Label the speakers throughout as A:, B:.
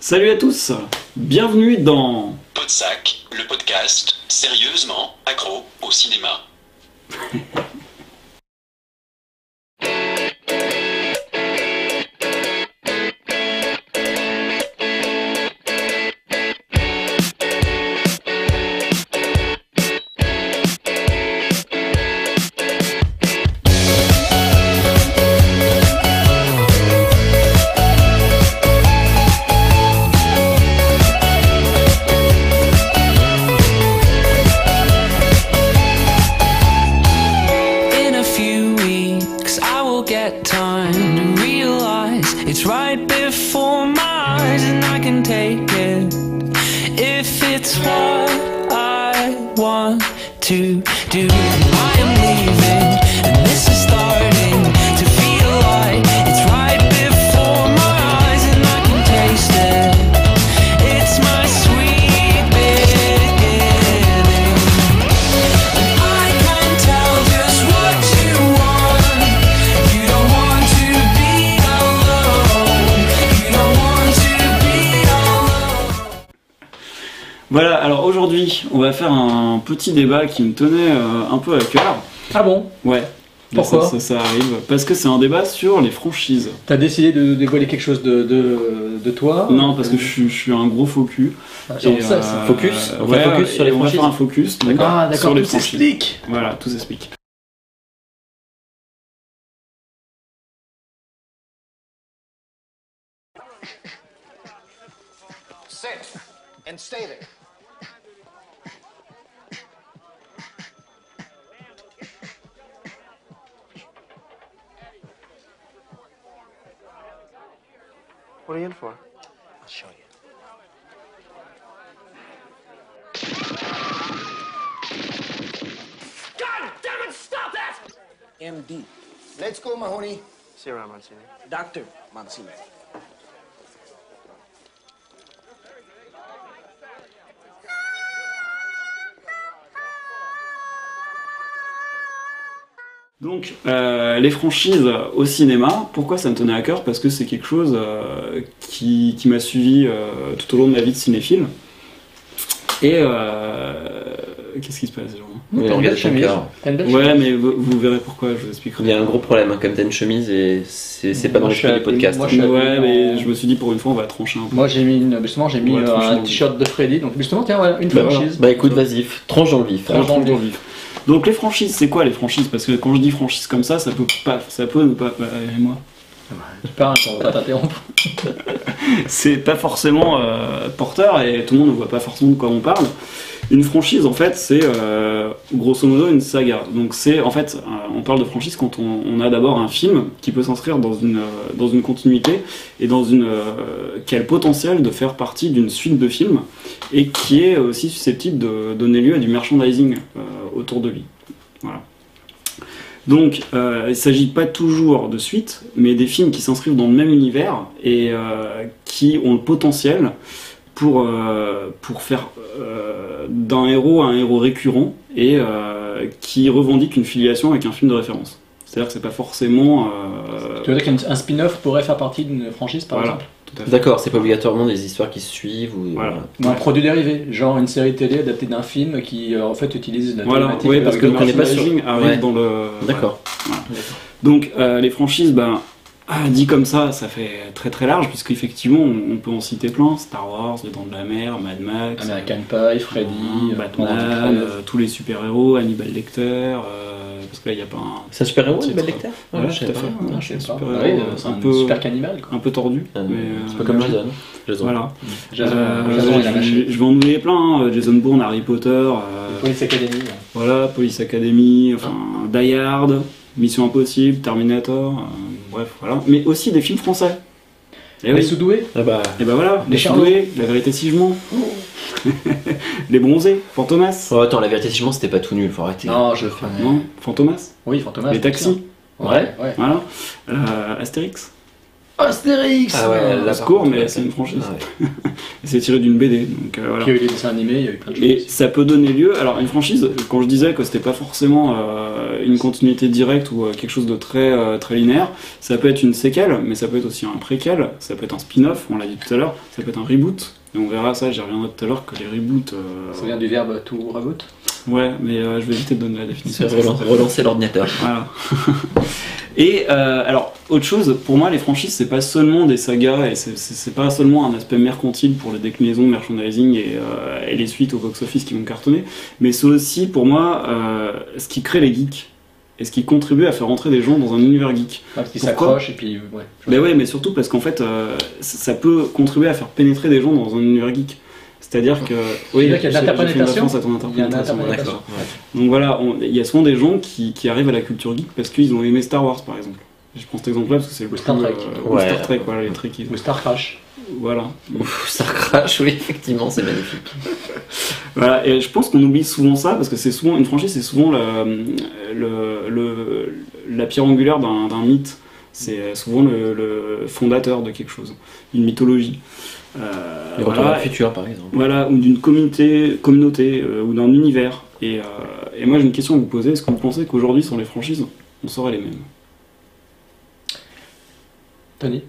A: Salut à tous, bienvenue dans...
B: Podsac, le podcast, sérieusement, accro au cinéma.
C: In a few weeks, I will get time to realize it's right before my eyes, and I can take it if it's what I want to do. I am leaving, and this is starting to feel like it's right before my eyes, and I can taste it. It's my sweet beginning. I can tell just what you want. You don't want to be alone. You don't want to be alone.
A: Voilà, alors aujourd'hui, on va faire un petit débat qui me tenait euh, un peu à cœur.
D: Ah bon
A: Ouais. Là, ça-
D: Pourquoi
A: ça, ça arrive. Parce que c'est un débat sur les franchises.
D: T'as décidé de dévoiler quelque chose de, de, de toi
A: Non, parce que je, suis- je suis un gros faux cul.
D: euh, Ah,
A: Et,
D: ça,
A: euh,
D: c'est un focus. On fait
A: ouais,
D: un focus sur
A: et
D: les
A: on va
D: franchises.
A: faire un focus d'accord,
D: Ah
A: sur
D: d'accord,
A: les
D: tout
A: franchises.
D: s'explique.
A: Voilà, tout s'explique.
E: Sit and stay there. What are you in for? I'll show you.
F: God damn it, stop that! MD,
E: Let's go, Mahoney. See you around, Mancini.
F: Dr. Mancini.
A: Donc, euh, les franchises au cinéma, pourquoi ça me tenait à cœur Parce que c'est quelque chose euh, qui, qui m'a suivi euh, tout au long de ma vie de cinéphile. Et euh, qu'est-ce qui se passe Jérôme
G: Oui,
D: T'as une
G: regarde
D: belle
G: son
D: chemise.
G: cœur.
D: T'as une belle chemise.
A: Ouais, mais vous, vous verrez pourquoi, je vous expliquerai.
G: Il y a un gros problème hein, quand t'as une chemise et c'est c'est pas
D: Moi,
G: dans le
D: je
G: prix
D: suis
G: du podcast.
D: moi, je suis
G: hein.
A: Ouais, mais je me suis dit pour une fois, on va trancher un peu.
D: Moi j'ai mis une, justement j'ai mis
A: Ouais,
D: euh,
A: franchement,
D: un
A: oui.
D: t-shirt de Freddy donc justement tiens voilà une
G: Bah,
D: franchise.
G: bah écoute, vas-y, f- tranche dans le vif. hein.
D: Tranche. dans le
A: Franchement, Donc, les franchises, c'est quoi les franchises Parce que quand je dis franchise comme ça, ça peut pas. Ça peut ne pas. bah, et moi
D: Super, on va pas t'interrompre.
A: c'est pas forcément euh, porteur et tout le monde ne voit pas forcément de quoi on parle. Une franchise, en fait, c'est euh, grosso modo une saga. Donc c'est, en fait, euh, on parle de franchise quand on, on a d'abord un film qui peut s'inscrire dans une euh, dans une continuité et dans une euh, qui a le potentiel de faire partie d'une suite de films et qui est aussi susceptible de donner lieu à du merchandising euh, autour de lui. Voilà. Donc, euh, il ne s'agit pas toujours de suites, mais des films qui s'inscrivent dans le même univers et euh, qui ont le potentiel pour, euh, pour faire euh, d'un héros un héros récurrent et euh, qui revendique une filiation avec un film de référence. C'est-à-dire que c'est pas forcément. euh,
D: Tu veux dire qu'un un spin-off pourrait faire partie d'une franchise par
A: Voilà.
D: exemple
A: tout à fait.
G: D'accord, c'est pas obligatoirement des histoires qui se suivent ou.
A: Voilà.
D: Ou un produit dérivé, genre une série télé adaptée d'un film qui euh, en fait utilise la
A: Voilà,
D: thématique
A: oui,
D: de-
A: parce que
D: de
A: euh, le
G: on n'est pas
D: merchandising.
G: sur-
A: merchandising arrive dans
G: Ouais.
A: le.
G: D'accord.
A: Donc euh, les franchises, ben, ah, dit comme ça, ça fait très très large, puisqu'effectivement on, on peut en citer plein, Star Wars, Les Dents de la Mer, Mad Max,
D: American Pie, Freddy,
A: Hein,
D: euh,
A: Batman,
D: Vendredi 13.
A: euh, tous les super-héros, Hannibal Lecter, euh, parce que là il n'y a pas un...
G: C'est un super héros,
A: C'est
G: le bel
A: très-
G: lecteur
A: Ouais,
G: Ouais,
A: tout
G: je sais
A: à
G: pas.
A: fait.
D: Ah, je sais pas.
A: super-héros,
D: Ouais,
A: euh,
D: c'est
A: un
D: un
A: peu-
D: super cannibale quoi.
A: un peu tordu.
G: Euh,
A: mais, euh,
G: C'est pas comme Jason. Jason.
A: Voilà.
D: Jason,
A: Euh,
D: Jason, il a
A: je,
D: lâché.
A: je vais en oublier plein, hein, Jason Bourne, Harry Potter, euh,
D: Police Academy. ouais.
A: voilà, Police Academy, enfin, Die Hard, Mission Impossible, Terminator, euh, bref, voilà. Mais aussi des films français. Et
D: Les sous-doués
G: Ah bah.
A: Et ben voilà,
D: Les
A: les
D: Charlots.
A: Charloués, la vérité si je mens. les bronzés, Fantomas.
G: Oh, attends, la vérité, si je mens, c'était pas tout nul, faut arrêter.
D: Non, je fais.
A: Non, Fantomas.
D: Oui, Fantomas.
A: les taxis,
D: Ouais, ouais.
A: voilà. Euh, Astérix. Astérix
G: Ah ouais,
A: euh,
G: là,
A: au
G: par
A: secours,
G: contre,
A: mais
G: ouais.
A: c'est une franchise.
G: Ah ouais.
A: C'est tiré d'une BD, donc euh, voilà.
D: Puis il y a eu les dessins animés, il y a eu plein de
A: Et
D: choses.
A: ça peut donner lieu. Alors, une franchise, quand je disais que c'était pas forcément euh, une continuité directe ou euh, quelque chose de très, euh, très linéaire, ça peut être une séquelle, mais ça peut être aussi un préquel, ça peut être un spin-off, on l'a dit tout à l'heure, ça peut être un reboot. Et on verra ça, j'y reviendrai tout à l'heure, que les reboots. euh,
D: Ça vient du verbe tout reboot.
A: Ouais, mais euh, je vais éviter de donner la
G: C'est
A: définition.
G: relan- relancer l'ordinateur.
A: Voilà. et euh, alors, autre chose, pour moi, les franchises, c'est pas seulement des sagas et c'est- c'est c'est pas seulement un aspect mercantile pour les déclinaisons, merchandising et, euh, et les suites au box-office qui vont cartonner, mais c'est aussi, pour moi, euh, ce qui crée les geeks et ce qui contribue à faire rentrer des gens dans un univers geek.
D: Ah, Parce qu'ils
A: Pourquoi
D: s'accrochent et puis ouais.
A: Mais ouais, mais surtout parce qu'en fait, euh, ça ça peut contribuer à faire pénétrer des gens dans un univers geek. C'est-à-dire que. Oui,
D: dire qu'il y a
A: j'ai- j'ai
D: de
A: fait une
D: l'interprétation
A: référence à ton
D: Il y a une
A: interprétation, ouais.
D: interprétation.
G: D'accord. ouais.
A: Donc voilà, on- il y a souvent des gens qui, qui arrivent à la culture geek parce qu'ils ont aimé Star Wars par exemple. Je prends cet exemple-là parce que c'est le
D: Ou Star
A: plus,
D: Trek.
A: ou
G: Ouais.
A: Star Trek, voilà, les trekkies.
D: Ou Star Crash.
A: Voilà.
G: Ouf, ça crache, oui, effectivement, c'est magnifique.
A: voilà. Et je pense qu'on oublie souvent ça parce que c'est souvent, une franchise, c'est souvent la, le, le- la pierre angulaire d'un d'un mythe. C'est souvent le, le fondateur de quelque chose, une mythologie. Euh,
G: Le retour
A: voilà.
G: vers le futur, par exemple.
A: Voilà, ou d'une communauté, communauté euh, ou d'un univers. Et, euh, et moi j'ai une question à vous poser, est-ce que vous pensez qu'aujourd'hui sans les franchises, on serait les mêmes
D: Tony,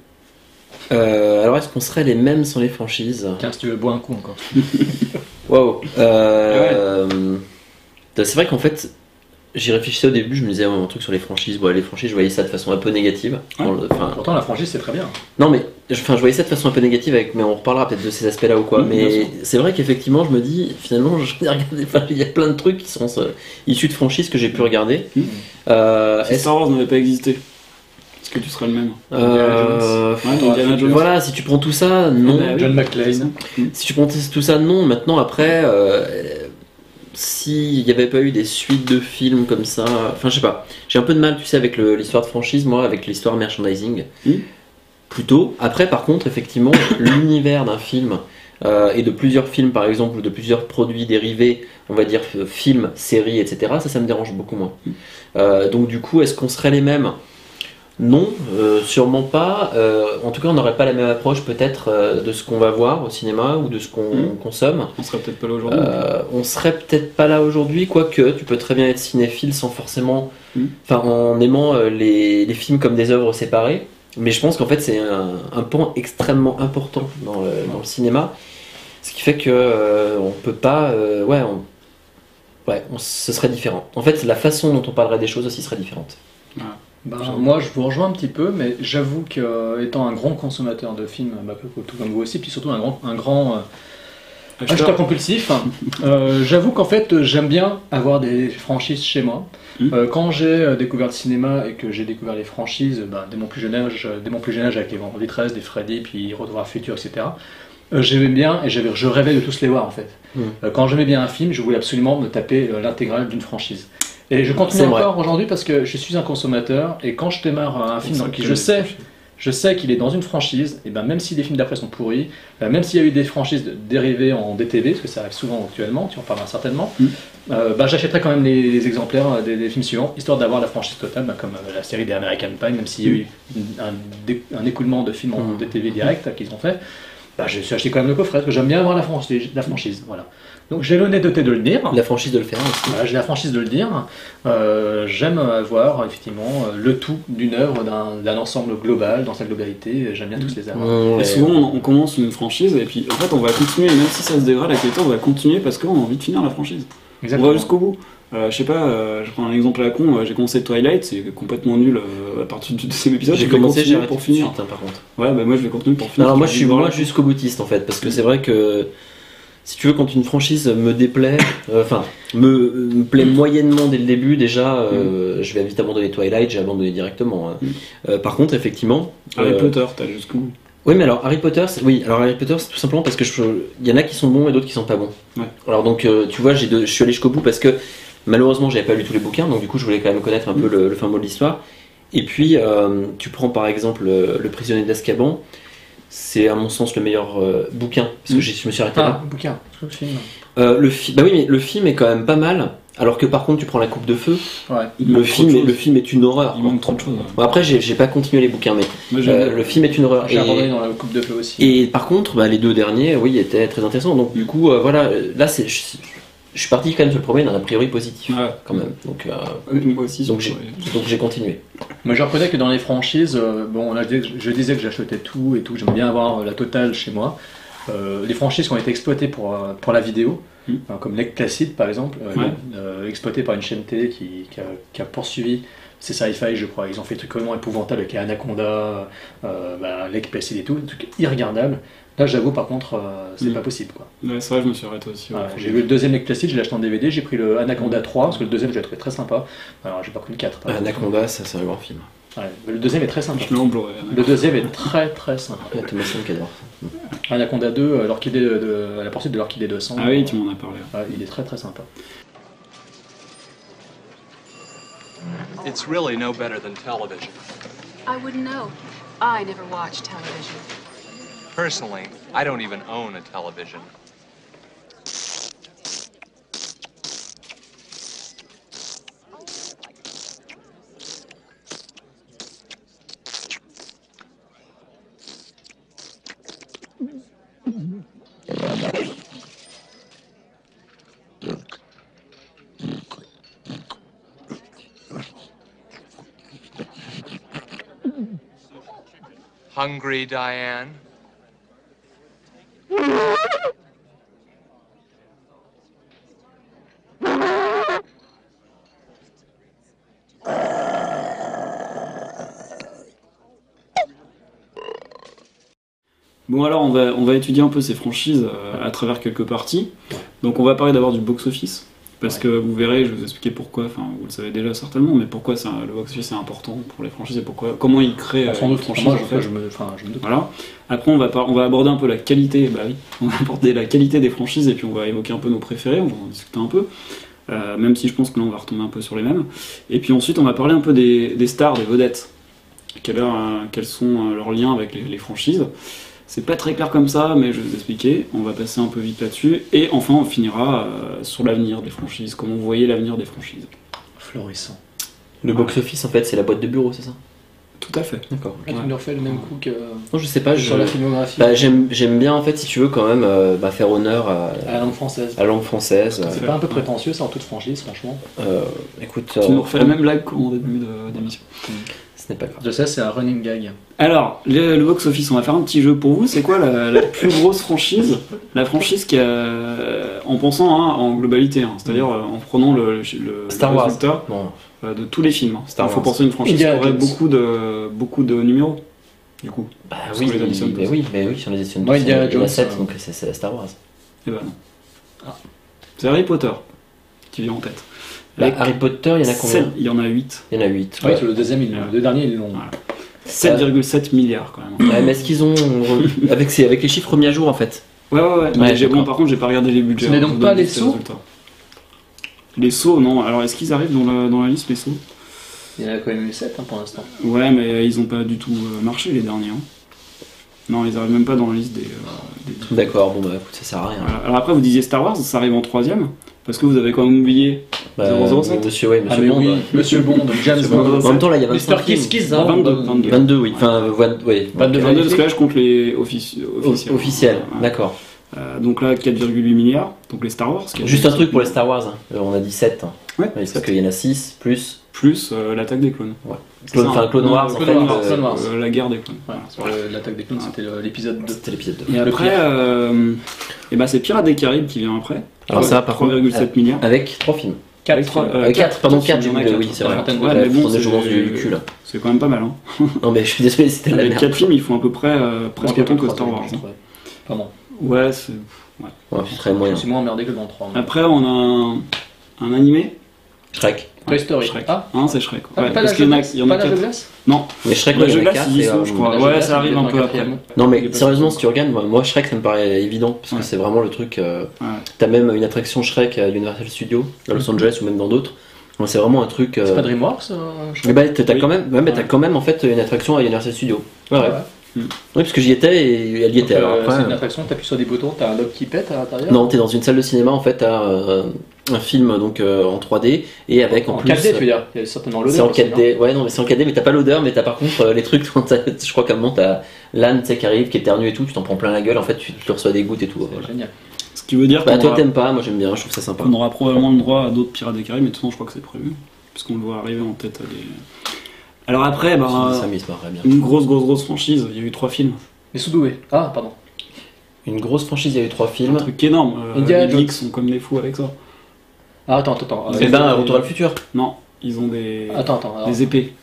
G: Euh, alors, est-ce qu'on serait les mêmes sans les franchises
D: tiens, si tu veux, bois un coup encore.
G: Waouh Euh, bah, C'est vrai qu'en fait, j'y réfléchissais au début, je me disais un truc sur les franchises. Bon, les franchises, je voyais ça de façon un peu négative.
A: Ouais.
G: Dans le- enfin,
D: Pourtant, la franchise, c'est très bien.
G: Non, mais je, enfin, je voyais ça de façon un peu négative, avec, mais on reparlera peut-être de ces aspects-là ou quoi.
A: Mmh, bien
G: mais c'est vrai qu'effectivement, je me dis, finalement, je n'ai regardé pas- il y a plein de trucs qui sont euh, issus de franchises que j'ai pu regarder.
A: Mmh.
G: Euh,
A: Si
G: est-ce-
A: Star Wars n'avait pas existé, est-ce que tu serais le même
G: euh,
A: Ouais, Indiana Jones.
G: Voilà, si tu prends tout ça, non.
A: Bah oui.
D: John McClane.
G: Si tu prends tout ça, non. Maintenant, après, euh, s'il n'y avait pas eu des suites de films comme ça, enfin, je sais pas. J'ai un peu de mal, tu sais, avec le- l'histoire de franchise, moi, avec l'histoire merchandising.
A: Mm.
G: Plutôt. Après, par contre, effectivement, l'univers d'un film euh, et de plusieurs films, par exemple, ou de plusieurs produits dérivés, on va dire euh, films, séries, etc., ça, ça me dérange beaucoup moins. Euh, donc, du coup, est-ce qu'on serait les mêmes non, euh, sûrement pas. Euh, en tout cas, on n'aurait pas la même approche peut-être euh, de ce qu'on va voir au cinéma ou de ce qu'on
A: Mhm.
G: consomme.
A: On serait peut-être pas là aujourd'hui.
G: Euh, on serait peut-être pas là aujourd'hui, quoique tu peux très bien être cinéphile sans forcément,
A: Mhm.
G: enfin en aimant euh, les, les films comme des œuvres séparées. Mais je pense qu'en fait c'est un, un pan extrêmement important dans le, dans le cinéma, ce qui fait que euh, on peut pas, euh, ouais, on, ouais, on- ce serait différent. En fait, la façon dont on parlerait des choses aussi serait différente.
D: Ben,
A: J'avoue.
D: moi, je vous rejoins un petit peu, mais j'avoue que euh, étant un grand consommateur de films, bah, tout comme vous aussi, puis surtout un grand, un grand euh,
G: ah,
D: acheteur compulsif, hein, euh, j'avoue qu'en fait, euh, j'aime bien avoir des franchises chez moi.
G: Hmm.
A: Mhm.
D: Euh, quand j'ai euh, découvert le cinéma et que j'ai découvert les franchises, ben, dès mon plus jeune âge, euh, dès mon plus jeune âge avec les Vendredi 13, des Freddy, puis Retour vers le futur, etc. euh, J'aimais bien et j'avais- je rêvais de tous les voir en fait.
G: Mhm.
D: Euh, Quand j'aimais bien un film, je voulais absolument me taper euh, l'intégrale d'une franchise. Et je continue
G: C'est vrai.
D: encore aujourd'hui parce que je suis un consommateur et quand je démarre un film dans lequel je sais, je sais qu'il est dans une franchise, et ben même si les films d'après sont pourris, euh, même s'il y a eu des franchises de- dérivées en DTV, parce que ça arrive souvent actuellement, tu en parleras certainement,
A: Mm.
D: euh, ben, j'achèterai quand même les, les exemplaires euh, des, des films suivants, histoire d'avoir la franchise totale, ben, comme euh, la série des American Pie, même s'il y a eu une- un, dé- un écoulement de films en
G: Mm.
D: DTV direct euh, qu'ils ont fait, ben, je suis acheté quand même le coffret, parce que j'aime bien avoir la franchise. La franchise voilà. Donc j'ai l'honnêteté de le dire.
G: La franchise de le faire aussi.
D: Voilà, j'ai la franchise de le dire. Euh, J'aime avoir effectivement euh, le tout d'une œuvre, d'un d'un ensemble global, dans sa globalité. J'aime bien tous les avoir.
A: Et souvent, on, on commence une franchise et puis en fait, on va continuer, même si ça se dégrade avec le temps, on va continuer parce qu'on a envie de finir la franchise. On va jusqu'au bout. Euh, je sais pas, euh, je prends un exemple à la con, euh, j'ai commencé Twilight, c'est complètement nul euh, à partir du deuxième épisode. je
G: J'ai
A: vais
G: commencé, j'ai
A: continuer
G: arrêté
A: pour finir.
G: Suite, hein, par contre.
A: Ouais, bah moi je vais continuer pour finir.
G: Non, alors moi je suis
A: Dans
G: moi
A: la-
G: jusqu'au boutiste en fait, parce que c'est vrai que si tu veux quand une franchise me déplaît, euh, enfin me, me plaît moyennement dès le début déjà, euh, je vais vite abandonner Twilight, j'ai abandonné directement. hein.
A: Mm.
G: Euh, par contre effectivement,
A: Harry
G: euh,
A: Potter, t'as jusqu'au bout.
G: oui, mais alors Harry Potter, c'est- oui, alors Harry Potter, c'est tout simplement parce que je- il y en a qui sont bons et d'autres qui sont pas bons.
A: Ouais.
G: Alors donc, euh, tu vois, j'ai de- je suis allé jusqu'au bout parce que malheureusement, j'avais pas lu tous les bouquins, donc du coup, je voulais quand même connaître un peu le, le fin mot de l'histoire. Et puis, euh, tu prends par exemple euh, Le Prisonnier d'Azkaban, c'est à mon sens le meilleur euh, bouquin parce que
A: Mm.
G: hein. j'ai- je me suis arrêté là.
D: Ah, bouquin, film.
G: Euh, le fi- bah oui, mais le film est quand même pas mal. Alors que par contre, tu prends la coupe de feu,
D: Ouais.
A: Il
G: le
A: manque trop de
G: film, est,
A: choses.
G: le film est une horreur.
A: Il
G: quoi.
A: manque trop de choses.
G: Bon, après, j'ai j'ai pas continué les bouquins, mais
A: Moi, j'aime
G: euh,
A: bien.
G: le film est une horreur.
D: J'ai
G: Et-
D: abandonné dans la coupe de feu aussi.
G: Et par contre, bah, les deux derniers, oui, étaient très intéressants. Donc du coup, euh, voilà, euh, là, c'est, je, je suis parti quand même sur le premier d'un a priori positif,
A: Ouais.
G: quand même. Donc, euh,
A: Euh, Moi aussi,
G: donc
A: je-
G: j'ai donc j'ai continué.
D: Moi, je reconnais que dans les franchises, euh, bon, là, je, dis- je disais que j'achetais tout et tout, j'aime bien avoir euh, la totale chez moi. Euh, les franchises qui ont été exploitées pour, euh, pour la vidéo,
A: Mm.
D: hein, comme Lake Placid par exemple, euh,
A: Ouais.
D: euh, exploité par une chaîne télé qui, qui a, qui a poursuivi ces sci-fi, je crois. Ils ont fait des trucs vraiment épouvantables avec Anaconda, euh, bah, Lake Placid et tout, des trucs irregardables. Là, j'avoue, par contre, euh, c'est
A: Mm.
D: pas possible. quoi.
A: Ouais, c'est vrai, je Mm. me suis arrêté aussi. ouais.
D: Ouais, j'ai vu le deuxième Lake Placid, je l'ai acheté en DVD, j'ai pris le Anaconda 3, parce que le deuxième, je l'ai trouvé très sympa. Alors, j'ai pas pris le 4. par exemple.
G: Anaconda, ça, c'est un grand film.
D: Ouais, le deuxième est très sympa.
A: Bah, Je me l'en blairais,
D: Le deuxième est très très simple.
G: Ouais, Thomas Sam qui adore.
D: Anaconda 2, euh, l'orchidée de, de- à la poursuite de l'orchidée 200.
A: Ah oui, tu m'en as parlé.
D: il est très très sympa.
H: It's really no better than television.
I: I wouldn't know. I never watch television.
H: Personally, I don't even own a television. Hungry, Diane?
A: Bon alors on va, on va étudier un peu ces franchises euh, à travers quelques parties. Donc on va parler d'abord du box-office. Parce que vous verrez, je vais vous expliquer pourquoi, enfin vous le savez déjà certainement, mais pourquoi ça, le box-office est important pour les franchises et pourquoi, comment ils créent euh,
D: Bah, Sans
A: une
D: doute,
A: franchise,
D: moi
A: en
D: je,
A: fait.
D: je me, enfin, je me doute.
A: Voilà. Après on va, par- on va aborder un peu la qualité, bah oui, on va aborder la qualité des franchises et puis on va évoquer un peu nos préférés, on va en discuter un peu. Euh, même si je pense que là on va retomber un peu sur les mêmes. Et puis ensuite on va parler un peu des, des stars, des vedettes. Quelle heure, euh, quels sont euh, leurs liens avec les, les franchises. C'est pas très clair comme ça, mais je vais vous expliquer. On va passer un peu vite là-dessus. Et enfin on finira euh, sur l'avenir des franchises, comment vous voyez l'avenir des franchises.
D: Florissant.
G: Le box-office, en fait, c'est la boîte de bureau, c'est ça
A: Tout à fait.
G: D'accord.
D: Ah, tu
A: Ouais.
D: me refais le même coup que
G: Non, je sais pas. Je...
D: sur la filmographie.
G: Bah, j'aime, j'aime bien, en fait, si tu veux, quand même, euh, bah, faire honneur à,
D: à la langue française.
G: à la langue française.
D: C'est pas un peu prétentieux, ça en toute franchise, franchement.
G: Euh, écoute,
A: Tu
G: euh,
A: nous refais la même blague qu'en début de- d'émission.
G: ce n'est pas grave.
D: Je sais, c'est un running gag.
A: Alors, le, le box-office, on va faire un petit jeu pour vous. C'est quoi la, la plus grosse franchise La franchise qui a, en pensant hein, en globalité, hein, c'est-à-dire euh, en prenant le, le- le
G: Star Wars.
A: résultat
G: Bon,
A: euh, de tous les films. Il
G: Star
A: faut
G: Wars.
A: penser à une franchise qui
D: Indiana
A: aurait
D: Jones.
A: beaucoup de, beaucoup de numéros, du coup.
G: bah
A: Parce
G: oui,
A: qu'on les additionne
G: mais
A: tous.
G: oui, mais oui, si on les additionne,
D: Moi,
G: tous, il y en a-
D: Indiana
G: il y en a
D: Jones,
G: sept,
D: euh,
G: donc c'est, c'est Star Wars.
A: Eh ben non.
G: Ah.
A: C'est Harry Potter qui vient en tête.
G: Bah,
A: Avec
G: Harry Potter, il y en a
A: sept-
G: combien Euh,
A: Il y en a 8.
G: Il y en a 8.
D: Ah Oui, le deuxième, ils l'ont- le dernier, ils l'ont.
A: Ouais. 7,7 milliards quand même.
G: Ouais, mais est-ce qu'ils ont re- avec, ces- avec les chiffres mis à jour en fait
A: Ouais, ouais, ouais. Mais
G: Ouais,
A: j'ai- bon,
G: d'accord.
A: par contre, j'ai pas regardé les budgets.
D: Ce n'est
A: hein,
D: donc
A: je vous
D: pas
A: donne
D: les
A: juste
D: sauts
A: résultats. Les sauts, non. Alors, est-ce qu'ils arrivent dans la, dans la liste, les sauts
D: Il y en a quand même eu 7 pour l'instant.
A: Ouais, mais ils ont pas du tout euh, marché, les derniers. hein. Non, ils arrivent même pas dans la liste des. euh, des dix.
G: D'accord, bon bah écoute, ça sert à rien.
A: Voilà. Alors, après, vous disiez Star Wars, ça arrive en troisième. Parce que vous avez quand même oublié.
G: Bah,
A: 007.
G: Monsieur, ouais,
D: Ah,
G: Monsieur
D: mais
G: Bond.
D: oui, Monsieur Bond, James
A: Monsieur
D: Bond.
A: Bond.
G: En même temps, là, il y a 25
D: Mr. Kiss
G: films.
D: Kiss,
A: 22, 22.
G: 22, oui. Enfin, euh, vingt- ouais.
D: 22,
G: Ok.
A: 22, parce que là, je compte les offici- officiels.
G: O- Officiel,
A: Ouais.
G: d'accord.
A: Euh, donc là, 4,8 milliards. Donc les Star Wars.
G: Juste un truc pour les Star Wars, hein. Euh, on a dit 7. hein.
A: Ouais,
G: Oui, parce qu'il y en a 6 plus
A: Plus euh, l'attaque des clones.
G: Clone,
A: ça,
G: enfin, Clone
A: non,
G: Wars en
D: Clone
G: fait.
D: Wars,
G: euh,
D: Clone Wars.
A: Euh, la guerre des clones.
D: Ouais,
A: Voilà.
D: sur le- l'attaque des clones, c'était le- l'épisode 2.
G: C'était l'épisode 2.
A: Et
D: Le
A: après,
D: pire.
A: euh, et ben c'est Pirates des Caraïbes qui vient après.
G: Alors Ah, ça, par contre,
A: 3,7 milliards.
G: avec 3 films.
A: Avec
D: 4
A: trois- euh,
G: Euh, 4, pardon,
A: quatre,
G: 4, j'ai
A: il y en a
G: oublié,
A: quatre.
G: oui, c'est vrai.
D: Quarantaine de-
A: Ouais, mais
G: Ouais,
A: bon,
G: on est
A: c'est-
G: jour du cul là.
A: C'est quand même pas mal. Hein.
G: Non, mais je suis désolé, c'était la
A: Les
G: merde.
A: 4 films, ils font à peu près euh, presque autant que Star Wars. hein.
D: Pardon,
A: Ouais, c'est-
G: Ouais, c'est très moyen.
D: je suis moins emmerdé que dans le 3.
A: après, on a un, un animé.
G: Shrek.
D: Toy Story.
A: Shrek.
D: Ah,
A: Hein, c'est Shrek.
D: Ah,
A: ouais.
D: pas
A: parce
D: la
A: qu'il y en a,
D: Jeu-
A: il y en a
D: pas la
A: 4.
D: Jeu glace
A: Non,
G: Mais Shrek,
A: le
G: ouais, il y
A: jeu
G: en a
A: glace,
G: quatre,
A: ils y
G: et, euh,
A: sont, je crois.
D: la Jeu
A: Ouais,
D: glace,
A: ça
D: il
A: arrive
D: est
A: un
D: dans
A: peu
D: le
A: après.
D: quatrième.
G: Non
A: Il est
G: mais
A: pas
G: sérieusement
A: sorti
G: si tu regardes moi, moi, Shrek ça me paraît évident parce que
A: Ouais.
G: c'est vraiment le truc euh,
A: Ouais.
G: t'as même une attraction Shrek à Universal Studios à Los Angeles ou même dans d'autres Moi, c'est vraiment un truc
D: Mhm. C'est
G: euh...
D: pas DreamWorks euh, je
G: mais bah, t'as
A: Oui.
G: quand même ouais, mais t'as
A: Ouais.
G: quand même en fait une attraction à Universal Studios ouais, ouais.
D: Ouais.
G: oui parce que j'y étais et elle y
D: Donc,
G: était alors
D: euh,
G: après,
D: C'est une
G: euh,
D: attraction, t'appuies sur des boutons, t'as un lock qui pète à l'intérieur.
G: non t'es dans une salle de cinéma en fait à euh, un film donc euh, en 3D et avec en,
D: En
G: plus.
D: 4D, tu veux dire Il y a certainement l'odeur.
G: C'est en
D: aussi,
G: 4D, ouais, non, mais c'est en 4D, mais t'as pas l'odeur, mais t'as par contre euh, les trucs, dont t'as- je crois qu'à un moment t'as l'âne tu sais, qui arrive, qui éternue et tout, tu t'en prends plein la gueule, en fait, tu, tu reçois des gouttes et tout.
D: hein.
G: voilà.
D: C'est génial.
A: Ce qui veut dire
G: Bah,
A: qu'on
G: toi
A: aura,
G: t'aimes pas, moi j'aime bien, je trouve ça sympa.
A: qu'on aura probablement le droit à d'autres Pirates des Caraïbes, mais de toute façon, je crois que c'est prévu. Puisqu'on le voit arriver en tête à des. Alors après, bah,
G: Ça,
A: euh,
G: mais il se marrerait bien.
A: une grosse, grosse, grosse franchise. Il y a eu trois films.
D: Les Soudoués. Ah, pardon.
G: Une grosse franchise, il y a eu trois
A: Un
G: films.
A: truc énorme. euh,
D: Indiana
A: les
D: Jones.
A: geeks sont comme des fous avec ça.
D: Ah, attends, attends, attends.
G: Et
A: Eh
D: Euh,
G: ben, Retour à le futur.
A: Non, ils ont des,
D: Attends, attends. alors.
A: des épées.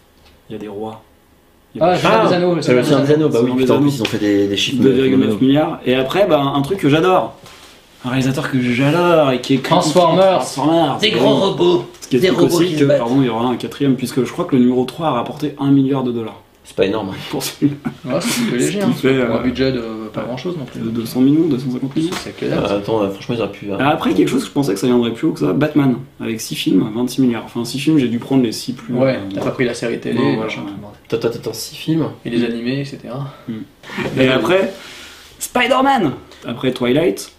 A: Il y a des rois. Il y a
D: Ah,
A: des-
D: je suis des anneaux.
G: C'est le Seigneur des Anneaux, bah
A: C'est
G: oui,
A: dans
G: putain,
A: les
G: en plus
A: anneaux.
G: ils ont fait des, des chiffres. phénoménaux.
A: 2,9 milliards. Et après, ben, un truc que j'adore. Un réalisateur que j'adore et qui est
D: Transformers.
A: Transformers.
G: Des grands robots
A: Ce qui
G: Des
A: explique
G: robots
A: aussi
G: qui se
A: que,
G: battent.
A: pardon, il y aura un quatrième, puisque je crois que le numéro 3 a rapporté 1 milliard de dollars
G: C'est pas énorme. hein.
A: pour celui-là.
D: Ouais, c'est un peu
A: Ce
D: léger.
A: qui
D: hein.
A: fait,
D: Pour
A: euh,
D: un budget de pas grand chose non plus.
A: De 200 millions, 250 millions.
D: C'est que
G: Euh,
D: dalle.
G: attends, euh, franchement, ils auraient pu. hein.
A: Alors après, quelque chose que je pensais que ça viendrait plus haut que ça, Batman, avec 6 films, 26 milliards. Enfin, 6 films, j'ai dû prendre les 6 plus.
D: Ouais,
A: euh,
D: t'as pas pris la série télé,
A: Ouais, ouais,
D: machin,
A: ouais.
D: tout le bordel.
G: Attends, attends, attends, 6 films.
D: et les animés, etc.
A: Et après, Spider-Man Après Twilight,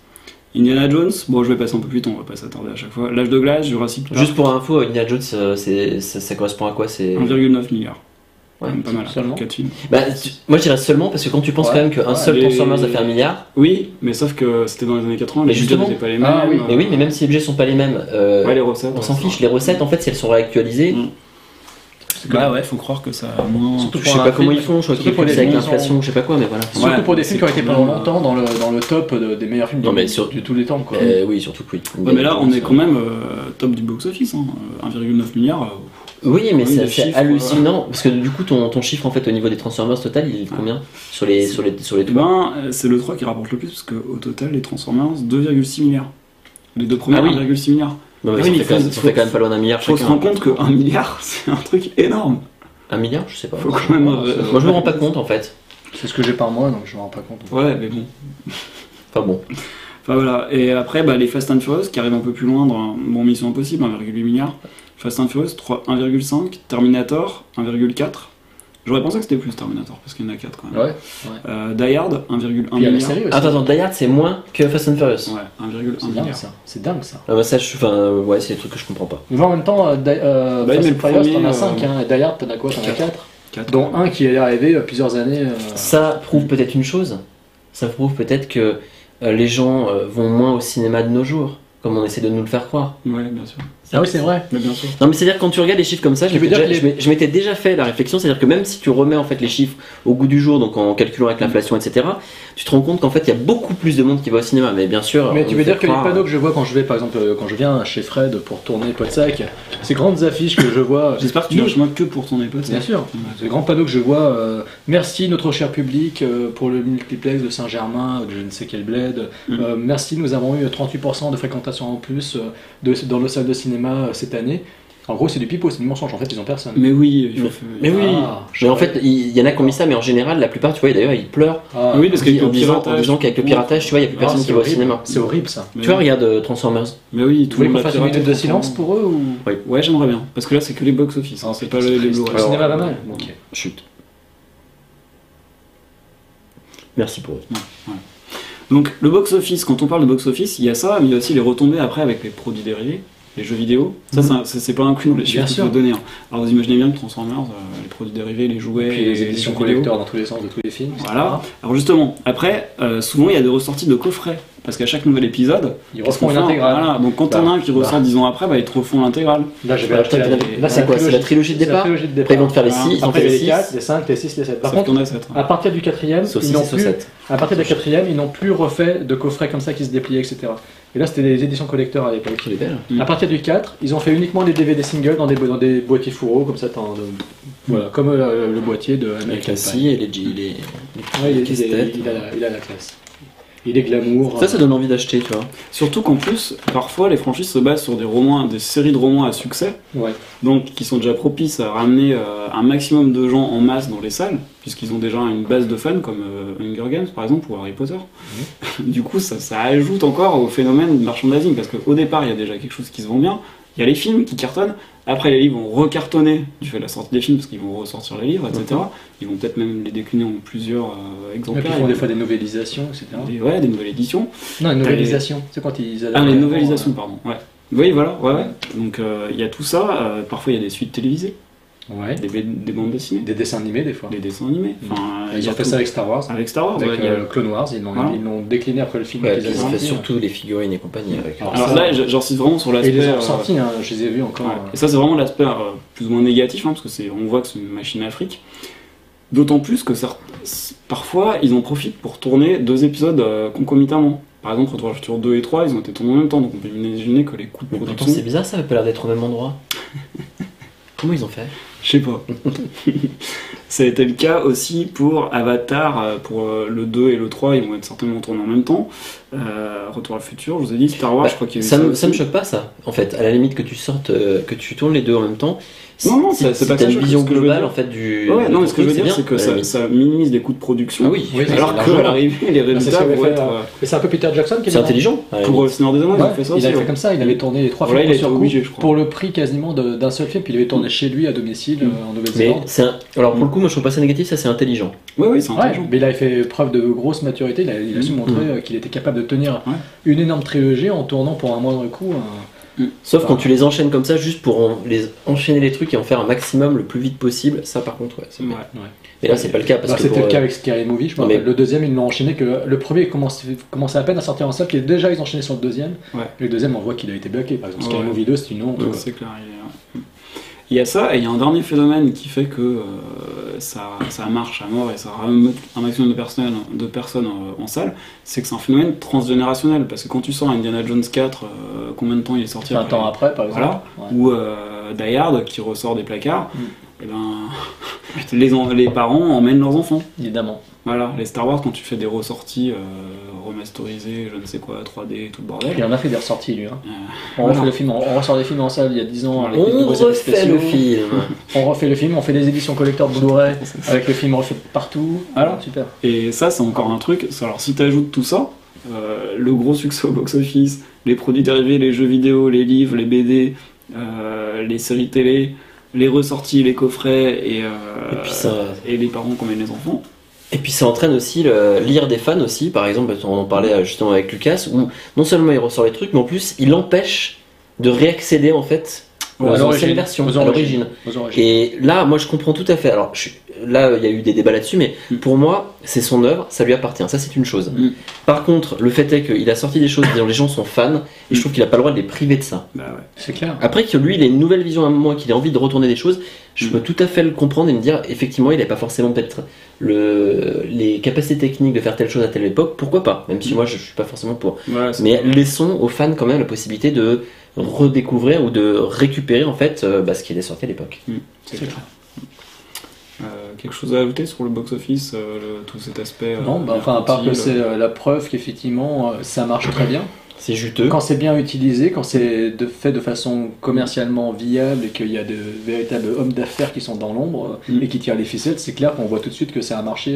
A: Indiana Jones, bon je vais passer un peu plus vite, on va pas s'attarder à chaque fois. L'âge de glace, Jurassic Park,
G: Juste pour info, Indiana Jones, euh, c'est- ça, ça correspond à quoi C'est
A: 1,9 milliard.
G: Ouais,
A: pas mal,
D: seulement.
A: 4 films.
G: Bah, tu- moi je dirais seulement parce que quand tu penses
D: Ouais,
G: quand même qu'un
D: ouais,
G: seul
A: les-
G: Transformers a fait un milliard,
A: Oui, mais sauf que c'était dans les années 80,
G: Mais
A: les budgets
G: justement.
A: n'étaient pas les mêmes.
D: Ah oui.
A: euh,
G: mais oui, mais même si les budgets sont pas les mêmes, euh,
A: Ouais, les recettes.
G: on
A: ouais,
G: s'en
A: ça.
G: fiche. Les recettes, en fait, si elles sont réactualisées,
A: Mm. Bah ouais, faut croire que ça a moins.
D: Surtout
G: je
D: pour
G: sais
D: un
G: pas comment
D: film.
G: ils font, je crois
D: Surtout
G: qu'ils
D: pour
G: font
D: les
G: ça avec
D: gens,
G: l'inflation, je sais pas quoi, mais voilà.
A: Ouais,
D: Surtout pour des films qui ont été
A: c'est
D: pendant
A: quand même-
D: longtemps dans le, dans le top de- des meilleurs films
G: Non,
D: de,
G: mais sur-
D: de tous les temps. Quoi.
G: Euh, oui, surtout que oui.
A: Ouais, mais là, on est quand même euh, top du box-office, hein. Euh, 1,9 milliard. euh,
G: Oui, mais
A: Oui,
G: c'est
A: le
G: c'est
A: chiffre,
G: hallucinant parce que du coup, ton, ton chiffre en fait au niveau des Transformers total, il est de combien sur les sur les sur les
A: Eh
G: trois
A: ben, euh, c'est le 3 qui rapporte le plus, parce qu'au total, les Transformers, 2,6 milliards. Les deux premiers,
G: Ah oui.
A: 1,6 milliard.
G: Non, mais
A: Ah
G: ça
A: oui, mais
G: fait quand
A: faut-
G: même- ça fait
A: faut-
G: quand même pas loin d'un milliard
A: Faut se
G: chacun.
A: rendre compte que 1 milliard, c'est un truc énorme.
G: Un milliard, je sais pas.
A: Faut quand même. euh,
G: Moi, je me rends pas compte en fait.
D: C'est ce que j'ai par mois, donc je me rends pas compte.
A: Ouais, mais bon.
G: Enfin bon.
A: Enfin voilà. Et après, bah, les Fast and Furious qui arrivent un peu plus loin dans bon, Mission Impossible, 1,8 milliard. Fast and Furious, 3 1,5. Terminator, 1,4. J'aurais pensé que c'était plus Terminator, parce qu'il y en a 4 quand même.
D: Ouais.
A: Euh, Die Hard, 1,1
D: Puis il y a
A: milliard.
D: la série aussi.
G: Attends, attends, Die Hard, c'est moins que Fast and Furious.
A: Ouais, 1,1
D: c'est dingue
A: milliard.
D: ça. C'est dingue ça.
G: Ah bah ça, je, enfin, euh, ouais, c'est des trucs que je comprends pas.
D: Mais en même temps, euh, Die- euh,
A: Bah oui,
D: Fast
A: mais
D: and
A: le
D: Furious, t'en
A: premier,
D: as 5,
A: euh,
D: hein, et Die Hard, t'en as quoi T'en as
A: quatre.
D: 4
A: 4.
D: Dont un qui est arrivé euh, plusieurs années. euh,
G: Ça prouve peut-être une chose. Ça prouve peut-être que euh, les gens euh, vont moins au cinéma de nos jours, comme on essaie de nous le faire croire.
A: Ouais, bien sûr.
D: Ah oui, c'est vrai.
A: Mais bien sûr.
G: Non, mais c'est-à-dire quand tu regardes les chiffres comme ça, je
D: Tu veux
G: m'étais déjà,
D: dire que
G: je m'ai- je m'étais déjà fait la réflexion, c'est-à-dire que même si tu remets en fait les chiffres au goût du jour, donc en calculant avec l'inflation, etc., tu te rends compte qu'en fait il y a beaucoup plus de monde qui va au cinéma. Mais bien sûr,
D: Mais
G: on
D: tu
G: nous
D: veux dire
G: fait euh,
D: que les
G: croire-
D: panneaux que je vois quand je vais, par exemple, euh, quand je viens chez Fred pour tourner Podsac, ces grandes affiches que je vois.
A: J'espère que tu
D: Nous,
A: lâches chemin que pour ton époque.
D: Bien sûr. Ce grand panneau que je vois, euh, merci notre cher public euh, pour le multiplex de Saint-Germain, euh, de je ne sais quel bled.
G: Mm.
D: Euh, merci, nous avons eu 38% de fréquentation en plus euh, de- dans nos salles de cinéma euh, cette année. En gros, c'est du pipeau, c'est du mensonge. En fait, ils ont personne.
A: Mais oui, il faut
G: Mais oui.
D: Ah,
G: Mais en fait, il il y en a qui ont mis ça, mais en général, la plupart, tu vois, et d'ailleurs, ils pleurent
D: Ah,
A: Oui, parce
G: en,
A: qu'avec
G: dis- en
A: le
G: disant, en
A: piratage,
G: disant qu'avec le piratage, tu vois, il y a plus
D: ah,
G: personne
D: c'est
G: qui va au
D: horrible.
G: cinéma.
D: C'est horrible ça.
A: Mais
G: Tu vois,
A: oui.
G: regarde euh, Transformers.
A: Mais oui,
D: Vous
A: tout le
D: voulez
A: monde l'a
D: qu'on fasse une
A: piraté
D: minute de
A: pour
D: silence Ah,
A: son-
D: pour eux ou
A: Ouais, j'aimerais bien. Parce que là, c'est que les box-office, hein,
G: Bah,
A: c'est pas les les Blu-ray.
D: Le cinéma va mal.
A: Ok.
G: Chut. Merci pour eux.
A: Donc le box-office, quand on parle de box-office, il y a ça, mais il y a aussi les retombées après avec les produits dérivés, les jeux vidéo. Ça,
D: Mhm.
A: ça, c'est- c'est pas inclus dans les
D: Bien
A: chiffres que je
D: sûr.
A: vous donner. hein. Alors vous imaginez bien que Transformers, euh, les produits dérivés, les jouets,
D: Puis les
A: jeux
D: éditions
A: vidéo.
D: collecteurs dans tous les sens de tous les films. etc.
A: Voilà. Alors justement, après, euh, souvent il y a des ressorties de coffrets. Parce qu'à chaque nouvel épisode,
D: Ils
A: qu'est-ce qu'on
D: refont une
A: fait
D: intégrale.
A: Voilà. Donc quand
D: Bah,
A: t'en as un qui
D: bah.
A: ressort 10 ans après, bah, ils te refont l'intégrale.
D: Là, j'avais
G: Bah,
D: acheté
G: putain,
D: la-
G: t'as- là, c'est
D: la
G: quoi, c'est la trilogie de départ
D: trilogie de
G: Après, ils vont te faire les
A: Ah,
G: 6, ils vont
D: Après,
G: faire
D: il y a
G: les
D: les
G: 6.
D: 4, les 5, les 6, les 7. Par
A: Sauf
D: contre,
A: qu'il y en a 7.
D: à partir du quatrième,
G: Sauf
D: ils
G: six,
D: n'ont
G: sauf
D: plus,
G: sept.
D: à partir de la quatrième, ils n'ont plus refait de coffrets comme ça qui se dépliaient, etc. Et là, c'était des éditions collecteurs à l'époque.
G: Il est belle.
A: Mm.
D: À partir du 4, ils ont fait uniquement des DVD singles dans des, bo- dans des boîtiers fourreaux, comme ça, t'en- de-
A: Hmm.
D: voilà, comme euh, le boîtier de
G: Avec
D: American
G: la
D: Pie.
G: scie et les, gi- les, les
D: Ouais, il, est- il est-
G: casse-têtes.
D: il a, la- il a la classe. Il est glamour.
G: Ça, ça donne envie d'acheter, tu vois.
A: Surtout qu'en plus, parfois les franchises se basent sur des romans, des séries de romans à succès.
D: euh, Ouais.
A: donc qui sont déjà propices à ramener euh, un maximum de gens en masse dans les salles, puisqu'ils ont déjà une base de fans comme euh, Hunger Games par exemple ou Harry Potter.
D: Mhm.
A: du coup, ça, ça ajoute encore au phénomène de merchandising, parce qu'au départ, il y a déjà quelque chose qui se vend bien, il y a les films qui cartonnent, après les livres vont recartonner du fait de la sortie des films, parce qu'ils vont ressortir les livres, etc. Ils vont peut-être même les décliner en plusieurs euh,
D: Et
A: exemplaires.
D: Mhm. Ah, puis ils font des fois des novélisations, etc.
A: Des- ouais, des nouvelles éditions.
D: Non, une
A: T'as
D: novélisation, c'est quand ils
A: Ah,
D: adaptent
A: les
D: vraiment,
A: novelisations, pardon. Ouais. Oui, voilà, ouais, ouais. Donc euh, il y a tout ça. euh, parfois, il y a des suites télévisées,
D: Ouais.
A: des, ba- des bandes dessinées,
D: Des dessins animés, des fois.
A: des dessins animés. Enfin, euh, Ah, il y
D: Ils
A: a
D: ont fait
A: tout.
D: ça avec Star Wars.
A: Avec Star Wars.
D: Avec
A: ouais, il y a-
D: euh, Clone Wars, ils l'ont
A: Voilà.
D: ils l'ont décliné après le film
G: Ouais,
D: qu'ils
G: puis
D: avaient
G: ça hein. fait
D: sorti.
G: surtout les figurines et compagnie avec.
D: Alors,
A: Alors
D: ça-
A: là, j- j'insiste vraiment sur
D: Et
A: l'aspect.
D: ils les
A: euh,
D: ont sortis, hein, je les ai vus encore.
A: ouais.
D: euh.
A: Et ça, c'est vraiment l'aspect euh, plus ou moins négatif, hein, parce que c'est, on voit que c'est une machine à fric. D'autant plus que cer- c- parfois, ils en profitent pour tourner deux épisodes euh, concomitamment. Par exemple, Retour à le futur 2 et 3, ils ont été tournés en même temps, donc on peut imaginer que les coûts de
G: Mais pourtant, c'est
A: production.
G: bizarre, ça avait pas l'air d'être au même endroit. Comment ils ont fait
A: Je sais pas. ça a été le cas aussi pour Avatar, euh, pour euh, le 2 et le 3, ils vont être certainement tournés en même temps. Euh, Retour à le futur, je vous ai dit, Star Wars,
G: Bah,
A: je crois qu'il y a eu
G: ça, me,
A: aussi.
G: ça me choque pas, ça. En fait, à la limite que tu sortes, euh, que tu tournes les deux en même temps. si-
A: Non, non,
G: si-
A: c'est- c'est
G: si
A: pas
G: t'as
A: ça,
G: une
A: je-
G: vision
A: ce que je veux
G: globale
A: dire.
G: en fait du.
A: Ouais,
G: de
A: non,
G: ton
A: mais ce que je veux
G: truc,
A: dire,
G: c'est
A: c'est que
G: bien, à
A: ça,
G: la limite.
A: ça minimise les coûts de production.
G: Ah oui,
D: Oui,
G: c'est
A: Alors que
G: largement.
A: à l'arrivée, les résultats
D: qu'avait
A: vont
D: fait,
A: être.
D: euh,
A: euh,
D: Et c'est un peu Peter Jackson qui
G: c'est
D: l'a
G: intelligent. à la
A: Pour
G: limite.
A: euh, Seigneur des Anneaux, ils
D: Ouais,
A: ont fait ça
D: hein. il
A: aussi.
D: avait fait
A: ouais.
D: comme ça, il avait tourné les trois
A: Voilà,
D: films
A: il a
D: sur
A: été
D: coup,
A: obligé, Mm. je crois.
D: pour le prix quasiment de- d'un seul film, puis il avait tourné chez lui à domicile euh, en
G: Mais
D: Nouvelle-Zélande.
G: c'est un- alors pour le coup, moi je trouve pas ça négatif, ça c'est intelligent.
A: Ouais, oui, c'est
D: Ouais,
A: intelligent.
D: mais il avait fait preuve de grosse maturité, il a, il a su
A: Mm.
D: montrer euh, qu'il était capable de tenir
A: Ouais.
D: une énorme trilogie en tournant pour un moindre coût. un-
G: Sauf
D: Bah.
G: quand tu les enchaînes comme ça, juste pour en- les enchaîner les trucs et en faire un maximum le plus vite possible, ça par contre, ouais. c'est-
A: Ouais.
G: Mais là c'est pas le cas parce
D: Bah,
G: que.
D: C'était
G: pour,
D: le cas
G: euh,
D: avec Scary Movie, je me
G: non, mais-
D: rappelle. Le deuxième, ils l'ont enchaîné que le premier commençait, commençait à peine à sortir en salle, puis déjà ils enchaînaient sur le deuxième.
A: Ouais.
D: Et le deuxième, on voit qu'il a été bloqué. Par exemple, Scary
A: Ouais.
D: Movie 2, c'est une honte.
A: Ouais,
D: quoi.
A: c'est clair. Il y a- Il y a ça, et il y a un dernier phénomène qui fait que euh, ça, ça marche à mort et ça ramène un maximum de personnes, de personnes euh, en salle, c'est que c'est un phénomène transgénérationnel. Parce que quand tu sors Indiana Jones 4, euh, combien de temps il est sorti
D: 20 ans après, par exemple.
A: Voilà.
D: Ouais.
A: ou euh, Die Hard qui ressort des placards,
D: Mm.
A: et ben, les, en- les parents emmènent leurs enfants.
D: Évidemment.
A: Voilà, les Star Wars, quand tu fais des ressorties euh, remasterisées, je ne sais quoi, 3D, tout le
D: Puis
A: bordel.
D: on a fait des ressorties, lui. hein.
A: Euh,
D: On,
A: voilà.
D: refait le film, on, on ressort des films en salle il y a 10 ans. avec les
G: On
D: nouveaux effets
G: refait le
D: spéciaux.
G: film.
D: On refait le film, on fait des éditions collector Blu-ray avec le film refait partout.
A: Voilà.
D: super.
A: Et ça, c'est encore un truc. Alors, si tu ajoutes tout ça, euh, le gros succès au box-office, les produits dérivés, les jeux vidéo, les livres, les BD, euh, les séries télé, les ressorties, les coffrets et, euh,
G: Et puis ça,
A: et les parents qui emmènent les enfants.
G: Et puis ça entraîne aussi le lire des fans aussi, par exemple, on en parlait euh, justement avec Lucas, où non seulement il ressort les trucs, mais en plus il empêche de réaccéder en fait
A: Ouais,
G: aux
A: à
G: anciennes versions,
D: Aux
G: à l'origine.
D: Aux origines.
G: Et là, moi je comprends tout à fait. Alors je suis- là, il y a eu des débats là-dessus, mais
A: Mm.
G: pour moi, c'est son œuvre, ça lui appartient, ça c'est une chose.
A: Mm.
G: Par contre, le fait est qu'il a sorti des choses dont les gens sont fans, et je trouve qu'il a pas le droit de les priver de ça.
A: Bah ouais.
D: C'est clair.
G: Après que lui, il ait une nouvelle vision à un moment et qu'il ait envie de retourner des choses, je
A: Mm.
G: peux tout à fait le comprendre et me dire, effectivement, il n'a pas forcément peut-être le, les capacités techniques de faire telle chose à telle époque, pourquoi pas Même si
A: Mm.
G: moi, je ne suis pas forcément pour.
A: Voilà, c'est-
G: Mais laissons aux fans quand même la possibilité de redécouvrir ou de récupérer en fait euh, bah, ce qui est sorti à l'époque.
A: c'est clair. Euh, quelque chose à ajouter sur le box-office, euh, le- tout cet aspect euh,
D: Non, bah, enfin, à part que
A: mercantile,
D: c'est euh, la preuve qu'effectivement euh, ça marche très bien.
G: C'est juteux.
D: Quand c'est bien utilisé, quand c'est de- fait de façon commercialement viable et qu'il y a de véritables hommes d'affaires qui sont dans l'ombre euh,
A: Mm.
D: et qui tirent les ficelles, c'est clair qu'on voit tout de suite que c'est un marché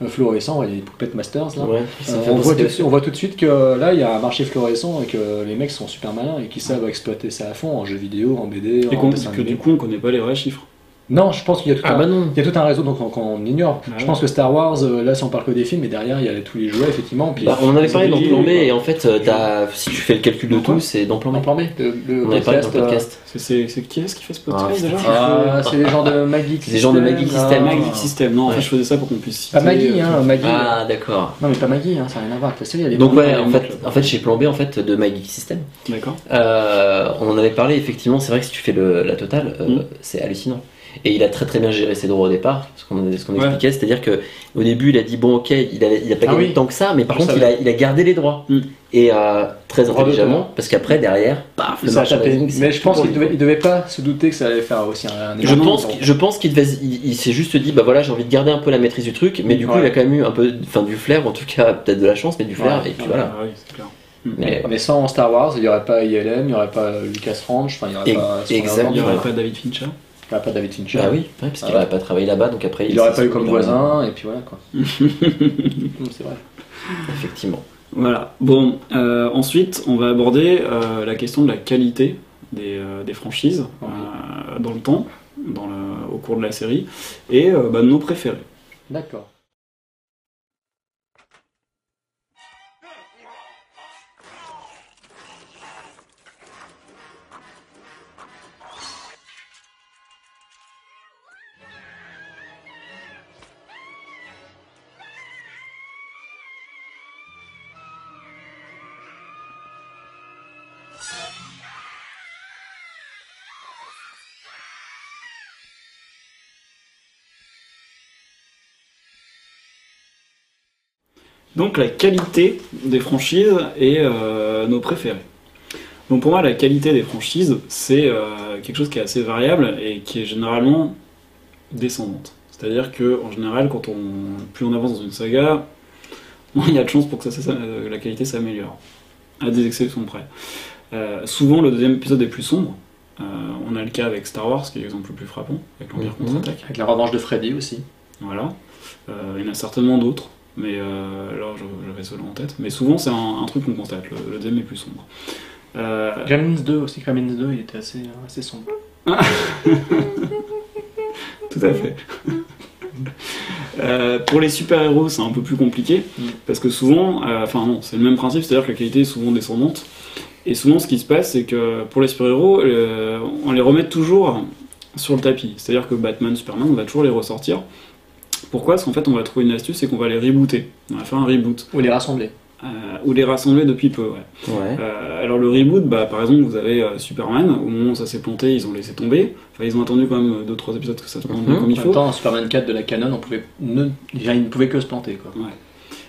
D: euh, florissant. Il y a les Puppet Masters là.
G: Ouais, ça
D: Euh,
G: fait
D: on, voit
G: penser-
D: tout, de suite- on voit tout de suite que là il y a un marché florissant et que les mecs sont super malins et qui savent exploiter ça à fond en jeux vidéo, en BD,
A: Et
D: en
A: qu'on
D: dessin
A: que
D: animé.
A: du coup, on connaît pas les vrais chiffres.
D: Non, je pense qu'il y a tout
G: Ah
D: un
G: bah non.
D: il y a tout un réseau donc qu'on qu'on ignore.
A: Ah
D: Je
A: ouais.
D: pense que Star Wars, euh, là, si on parle que des films, mais derrière, il y a tous les jouets, effectivement. Puis
G: Bah, on en avait parlé dans
A: Ils ont
G: Plan B
A: dit,
G: et en fait, euh, t'as- si tu fais le calcul de
D: Dans quoi
G: tout, c'est dans Plan B.
D: en plan B, le, le
G: On avait parlé dans
D: podcast.
G: le podcast.
A: C'est- C'est c'est qui est-ce qui fait ce
G: Ah,
A: podcast
G: putain.
A: déjà
D: euh, ah, c'est les gens de Magic
G: C'est les gens de Magic
D: là.
A: C'était
G: System.
A: Magic System. Non, en
G: Ouais.
A: fait, je faisais ça pour qu'on puisse citer.
D: Pas Maggie,
A: euh,
D: hein, Maggie.
G: Ah d'accord.
D: Non, mais pas Maggie, hein, ça n'a rien à voir. Parce que, il y a des
G: Donc euh, ouais,
D: gens-
G: en fait, en fait, chez Plan B, en fait, de My Geek System.
A: D'accord.
G: Euh, on en avait parlé, effectivement, c'est vrai que si tu fais le- la totale, euh,
A: Mm.
G: c'est hallucinant. Et il a très très bien géré ses droits au départ, ce qu'on ce qu'on
A: Ouais.
G: expliquait, c'est-à-dire que au début il a dit bon ok, il a, il a pas
D: Ah
G: gagné
D: oui.
G: tant que ça, mais par
D: Je
G: contre il a,
D: savais.
G: il a gardé les droits.
A: Mm.
G: Et euh, très
D: Droit
G: intelligemment,
D: d'auteur.
G: parce qu'après derrière, paf, le
D: Ça a tapé.
G: merchandising, c'est
D: Mais je
G: tout
D: pense
G: pour
D: qu'il
G: lui,
D: devait,
G: quoi.
D: il devait pas se douter que ça allait faire aussi un, un
G: Je
D: énorme
G: pense,
D: temps.
G: qu'il- je pense qu'il devait, il, il s'est juste dit, bah voilà, j'ai envie de garder un peu la maîtrise du truc, mais du coup,
D: Ouais.
G: il a quand même eu un peu, enfin, du flair, ou en tout cas, peut-être de la chance, mais du flair,
D: Ouais.
G: et puis voilà.
A: Ah, oui, c'est clair.
G: Mais,
D: Mais sans Star Wars, il n'y aurait pas ILM, il n'y aurait pas Lucas Ranch, enfin, il n'y aurait
G: Et-
D: pas. Spielberg,
G: exact.
A: Il n'y
G: Voilà.
A: aurait pas David Fincher.
D: Il n'y aurait pas David Fincher.
G: bah oui, ouais, parce qu'il
D: Ah.
G: aurait pas travaillé là-bas, donc après,
D: Il n'aurait
G: s'est-
D: pas eu comme
G: dans-
D: voisin, et puis voilà quoi. Hum, c'est vrai.
G: Effectivement.
A: Voilà. Bon, euh, ensuite, on va aborder euh, la question de la qualité des, euh, des franchises
D: Oui.
A: euh, dans le temps, dans le- au cours de la série, et euh, bah, nos préférés.
D: D'accord.
A: Donc la qualité des franchises et euh, nos préférés. Donc pour moi, la qualité des franchises, c'est euh, quelque chose qui est assez variable et qui est généralement descendante. C'est-à-dire que en général, quand on plus on avance dans une saga, moins il y a de chances pour que ça- ça- ça- la qualité s'améliore, à des exceptions près. Euh, souvent, le deuxième épisode est plus sombre. Euh, on a le cas avec Star Wars, qui est l'exemple le plus frappant, avec l'Empire
G: Mhm.
A: contre-attaque.
D: Avec la revanche de Freddy aussi.
A: Voilà. Euh, il y en a certainement d'autres, mais euh, là je- j'avais cela en tête. Mais souvent c'est un, un truc qu'on constate, le, le deuxième est plus sombre. Euh, Ah.
D: Gremlins 2 aussi, Gremlins 2 il était assez, euh, assez sombre.
A: tout à fait. Euh, pour les super-héros, c'est un peu plus compliqué
D: Mm.
A: parce que souvent, euh, enfin non, c'est le même principe, c'est-à-dire que la qualité est souvent descendante. Et souvent, ce qui se passe, c'est que pour les super-héros, euh, on les remet toujours sur le tapis. C'est-à-dire que Batman, Superman, on va toujours les ressortir. Pourquoi Parce qu'en fait, on va trouver une astuce, c'est qu'on va les rebooter. On va faire un reboot.
D: Ou les rassembler.
A: Euh, ou les rassembler depuis peu. ouais.
G: Ouais.
A: Euh, alors le reboot, bah, par exemple, vous avez euh, Superman, au moment où ça s'est planté, ils ont laissé tomber. Enfin, ils ont attendu quand même 2-3 épisodes que ça se plante bien
G: Mhm.
A: comme il
D: En
A: faut.
D: même temps, Superman 4 de la canon, on pouvait ne, il ne pouvait que se planter. Quoi.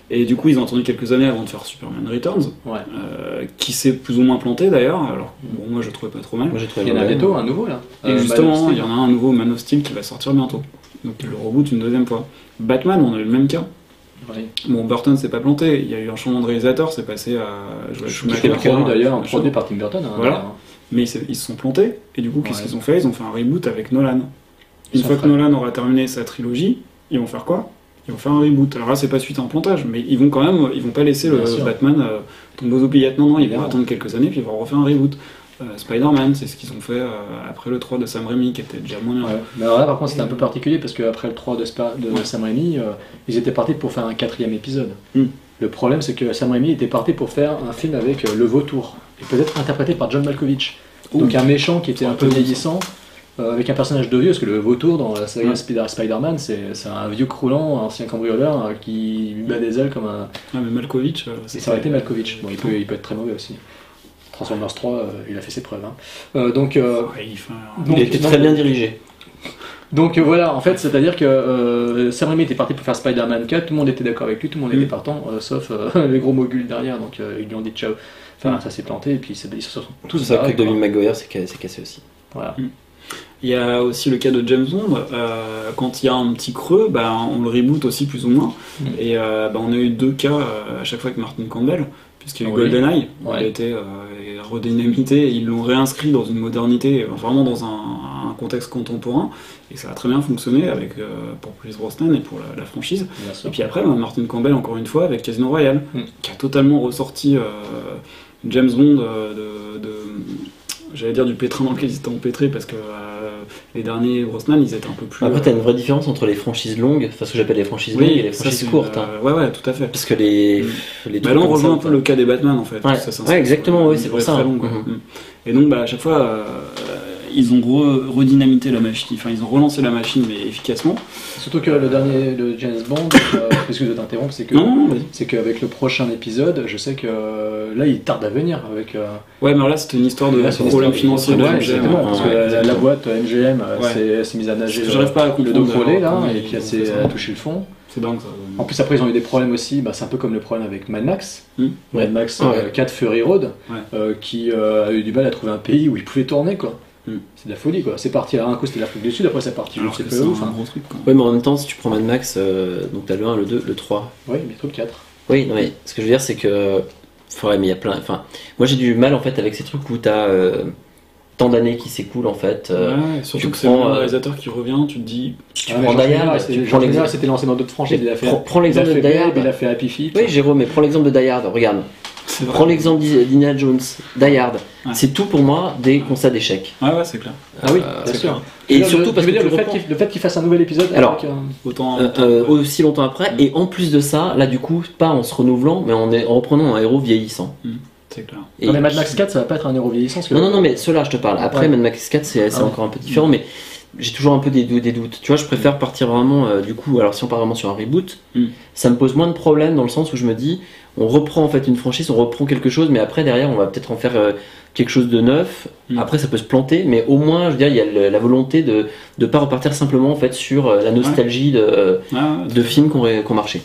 A: Et du coup, ils ont attendu quelques années avant de faire Superman Returns,
D: Ouais.
A: euh, qui s'est plus ou moins planté d'ailleurs. Alors bon, moi je le trouvais pas trop mal.
G: Moi j'ai trouvé
D: Il y en a
G: mal.
D: bientôt un nouveau là.
A: Bah, Et
D: Euh, Man of
A: justement,
D: Steel.
A: il y en a un nouveau Man of Steel qui va sortir bientôt. Donc il le reboot une deuxième fois. Batman, on a eu le même cas.
D: Ouais.
A: Bon, Burton s'est pas planté, il y a eu un changement de réalisateur, c'est passé à Joel
D: Qui
A: Schumacher.
D: est produit d'ailleurs,
A: machin.
D: produit par Tim Burton. hein,
A: Voilà.
D: d'ailleurs.
A: Mais ils se- ils se sont plantés, et du coup, qu'est-ce
D: Ouais.
A: qu'ils ont fait Ils ont fait un reboot avec Nolan.
D: Ils
A: Une
D: sont
A: fois que
D: frais.
A: Nolan aura terminé sa trilogie, ils vont faire quoi Ils vont faire un reboot. Alors là, c'est pas suite à un plantage, mais ils vont quand même, ils vont pas laisser le
D: Bien sûr.
A: Batman euh, tomber aux oubliettes. Non, non, ils vont
D: Évidemment.
A: attendre quelques années, puis ils vont refaire un reboot. Euh, Spider-Man, c'est ce qu'ils ont fait euh, après le 3 de Sam Raimi, qui était déjà moins bien.
D: Ouais. Mais alors là, par contre, c'était un peu particulier parce qu'après le 3 de, Spa- de
A: Ouais.
D: Sam Raimi, euh, ils étaient partis pour faire un quatrième épisode.
A: Hmm.
D: Le problème, c'est que Sam Raimi était parti pour faire un film avec euh, le vautour, et peut-être interprété par John Malkovich. Donc
A: Ouh.
D: un méchant qui était
A: Ça
D: un
A: aurait
D: peu
A: été bon,
D: vieillissant, euh, avec un personnage de vieux, parce que le vautour dans la série
A: Ouais.
D: Spider- Spider-Man, c'est c'est un vieux croulant, un ancien cambrioleur euh, qui bat des ailes comme un.
A: Ah, mais Malkovich, euh,
D: Et
A: c'était- euh,
D: ça aurait été Malkovich. Bon, il peut, il peut être très mauvais aussi. Transformers 3, euh, il a fait ses preuves. hein. Euh, donc. euh,
A: Ouais, il fait un-
D: donc-
G: Il était très
D: donc-
G: bien dirigé.
D: donc euh, voilà, en fait, c'est-à-dire que euh, Sam Raimi était parti pour faire Spider-Man 4, tout le monde était d'accord avec lui, tout le monde
A: Mm.
D: était partant, euh, sauf euh, les gros moguls derrière, donc euh, ils lui ont dit ciao. Enfin,
A: Mm.
D: ça s'est planté, et puis ils se ils se sont
G: Tout
D: tous
G: ça que
D: barrés, quoi.
G: David McGuire s'est ca- s'est cassé aussi.
D: Voilà.
A: Il y a aussi le cas de James Bond. euh, quand il y a un petit creux, bah, on le reboot aussi plus ou moins.
D: Mm.
A: Et euh, bah, on a eu deux cas euh, à chaque fois avec Martin Campbell, puisqu'il y a eu
D: Oui.
A: GoldenEye, où il
D: Ouais.
A: a été euh, redynamité, et ils l'ont réinscrit dans une modernité, euh, vraiment dans un, un contexte contemporain, et ça a très bien fonctionné avec, euh, pour Pierce Brosnan et pour la- la franchise.
D: Bien
A: Et
D: sûr.
A: puis après, bah, Martin Campbell, encore une fois, avec Casino Royale,
D: Mm.
A: qui a totalement ressorti euh, James Bond euh, de. de- J'allais dire du pétrin dans lequel ils étaient empêtrés parce que euh, les derniers Brosnan ils étaient un peu
D: Ah
A: plus.
G: Après, t'as
A: euh,
G: une vraie différence entre les franchises longues, enfin ce que j'appelle les franchises longues
A: oui,
G: et les
A: ça,
G: franchises
A: c'est,
G: courtes. hein.
A: euh, ouais, ouais, tout à fait.
G: Parce que les.
A: Mm.
G: les
A: Bah
G: trucs
A: là, on
G: comme
A: rejoint
G: ça,
A: un peu le cas des Batman en fait.
G: Ouais.
A: s'inscrit
G: Ouais,
A: sur
G: exactement,
A: euh, une
G: oui, c'est pour
A: durée
G: ça,
A: très
G: hein.
A: longue, quoi.
G: Mhm.
A: Mm. Et donc, bah, à chaque fois, euh, ils ont re- redynamité la machine, enfin, ils ont relancé la machine, mais efficacement.
D: Surtout que le dernier, le James Bond, euh, excusez de t'interrompre, c'est que.
A: Non, non, non, vas-y.
D: C'est qu'avec le prochain épisode, je sais que euh, là, il tarde à venir avec. euh,
A: Ouais, mais alors là, c'était une histoire de
D: là, c'est
A: problème
D: l'histoire-
A: financier de
D: Ouais,
A: MGM.
D: exactement,
G: ouais.
D: parce que
G: Ouais,
D: la- la,
G: exactement.
D: boîte euh, MGM euh,
A: hein. Ouais.
D: s'est- s'est mise à
A: Parce
D: nager
A: que
D: euh,
A: J'arrive pas à
D: le
A: comprendre.
D: dos collé là,
A: comment
D: et
A: ils ont
D: puis elle
A: fait
D: s'est
A: ça.
D: elle a touché le fond.
A: C'est dingue ça.
D: En plus, après, ils ont eu des problèmes aussi, bah, c'est un peu comme le problème avec Mad Max.
A: Hmm.
D: Mad Max
G: Ouais.
D: euh, 4 Fury Road,
A: Ouais.
D: euh, qui euh, a eu du mal à trouver un pays où il pouvait tourner, quoi.
A: Hmm.
D: C'est de la folie, quoi. C'est parti à un coup, c'était l'Afrique du Sud, après, c'est parti je
A: Alors
D: sais
A: que
D: pas hein.
A: c'est un
D: où. Enfin,
A: gros truc. Quoi.
G: Ouais, mais en même temps, si tu prends Mad Max, euh, donc t'as le 1, le 2, le 3.
D: oui, mais tout le 4.
G: Oui, non, mais ce que je veux dire, c'est que. euh, Ouais, mais il y a plein. Enfin, moi j'ai du mal en fait avec ces trucs où t'as euh, tant d'années qui s'écoulent en fait. euh,
A: Ouais, surtout
G: tu
A: que c'est
G: prends,
A: le même
G: euh,
A: réalisateur qui revient, tu te dis.
D: Tu
G: prends Die Hard, tu prends
D: Ah Jean
G: l'exemple-
D: Lézard s'était lancé dans d'autres franchises. Il a fait,
G: Prends- prends l'exemple
D: il a
G: de
D: fait
G: Die Hard.
D: Babe, il a fait Happy Feet.
G: Oui, Jérôme, mais prends l'exemple de Die Hard, regarde.
A: c'est vrai.
G: Prends l'exemple d'I- d'Indiana Jones, Die Hard.
A: Ouais.
G: C'est tout pour moi des constats d'échec.
A: Ouais, ouais, c'est clair.
D: Ah oui,
G: Euh,
D: bien sûr.
G: Et
D: Je veux dire,
G: surtout
D: le-
G: parce que
D: je veux dire,
G: tu
D: le fait
G: reprends-
D: qu'il- le fait qu'il fasse un nouvel épisode.
G: Alors,
D: avec, euh,
A: Autant.
G: Euh, euh, aussi longtemps après, et en plus de ça, là du coup, pas en se renouvelant, mais en, est- en reprenant un héros vieillissant.
A: C'est clair.
G: Et-
D: non, mais Mad Max 4, ça va pas être un héros vieillissant. parce que-
G: Non, non, non, mais ceux-là, je te parle. Après,
D: Ouais.
G: Mad Max 4, c'est c'est
D: Ah ouais.
G: encore un peu différent, mais j'ai toujours un peu des, dou- des doutes. Tu vois, je préfère partir vraiment, euh, du coup, alors si on part vraiment sur un reboot,
A: Mm.
G: ça me pose moins de problèmes dans le sens où je me dis, on reprend en fait une franchise, on reprend quelque chose, mais après, derrière, on va peut-être en faire euh, quelque chose de neuf.
A: Mm.
G: Après, ça peut se planter, mais au moins, je veux dire, il y a le- la volonté de ne pas repartir simplement en fait sur euh, la nostalgie de,
A: Ah,
G: de films qui ont ré- qui ont marché.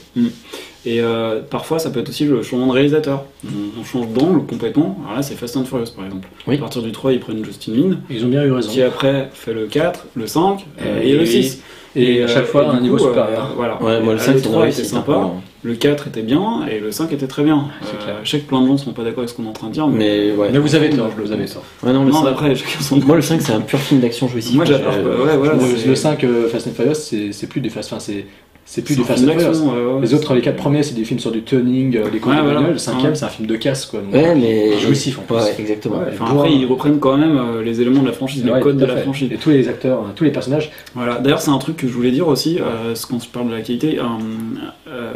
A: Et euh, parfois, ça peut être aussi le changement de réalisateur. On, on change d'angle complètement. Alors là, c'est Fast and Furious par exemple.
G: Oui.
A: À partir du 3, ils prennent Justin Lin,
D: Ils ont bien eu raison.
A: qui après fait le 4, le 5 euh, et,
D: Et-
A: le 6.
D: Et, à
A: euh,
D: chaque fois,
A: et
D: à un
A: du
D: niveau
A: coup, euh,
D: supérieur.
A: voilà.
G: Ouais, moi, le
A: Ah,
G: 5, c'est une
A: 3 était
G: réussite. hein,
A: sympa,
G: pour-
A: le 4 était bien et le 5 était très bien.
D: C'est
A: Euh,
D: clair.
A: Je sais que plein de gens ne sont pas d'accord avec ce qu'on est en train de dire, mais,
G: Mais ouais.
D: Mais vous avez tort, vous avez tort.
G: Ouais, non, le
A: non, mais
G: 5,
A: après, chacun son
G: Moi, le 5, c'est un pur film d'action jouissif.
A: Moi, j'adore,
G: J'ai-
A: quoi. Ouais, voilà,
D: le,
A: c'est-
D: le 5 euh, Fast and Furious, c'est c'est plus des Fast, enfin, c'est c'est plus
A: C'est
D: des
A: un
D: Fast
A: film
D: and Furious.
A: d'action, ouais, ouais,
D: Les
A: c'est-
D: autres, les 4 premiers, c'est des films sur du tuning, euh, des codes
A: Ouais,
D: de
A: voilà.
D: bagnole. Le 5
A: Ouais.
D: c'est un film de casse, quoi. donc, euh,
G: Ouais, mais.
D: Jouissif en plus.
G: Ouais, exactement.
A: Enfin,
D: Bois.
A: après, ils reprennent quand même euh, les éléments de la franchise, les
D: Ouais,
A: codes
D: tout
A: de
D: à
A: la
D: fait.
A: franchise.
D: Et tous les acteurs, hein, tous les personnages.
A: Voilà. D'ailleurs, c'est un truc que je voulais dire aussi, euh, ce qu'on se parle de la qualité. euh, euh,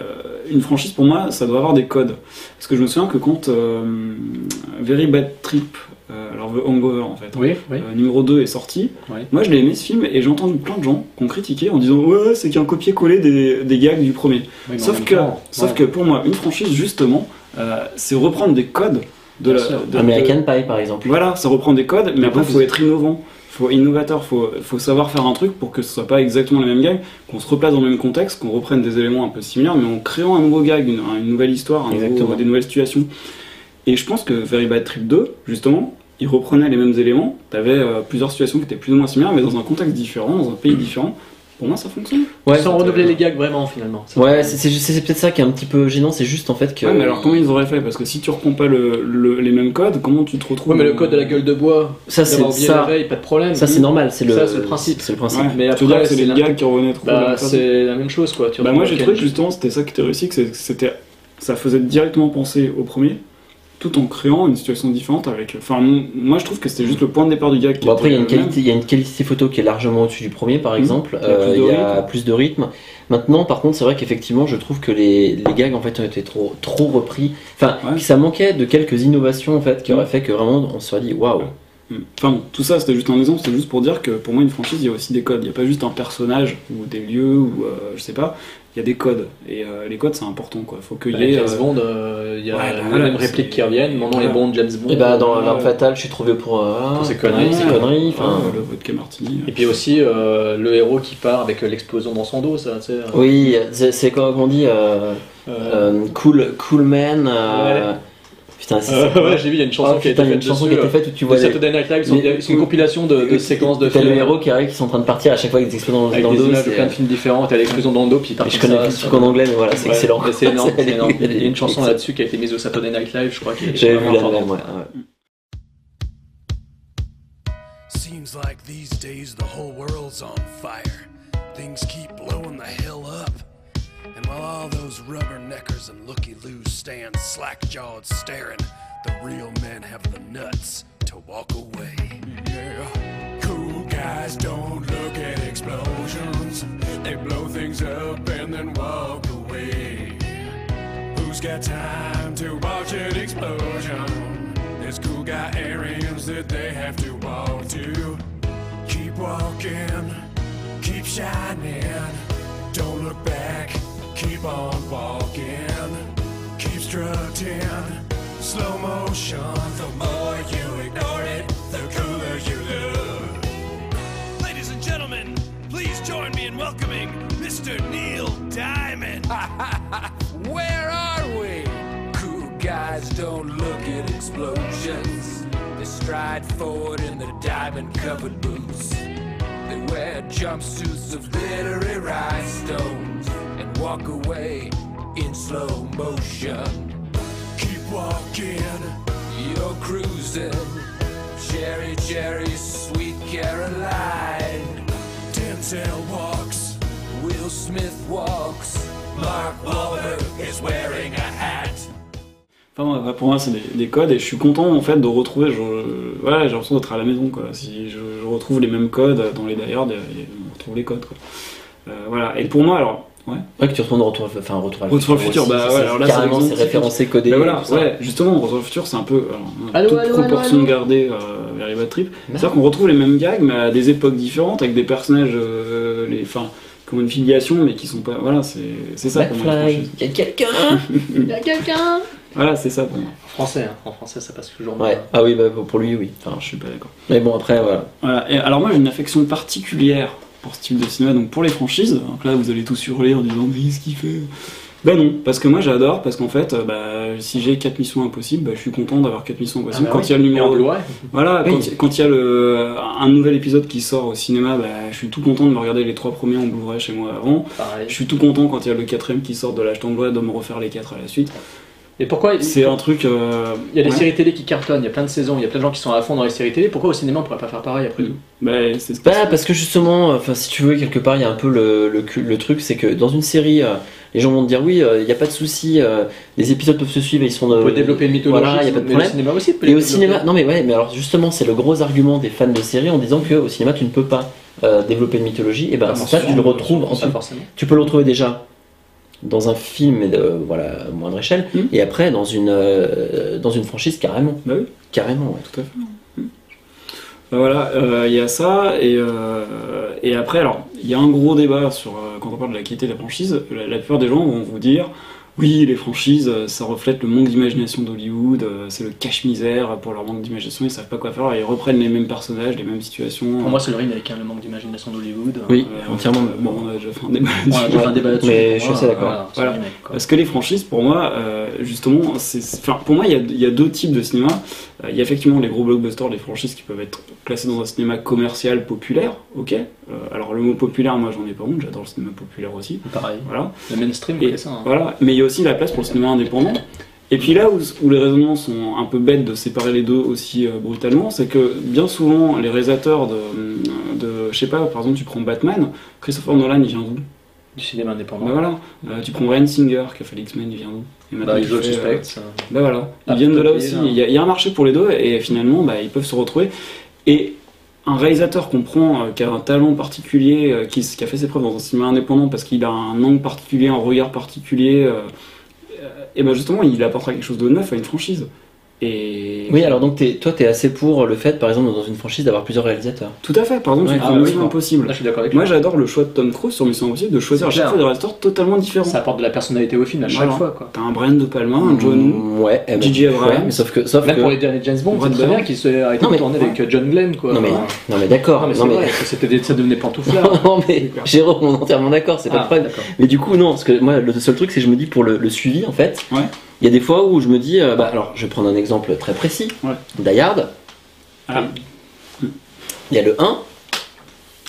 A: une franchise, pour moi, ça doit avoir des codes. Parce que je me souviens que quand euh, Very Bad Trip, euh, alors The Hangover en fait,
D: Oui, oui.
A: euh, numéro 2 est sorti,
D: Oui.
A: moi je l'ai aimé ce film et j'ai entendu plein de gens qui ont critiqué en disant Ouais, c'est qu'un copier-coller des, des gags du premier.
D: Oui, mais en
A: Sauf
D: même
A: que,
D: temps,
A: sauf
D: ouais.
A: que pour moi, une franchise, justement, euh, c'est reprendre des codes de
D: Bien
A: la.
D: sûr.
A: de-
G: American Pie, par exemple.
A: Voilà, ça reprend des codes, mais
D: Mais
A: après,
D: vous-
A: faut être innovant, faut innovateur, faut, faut savoir faire un truc pour que ce soit pas exactement les mêmes gags, qu'on se replace dans le même contexte, qu'on reprenne des éléments un peu similaires, mais en créant un nouveau gag, une, une nouvelle histoire, un nouveau-
G: Exactement.
A: des nouvelles situations. Et je pense que Very Bad Trip 2, justement, il reprenait les mêmes éléments, t'avais euh, plusieurs situations qui étaient plus ou moins similaires, mais dans un contexte différent, dans un pays différent. Pour moi, ça fonctionne.
G: Ouais,
D: Sans renouveler les gags vraiment finalement. Ça-
G: Ouais, c'est- c'est juste- c'est peut-être ça qui est un petit peu gênant, c'est juste en fait que.
A: Ouais, mais alors comment ils auraient fait Parce que si tu reprends pas le- le- les mêmes codes, comment tu te retrouves
D: Ouais, mais le
A: dans-
D: code de la gueule de bois,
G: Ça, c'est
D: d'avoir oublié
G: ça.
D: la veille, pas de problème.
G: Ça, c'est normal, c'est le,
D: Ça, c'est le principe.
G: C'est le principe.
A: Ouais,
D: Mais
A: tu veux dire
D: après,
A: que c'est
D: c'est
A: les
D: la-
A: gags qui revenaient trop. de la
D: Bah,
A: façon.
D: c'est la même chose, quoi. Tu
A: Bah
D: retrouves
A: moi j'ai
D: quel-
A: trouvé que justement c'était ça qui était réussi, que c'est- c'était ça faisait directement penser au premier, tout en créant une situation différente avec. Enfin mon- moi je trouve que c'était juste le point de départ du gag. qui
G: Bon, après, il y, a
A: était
G: une
A: le même.
G: qualité, il y a une qualité photo qui est largement au-dessus du premier, par exemple.
A: Il y a plus
G: Euh,
A: de
G: Il y a,
A: rythme.
G: plus de rythme. Maintenant, par contre, c'est vrai qu'effectivement, je trouve que les, les gags en fait ont été trop, trop repris. Enfin,
A: Ouais.
G: que ça manquait de quelques innovations en fait qui
A: Mm.
G: auraient fait que vraiment on se serait dit waouh.
A: Mm. Enfin bon, tout ça c'était juste un exemple, c'était juste pour dire que pour moi une franchise il y a aussi des codes, il n'y a pas juste un personnage ou des lieux ou euh, je sais pas, il y a des codes et euh, les codes c'est important quoi, faut qu'il
D: Bah,
A: y ait.
D: James
A: euh,
D: Bond, euh, il y a
A: ouais, bah,
D: les
A: voilà,
D: mêmes répliques
A: c'est-
D: qui reviennent. Mon nom
A: voilà.
D: est Bond, James Bond.
G: Et bah, dans l'arme
D: Euh,
G: fatale, je suis trouvé pour, euh,
D: Pour ces conneries,
G: ces
D: ouais.
G: conneries.
A: Enfin,
G: Enfin,
A: le vodka martini.
D: Et puis aussi euh, le héros qui part avec euh, l'explosion dans son dos, ça, tu sais. euh,
G: Oui, c'est c'est comment on dit euh,
D: euh,
G: euh, cool, cool man. euh, Putain, c'est
D: euh,
G: ça.
D: ouais, j'ai vu, il y a une chanson
G: Ah,
D: qui a été
G: putain, il y a
D: faite
G: une chanson qui
D: dessus.
G: a été
D: euh,
G: faite où tu
D: de
G: vois les,
D: Saturday Night Live,
G: les-
D: ils sont une compilation de, de séquences de
G: T'as
D: films.
G: le héros qui arrive, qui sont en train de partir, à chaque fois ils explosent dans,
D: avec
G: dans le
D: des
G: dos.
D: images de
G: c'est-
D: plein de films différents, t'as l'explosion dans le dos, puis t'as
G: Je connais plus le truc en anglais, mais voilà, c'est excellent.
D: C'est énorme, c'est énorme. Il y a- il y a une chanson
G: Excellent.
D: là-dessus qui a été mise au Saturday Night Live, je crois. qui est
G: J'avais vu
D: vraiment
G: la
D: importante.
G: même, ouais. ouais.
J: Seems like these days the whole world's on fire. Things keep blowing the hell up. And while all those rubberneckers and looky loos stand slack jawed staring, the real men have the nuts to walk away. Yeah. Cool guys don't look at explosions, they blow things up and then walk away. Who's got time to watch an explosion? There's cool guy errands that they have to walk to. Keep walking, keep shining. Don't look back, keep on walking. Keep strutting, slow motion. The more you ignore it, the cooler you look. Ladies and gentlemen, please join me in welcoming Mr. Neil Diamond. Where are we? Cool guys don't look at explosions. They stride forward in their diamond covered boots. They wear jumpsuits of glittery rhinestones and walk away in slow motion. Keep walking, you're cruising. Cherry, cherry, sweet Caroline. Denzel walks, Will Smith walks. Mark Wahlberg is wearing a hat.
A: Enfin, ouais, pour moi, c'est des, des codes et je suis content en fait de retrouver. Je, ouais, j'ai l'impression d'être à la maison quoi. Si je, je retrouve les mêmes codes euh, dans les d'ailleurs, on retrouve les codes quoi. Euh, voilà. Et pour moi, alors, ouais.
G: Ouais, que tu retournes dans retour, enfin, retour à
A: Retour au futur,
G: aussi,
A: bah
G: c'est-
A: ouais, alors là, c'est
G: carrément, c'est
A: l'exemple
G: référencé, codé.
A: Bah
G: et
A: voilà,
G: tout ça.
A: ouais, justement, Retour vers le futur, c'est un peu. Alors, euh,
D: Allô,
A: toute
D: allô,
A: proportion
D: allô, allô
A: gardée euh, vers les Bad Trip. C'est-à-dire qu'on retrouve les mêmes gags, mais à des époques différentes, avec des personnages, euh, les, enfin, qui ont une filiation, mais qui sont pas. Voilà, c'est c'est ça pour moi. la
G: Backfly,
A: franchise.
G: y a quelqu'un
A: Voilà, c'est ça pour moi.
D: En français, hein. en français, ça passe toujours
G: Ouais,
D: bien.
G: ah oui, bah, pour lui, oui. Enfin,
A: Je suis pas d'accord.
G: mais bon, après, voilà.
A: Voilà. Et alors moi j'ai une affection particulière pour ce type de cinéma, donc pour les franchises. Donc là vous allez tous hurler en disant mais qu'est-ce qu'il fait Bah non, parce que moi j'adore, parce qu'en fait, euh, bah, si j'ai 4 missions impossibles, bah, je suis content d'avoir 4 missions impossibles.
D: Ah bah
A: quand
D: oui,
A: il y a le
D: et en
A: numéro
D: Blu-ray.
A: Voilà,
D: Oui.
A: quand il- quand il y a le, un nouvel épisode qui sort au cinéma, bah, je suis tout content de me regarder les 3 premiers en Blu-ray chez moi avant. Je suis tout content quand il y a le quatrième qui sort de l'âge Blu-ray de me refaire les 4 à la suite.
D: Et pourquoi
A: C'est un truc. euh,
D: Ah Il y a des
A: ouais.
D: séries télé qui cartonnent, il y a plein de saisons, il y a plein de gens qui sont à fond dans les séries télé. Pourquoi au cinéma on pourrait pas faire pareil après tout
A: Bah, c'est
G: Bah, parce que justement, enfin, si tu veux, quelque part, il y a un peu le, le, cul- le truc, c'est que dans une série, euh, les gens vont te dire oui, euh, il n'y a pas de souci, euh, les épisodes peuvent se suivre, et ils sont. euh,
D: On peut développer une mythologie,
G: Voilà, il n'y a pas de
D: mais le
G: problème.
D: cinéma aussi peut
G: Et au
D: développer.
G: cinéma, non mais ouais, mais alors justement, c'est le gros argument des fans de séries en disant que au cinéma, tu ne peux pas euh, développer une mythologie. Et ben
D: Pas
G: ça, tu le
D: Ah, forcément,
G: retrouves en
D: pas forcément.
G: Tu peux le retrouver déjà dans un film, mais de, voilà, à moindre échelle,
D: Hmm.
G: et après dans une euh, dans une franchise carrément.
A: Bah oui.
G: Carrément, ouais.
A: Tout à fait. Ben Voilà, euh, il y a ça, et, euh, et après, alors, il y a un gros débat sur euh, quand on parle de la qualité de la franchise. La, la plupart des gens vont vous dire oui, les franchises, euh, ça reflète le manque d'imagination d'Hollywood, euh, c'est le cache-misère pour leur manque d'imagination, ils savent pas quoi faire, ils reprennent les mêmes personnages, les mêmes situations.
D: Pour moi, c'est le rime avec hein, le manque d'imagination d'Hollywood.
G: Oui,
A: Euh,
G: entièrement.
A: Bon, on a déjà fait un débat
D: On a déjà fait un débat là-dessus.
G: Mais
D: pour
G: je suis
D: moi,
G: assez d'accord.
D: voilà, c'est
A: Voilà.
D: le remake, quoi.
A: Parce que les franchises, pour moi, euh, justement, c'est, c'est- enfin, pour moi, il y a, il y a deux types de cinéma. Euh, Il y a effectivement les gros blockbusters, les franchises qui peuvent être classées dans un cinéma commercial populaire, ok. Euh, alors le mot populaire, moi, j'en ai pas honte, j'adore le cinéma populaire aussi,
D: Pareil.
A: voilà.
D: Le mainstream,
A: Et-
D: c'est ça. hein.
A: Voilà. Mais il y a aussi la place pour le cinéma indépendant. Et puis là où, où les raisonnements sont un peu bêtes de séparer les deux aussi euh, brutalement, c'est que bien souvent les réalisateurs de, de, je sais pas, par exemple, tu prends Batman, Christopher Nolan, il vient d'où
D: Du cinéma indépendant.
A: bah voilà, Euh, tu prends Ryan Singer qui a fait l'X-Men, il vient d'où Et maintenant,
D: Bah,
A: il
D: ils le
A: fait, euh,
D: suspectent.
A: bah voilà, ils
D: Ah,
A: viennent de là
D: ok,
A: aussi.
D: là.
A: Il y, a, il y a un marché pour les deux et finalement bah, ils peuvent se retrouver. Et un réalisateur qu'on prend, euh, qui a un talent particulier, euh, qui, s- qui a fait ses preuves dans un cinéma indépendant parce qu'il a un angle particulier, un regard particulier, euh, et ben justement il apportera quelque chose de neuf à une franchise. Et
G: Oui, alors donc t'es- toi, t'es assez pour le fait, par exemple, dans une franchise, d'avoir plusieurs réalisateurs.
A: tout à fait. Par exemple,
G: Ouais,
A: tu
D: ah
A: prends
D: oui,
A: Mission
D: d'accord.
A: Impossible.
D: Là, je suis d'accord avec
A: Moi
D: toi.
A: j'adore le choix de Tom Cruise sur Mission Impossible de choisir à
D: C'est
A: chaque
D: clair.
A: fois des réalisateurs totalement différents.
D: Ça apporte de la personnalité au film à chaque
A: Voilà.
D: fois. Quoi.
A: T'as un Brian De Palma, un John
D: Mmh.
A: Woo.
G: Mm, Ouais. eh ben,
A: J.J. Abrams.
G: ouais, mais sauf que sauf
D: Même
G: que.
D: pour les derniers James Bond,
A: Brad
D: c'est très
A: Bird.
D: bien qu'il s'est arrêté
G: Non, mais-
D: de tourner avec John Glenn. Quoi.
G: Non mais
D: Voilà.
G: non mais d'accord.
D: Ah. Non, mais c'est
G: Non mais
D: vrai, parce que c'était des- ça devenait pantouflard.
G: non mais Jérôme, on est entièrement d'accord, c'est pas
D: Ah,
G: le problème.
D: d'accord.
G: Mais du coup, non, parce que moi, le seul truc, c'est que je me dis pour le, le suivi, en fait, il
A: Ouais.
G: y a des fois où je me dis, euh, bah, alors, je vais prendre un exemple très précis.
A: Ouais.
G: Die Hard,
A: Ah,
G: il y a le 1,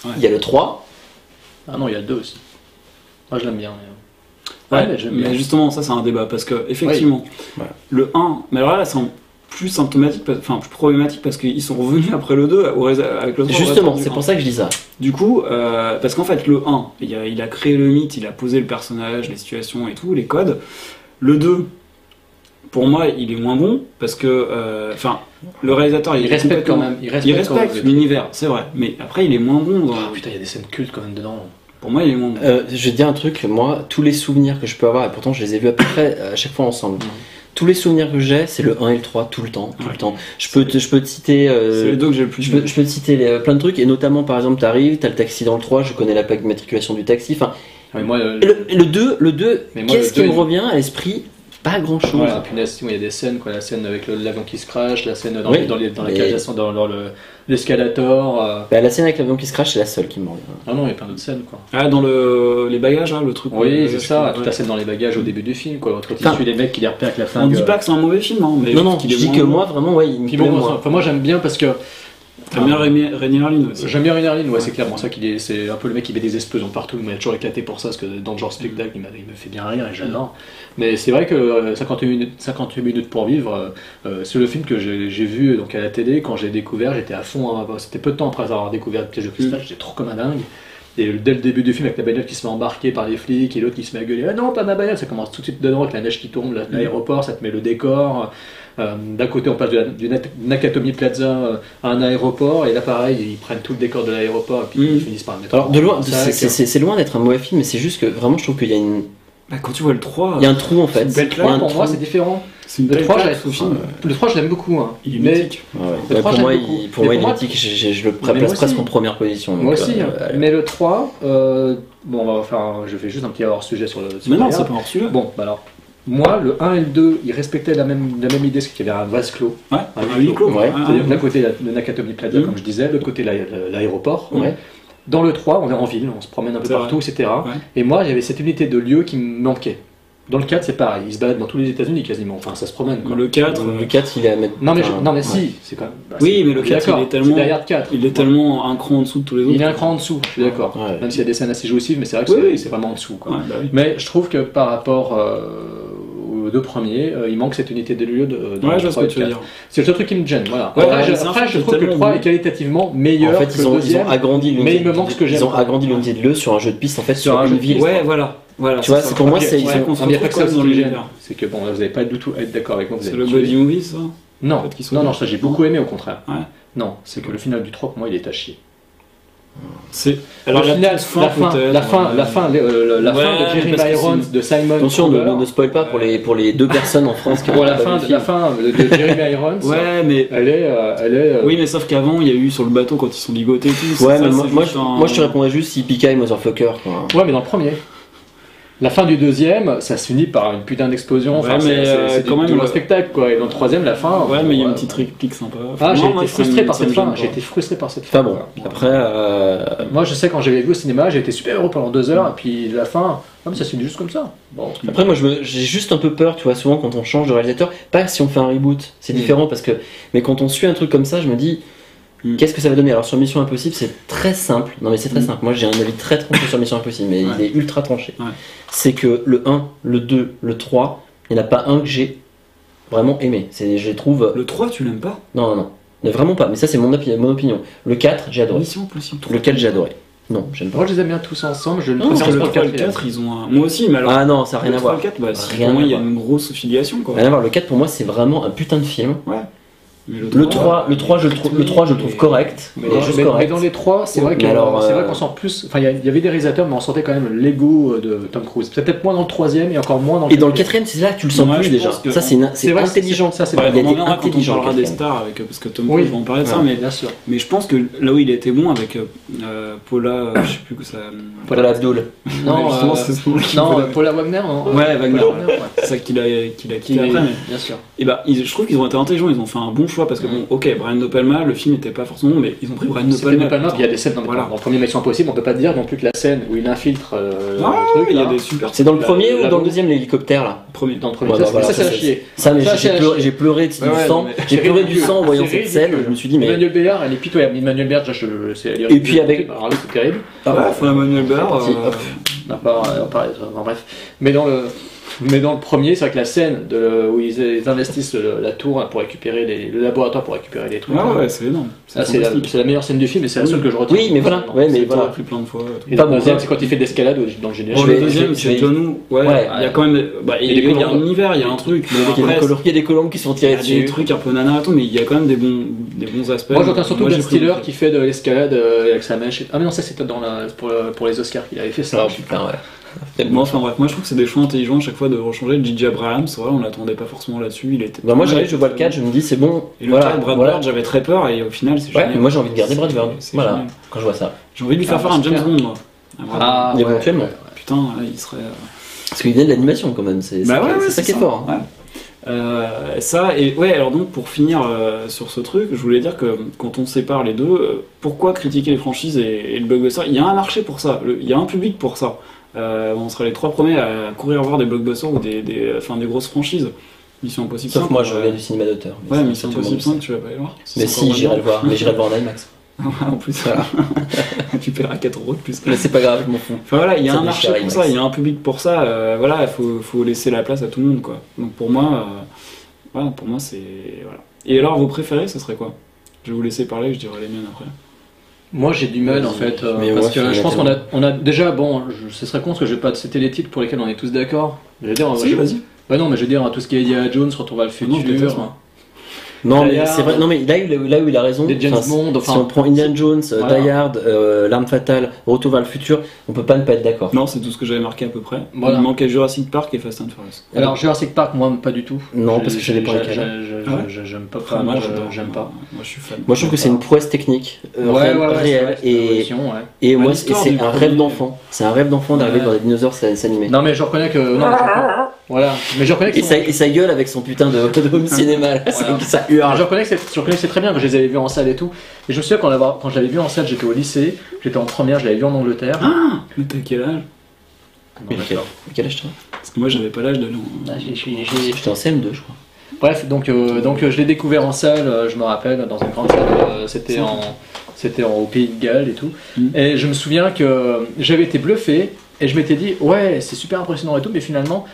A: Ouais.
G: il y a le 3.
D: Ah non, il y a deux aussi. Moi, je l'aime bien. mais- euh,
A: Ouais,
D: Ouais, mais j'aime
A: mais
D: bien.
A: justement, ça c'est un débat parce que effectivement,
G: Voilà.
A: le 1, mais alors là, c'est en plus symptomatique, parce- enfin plus problématique parce qu'ils sont revenus après le 2 au rés- avec le 3.
G: Justement, c'est pour ça que je dis ça.
A: Du coup, euh, parce qu'en fait, le 1, il a, il a créé le mythe, il a posé le personnage, les situations et tout, les codes. Le 2, pour moi, il est moins bon parce que, euh, enfin, le réalisateur, il,
D: Il
A: est
D: respecte quand
A: complètement-
D: même. Il
A: Il
D: respecte, quand
A: respecte
D: même.
A: l'univers, c'est vrai, mais après, il est moins bon. dans-
D: Ah, putain, il y a des scènes cultes quand même dedans.
A: Pour moi, il est moins bon.
G: Euh, je vais te dire un truc, moi, tous les souvenirs que je peux avoir, et pourtant je les ai vus à peu près euh, à chaque fois ensemble. Tous les souvenirs que j'ai, c'est le 1 et le 3, tout le temps, tout
A: Ouais.
G: le temps. Je peux te, je peux te citer. euh,
A: C'est les deux que j'ai le plus.
G: Je peux, je peux te citer les- euh, plein de trucs, et notamment par exemple, t'arrives, t'as le taxi dans le 3, je connais la plaque d'immatriculation du taxi. Enfin,
D: Ah, mais moi, le-
G: le, le 2, le 2,
D: Mais moi,
G: qu'est-ce
D: le
G: qui
D: deux,
G: me
D: il-
G: revient à l'esprit Pas grand chose.
D: Ouais, punaise, si, ouais, il y a des scènes, quoi, la scène avec le- l'avion qui se crache, la scène dans,
G: Oui,
D: les- dans, les- dans la
G: mais-
D: cage d'ascenseur, dans, dans le- l'escalator. euh.
G: Bah, la scène avec l'avion qui se crache, c'est la seule qui me revient.
D: Ah non, il y a plein d'autres scènes, quoi.
A: Ah, dans le, les bagages, hein, le truc.
D: Oui,
A: euh,
D: c'est
A: je
D: ça,
A: sais pas,
D: toute la
A: ouais.
D: scène dans les bagages au début du film, quoi. Quand il
G: Enfin,
D: suit les mecs qui les repèrent avec la
A: On
D: flingue.
A: dit
D: euh.
A: pas que c'est un mauvais film, hein, mais
G: Non, non,
A: qu'il
G: je
A: est
G: dis
A: moins
G: que
A: bon.
G: moi, vraiment, ouais, il me
D: Puis
G: plaît,
D: bon,
G: moi.
D: enfin, moi j'aime bien parce que
A: T'aimes bien Rémi- Rainier Lynn aussi.
D: Euh, j'aime bien Rainerlin, ouais, c'est clair. Bon, c'est vrai qu'il est, c'est un peu le mec qui met des explosions partout. Il m'a toujours éclaté pour ça parce que dans le genre spectacle, il, m'a- il me fait bien rire et j'adore. Mais c'est vrai que euh, 58 minutes, 58 minutes pour vivre, euh, euh, c'est le film que j'ai j'ai vu donc à la télé quand j'ai découvert. J'étais à fond. hein. Bon, C'était peu de temps après avoir découvert Piège de cristal. J'étais trop comme un dingue. Et dès le début du film, avec la bagnole qui se met embarquer par les flics et l'autre qui se met à gueuler Ah non, pas ma bagnole Ça commence tout de suite de droit avec la neige qui tombe,
G: Mm.
D: la- l'aéroport, ça te met le décor. Euh, D'un côté, on passe de la- du Nat- Nakatomi Plaza euh, à un aéroport, et là, pareil, ils prennent tout le décor de l'aéroport et puis
A: Mm.
D: ils finissent par le mettre
G: Alors,
D: en-
G: de loin,
D: en
G: c'est-
D: sac.
G: c'est c'est- c'est loin d'être un mauvais film, mais c'est juste que vraiment, je trouve qu'il y, a une-
A: Bah, quand tu vois le 3,
G: il y a un trou en fait.
A: C'est une belle
G: Il y a un
D: Ouais, pour
G: trou.
D: moi, c'est différent.
A: c'est une
D: Le
A: belle
D: 3,
A: claque,
D: je
A: ce film.
G: euh,
D: le 3, je l'aime beaucoup. hein.
A: Il est
D: Mais-
A: mythique.
G: Ouais, ouais.
D: Le
G: Ouais,
D: trois,
G: pour
D: j'aime
G: moi, il,
D: beaucoup.
G: pour
D: Mais
G: moi, il
D: pour
G: est
D: moi,
G: mythique, je, je- je le
D: moi
G: place
D: aussi.
G: presque en première position.
D: Moi
G: donc,
D: aussi.
G: euh,
D: hein.
G: allez.
D: Mais le 3, euh, bon, on va faire un- je fais juste un petit hors-sujet sur le. sur
A: Mais
D: le
A: non,
D: regard.
A: c'est pas hors sujet.
D: Bon, bah alors, moi, le 1 et le 2, ils respectaient la même, la même idée, c'est qu'il y avait un vase clos.
A: Ouais,
D: Un
A: un huis clos.
G: Ouais.
A: Ah,
D: C'est-à-dire que d'un côté, la- le Nakatomi Plaza,
A: Mhm.
D: comme je disais, de l'autre côté, l'aé- l'aéroport.
G: Ouais.
D: Dans le 3, on est en ville, on se promène un peu
A: Mm. C'est
D: partout, etc.
A: Ouais.
D: Et moi, j'avais cette unité de lieu qui me manquait. Dans le 4, c'est pareil. Ils se baladent dans tous les États-Unis quasiment. Enfin, ça se promène. Quoi.
A: Le euh, 4,
G: Le 4, il est à mettre.
D: Non, mais, je-
G: enfin,
D: non, mais
G: ouais.
D: si, c'est quand même. bah,
A: oui,
D: c'est-
A: mais le
D: on est
A: 4,
D: d'accord,
A: il est
D: c'est
A: tellement,
D: derrière le 4.
A: il est tellement un cran en dessous de tous les autres.
D: Il est un cran en dessous, je suis d'accord.
G: Ouais.
D: Même s'il y a des scènes assez jouissives, mais c'est vrai que
A: Oui,
D: c'est-
A: oui.
D: c'est vraiment en dessous. Quoi.
A: Ouais, bah oui.
D: Mais je trouve que par rapport euh, aux deux premiers, euh, il manque cette unité des lieux de, de
A: Ouais, je vois ce
D: trois
A: que
D: et
A: tu veux
D: quatre.
A: dire.
D: C'est le seul truc qui me gêne. Voilà.
A: Ouais,
D: après,
A: ouais,
D: je,
A: c'est un
D: après,
A: truc
D: je
A: qui est
D: trouve que le
A: tellement
D: 3
A: bon.
D: est qualitativement meilleur
G: En fait,
D: que
G: ils
D: le
G: ont, ils
D: deuxième.
G: ont agrandi
D: mais
G: l'unité
D: il me manque ce que
G: de-
D: j'aime.
G: Ils ont agrandi l'unité de lieu sur un jeu de piste, en fait, sur,
D: un
G: une
D: jeu de
G: ville.
A: Ouais, voilà. voilà
G: Tu vois,
A: ça.
G: c'est pour moi,
A: Ok,
G: c'est- ils
A: ouais,
G: ont-
A: on se
D: Ah, mais il n'y a pas
A: retrouve
D: que ça
A: quand même
D: aussi
A: dans
D: qui me
A: l'univers.
D: gêne. C'est que bon, là, vous n'allez pas du tout être d'accord avec moi. vous
A: C'est
D: allez
A: le
D: me tuer.
A: Buddy Movie, ça
D: Non,
A: fait, qui sont
D: non,
A: bien.
D: non, ça j'ai beaucoup aimé au contraire.
A: Ouais.
D: Non, c'est que le final du 3 pour moi il est à chier.
A: C'est.
D: le final, la fin, la fin, la fin, euh, la
A: Ouais,
D: fin de
A: mais
D: Jerry
A: parce que
D: Irons,
A: c'est-
D: de Simon.
G: Attention, ne,
D: Cowell.
G: ne, ne spoil pas pour les, pour les deux personnes en France qui
D: Bon,
G: ont
D: la
G: pas
D: fin,
G: vu le film.
D: la fin de de Jerry Irons.
A: Ouais, mais.
D: Elle est, euh, elle est. euh,
A: Oui, mais sauf qu'avant, il y a eu sur le bateau quand ils sont ligotés et tout.
G: Ouais,
A: ça, c'est
G: mais moi, moi,
A: juste
G: je,
A: un-
G: moi, je te répondrais juste si Pika et Motherfucker. Quoi.
D: Ouais, mais dans le premier. La fin du deuxième, ça se finit par une putain d'explosion. enfin,
A: Ouais,
D: c'est-
A: mais,
D: c'est
A: euh,
D: c'est du-
A: quand même,
D: tout le
A: le-
D: spectacle quoi. Et dans le troisième, la fin.
A: Ouais,
D: bon,
A: mais il y a une
D: voilà.
A: petite réplique sympa.
D: Ah,
A: Enfin,
D: j'ai
A: moi,
D: été
A: ça me-
D: frustré par
A: ça me
D: cette
A: gêne
D: fin.
A: pas.
D: J'ai été frustré par cette fin.
G: Enfin bon, après. euh,
D: Moi, je sais quand j'avais vu au cinéma, j'ai été super heureux pendant deux
G: Mm.
D: heures, et puis la fin, ah, mais ça se finit juste comme ça. Bon.
G: Après, moi, je me- j'ai juste un peu peur, tu vois, souvent quand on change de réalisateur, pas si on fait un reboot, c'est
D: Mm.
G: différent parce que, mais quand on suit un truc comme ça, je me dis,
A: Mm.
G: qu'est-ce que ça va donner Alors sur Mission Impossible, c'est très simple. Non, mais c'est très
A: Mm.
G: simple. Moi, j'ai un avis très tranché sur Mission Impossible, mais il
A: Ouais.
G: est ultra tranché.
A: Ouais.
G: C'est que le 1, le 2, le 3, il n'y en a pas un que j'ai vraiment aimé. C'est, je les trouve,
A: Le 3, tu l'aimes pas
G: non, non, non, mais vraiment pas. Mais ça, c'est mon, opi- mon opinion. Le 4, j'ai adoré.
A: Mission Impossible 3.
G: Le 4, j'ai adoré. Non, j'aime pas.
D: Moi, je les aime bien tous ensemble, je ne
G: Non,
A: Parce que
D: préfère
A: le
D: pas le
A: 3 et le
D: quatrième.
A: 4, ils ont un. Moi aussi, mais alors.
G: Ah non, ça n'a rien
A: le
G: à
A: 3
G: voir.
A: et le 4, bah, c'est-
G: Rien
A: pour moi,
G: à
A: il y a
G: voir.
A: une grosse filiation, quoi.
G: Rien à voir. Le 4, pour moi, c'est vraiment un putain de film.
A: Mais
G: Le 3, le 3, je le trouve, le 3, je le trouve correct.
D: Mais
G: il est
D: dans,
G: juste
D: mais- mais
G: correct.
D: dans les trois, c'est
G: Ouais,
D: vrai
G: mais
D: que-
G: alors,
D: c'est vrai
G: euh,
D: qu'on sent plus. Enfin, il y a- il y, avait des réalisateurs, mais on sentait quand même l'ego euh, de Tom Cruise. Peut-être moins dans le troisième et encore moins dans le.
G: Et dans le
D: quatrième.
G: quatrième, c'est là que tu le sens
A: Moi,
G: plus
A: je
G: déjà.
A: pense que-
G: Ça, c'est une-
D: C'est
G: c'est
D: vrai,
G: intelligent.
D: c'est- ça, c'est
G: Il y a
A: Bah,
G: des
A: on en verra quand on
G: intelligents
A: parlera
G: qui
A: des
G: font.
A: stars, avec, euh, parce que Tom
D: Oui.
A: Cruise, on va en parler de ça,
G: Ouais.
A: mais,
D: Bien sûr.
A: mais je pense que là où il était bon avec euh, Paula, euh, je sais plus que ça.
G: Voilà, Abdul.
A: Mais
D: Non,
A: justement,
D: euh,
A: c'est ce nom-là qui
D: non,
A: me-
D: euh, Paula Wagner, non
A: Ouais, Wagner,
D: Paula
A: ouais.
D: Wagner, ouais.
A: c'est ça qu'il a, qu'il a
D: Qui-
A: quitté après. mais-
D: Bien sûr.
A: Et bah, ils- je trouve qu'ils ont été intelligents, ils ont fait un bon choix parce que, bon, ok, Brian De Palma, le film n'était pas forcément bon, mais ils ont pris Brian De
D: C'était
A: Palma.
D: pas mal,
A: putain.
D: il y a des scènes dans le,
A: Voilà.
D: dans le premier Mission Impossible, on peut pas dire non plus que la scène où il infiltre euh,
A: Ah,
D: le truc.
A: il y a
D: là,
A: des super.
G: C'est dans le
D: La-
G: premier ou dans
D: la
G: le
D: bombe.
G: deuxième, l'hélicoptère là
A: Premier.
D: dans le premier.
G: Ouais,
D: ça,
G: bah, voilà,
D: ça, c'est
G: ça,
D: à chier.
G: Ça, mais
D: Ça,
G: j'ai- j'ai
D: c'est à
G: pleuré-
D: chier.
G: j'ai pleuré du
D: Ouais, ouais,
G: sang.
D: non, mais
G: J'ai
D: c'est
G: pleuré du
D: ridicule.
G: sang en voyant
D: C'est
G: cette
D: ridicule.
G: scène. Je me suis dit, mais.
D: Emmanuel Béard, elle est pitoyable. Emmanuel Béard, déjà, je- c'est elle est
G: Et puis avec-
D: Alors là, c'est terrible.
G: Ah,
A: Ouais, faut Emmanuel Barr.
G: parti,
A: euh,
G: hop.
D: À part, euh, à part- enfin, bref. Mais dans le, mais dans le premier, c'est vrai que la scène de, où ils, ils investissent le- la tour là, pour récupérer les, le laboratoire pour récupérer les trucs.
A: Ah
D: là,
A: ouais, c'est énorme.
D: ça, c'est la,
A: fantastique.
D: c'est la meilleure scène du film et c'est la
A: Oui.
D: seule que je retiens.
G: Oui, mais voilà.
D: Vraiment.
G: Ouais, mais
D: C'est
A: On l'a
G: voilà.
D: pas-
A: repris plein de fois. tout.
D: Et
G: Pas
D: dans
G: bon,
D: le deuxième,
G: ça.
D: c'est quand il fait de l'escalade au- dans le générique.
A: Bon,
G: vais-
A: le deuxième,
G: je
A: c'est
G: vais-
A: John Woo. Ouais,
G: Ouais.
A: il y a quand même. Bah, il
G: Et les
A: il y a
G: colombes.
A: un univers, il y a un truc.
G: Il y a
A: Bon,
G: des
A: après,
G: colombes- il y a des colombes qui sont
A: il y
G: tirées
A: a des
G: dessus.
A: trucs un peu nanar et tout, mais il y a quand même des bons, des bons aspects.
D: Moi j'entends surtout
A: j'ai
D: Ben
A: pris le-
D: Stiller qui fait de l'escalade euh, avec sa mèche. et- Ah mais non ça c'était dans la pour, le- pour les Oscars qu'il avait fait ça.
G: Ah, putain, ouais.
A: Moi, enfin bref, moi je trouve que c'est des choix intelligents à chaque fois de rechanger. DJ Abraham, c'est vrai, on l'attendait pas forcément là-dessus. Il était.
G: Bah, moi,
A: Ouais,
G: j'arrive, je vois le 4, je me dis, c'est bon.
A: Et le
G: voilà,
A: cas de Brad
G: voilà.
A: Bird, j'avais très peur et au final, c'est
G: Ouais,
A: génial.
G: mais moi, j'ai envie de garder Brad Bird.
A: C'est
G: Voilà,
A: génial.
G: quand je vois ça.
A: J'ai envie de lui faire
D: Ah,
A: faire un
D: c'est
A: James
D: clair.
A: Bond, moi. à Brad
D: Ah, ouais.
G: Éventuellement.
A: Bird. Putain, là, il serait. euh,
G: Parce qu'il vient de l'animation quand même. C'est c'est- Bah c'est ça qui est fort.
A: ouais. hein. Euh, ça et ouais alors donc pour finir euh, sur ce truc je voulais dire que quand on sépare les deux euh, pourquoi critiquer les franchises et, et le blockbuster il y a un marché pour ça le- il y a un public pour ça Euh, on serait les trois premiers à courir voir des blockbusters ou des, des, enfin, des grosses franchises Mission Impossible
G: Sauf
A: 5,
G: moi, je
A: euh,
G: regarde du cinéma d'auteur. mais
A: ouais
G: ça,
A: Mission
G: tout le monde
A: Impossible
G: le
A: 5
G: sait.
A: tu vas pas aller voir C'est
G: Mais
A: encore
G: si, j'irai
A: moins
G: le voir, mais j'irai le voir en IMAX.
A: bien. en plus
G: Voilà.
A: tu paieras 4 euros de plus
G: Mais c'est pas grave, je m'en fous.
A: Enfin voilà, il y a
G: Ça
A: un
G: te
A: marché
G: déchire,
A: pour
G: Imax.
A: ça, il y a un public pour ça. euh, voilà, il faut, faut laisser la place à tout le monde, quoi. Donc pour moi, euh, voilà, pour moi c'est voilà. Et alors vos préférés, ce serait quoi Je vais vous laisser parler, je dirai les miennes après.
D: Moi j'ai du mal en fait euh,
G: Mais
D: parce
G: moi,
D: que
G: c'est
D: je pense qu'on a on a déjà bon je- ce serait con parce que je vais pas citer les titres pour lesquels on est tous d'accord. Je veux dire
A: Si,
D: je-
A: vas-y.
D: Bah non mais je veux dire tout ce qui est Indiana Jones retour vers le
A: Non, je déteste,
D: futur.
A: moi.
G: Non,
D: Die
G: mais
D: Hard.
G: c'est vrai. Non, mais là, où- là où il a raison,
D: Des James
G: enfin,
D: Bond,
G: si-
D: enfin,
G: si on prend Indiana Jones, euh,
D: voilà.
G: Die Hard, euh, L'arme fatale, Retour vers le futur, on peut pas ne pas être d'accord.
A: Non, c'est tout ce que j'avais marqué à peu près.
D: Voilà. Ah,
A: Il manquait Jurassic Park et Fast and Furious.
D: Alors Jurassic Park moi pas du tout.
G: Non,
D: J'ai-
G: parce que je savais pas
D: j'ai-
G: lesquels.
D: j'ai- j'ai-
A: Ah ouais
D: j'ai- J'aime pas
A: Enfin,
D: moi,
A: moi,
D: je-
A: j'adore.
D: j'aime pas.
A: Moi, je suis fan.
G: Moi, je trouve que c'est une prouesse technique euh, réelle, réelle,
D: c'est une
G: et,
D: évolution, ouais.
G: et moi,
A: Ouais,
G: et
A: l'histoire
G: c'est
A: du
G: un
A: premier-
G: rêve d'enfant. C'est un rêve d'enfant d'arriver
D: Ouais.
G: dans les dinosaures s'an- s'animer.
D: Non mais je reconnais que non, mais je reconnais- voilà mais je reconnais que
G: Et
D: son-
G: ça, et ça gueule avec son putain de, de home cinéma, là, ça,
D: Voilà.
G: ça
D: Alors,
G: hurle.
D: je reconnais que c'est je reconnais que c'est très bien que je les avais vus en salle et tout. Et je me souviens quand, l'avait- quand je l'avais vu en salle, j'étais au lycée, j'étais en première, je l'avais vu en Angleterre.
A: Ah, mais t'as quel âge
D: Non,
G: Mais
D: d'accord.
G: quel- quel âge t'as
A: Parce que moi, j'avais pas l'âge d'aller en.
D: Ah, j'ai- j'ai- j'ai-
G: J'étais en CM2, je crois.
D: Bref, donc, euh, donc euh, je l'ai découvert en salle, euh, je me rappelle, dans une grande salle, euh, c'était en, c'était en- au Pays de Galles et tout. Et je me souviens que euh, j'avais été bluffé et je m'étais dit, ouais, c'est super impressionnant et tout, mais finalement,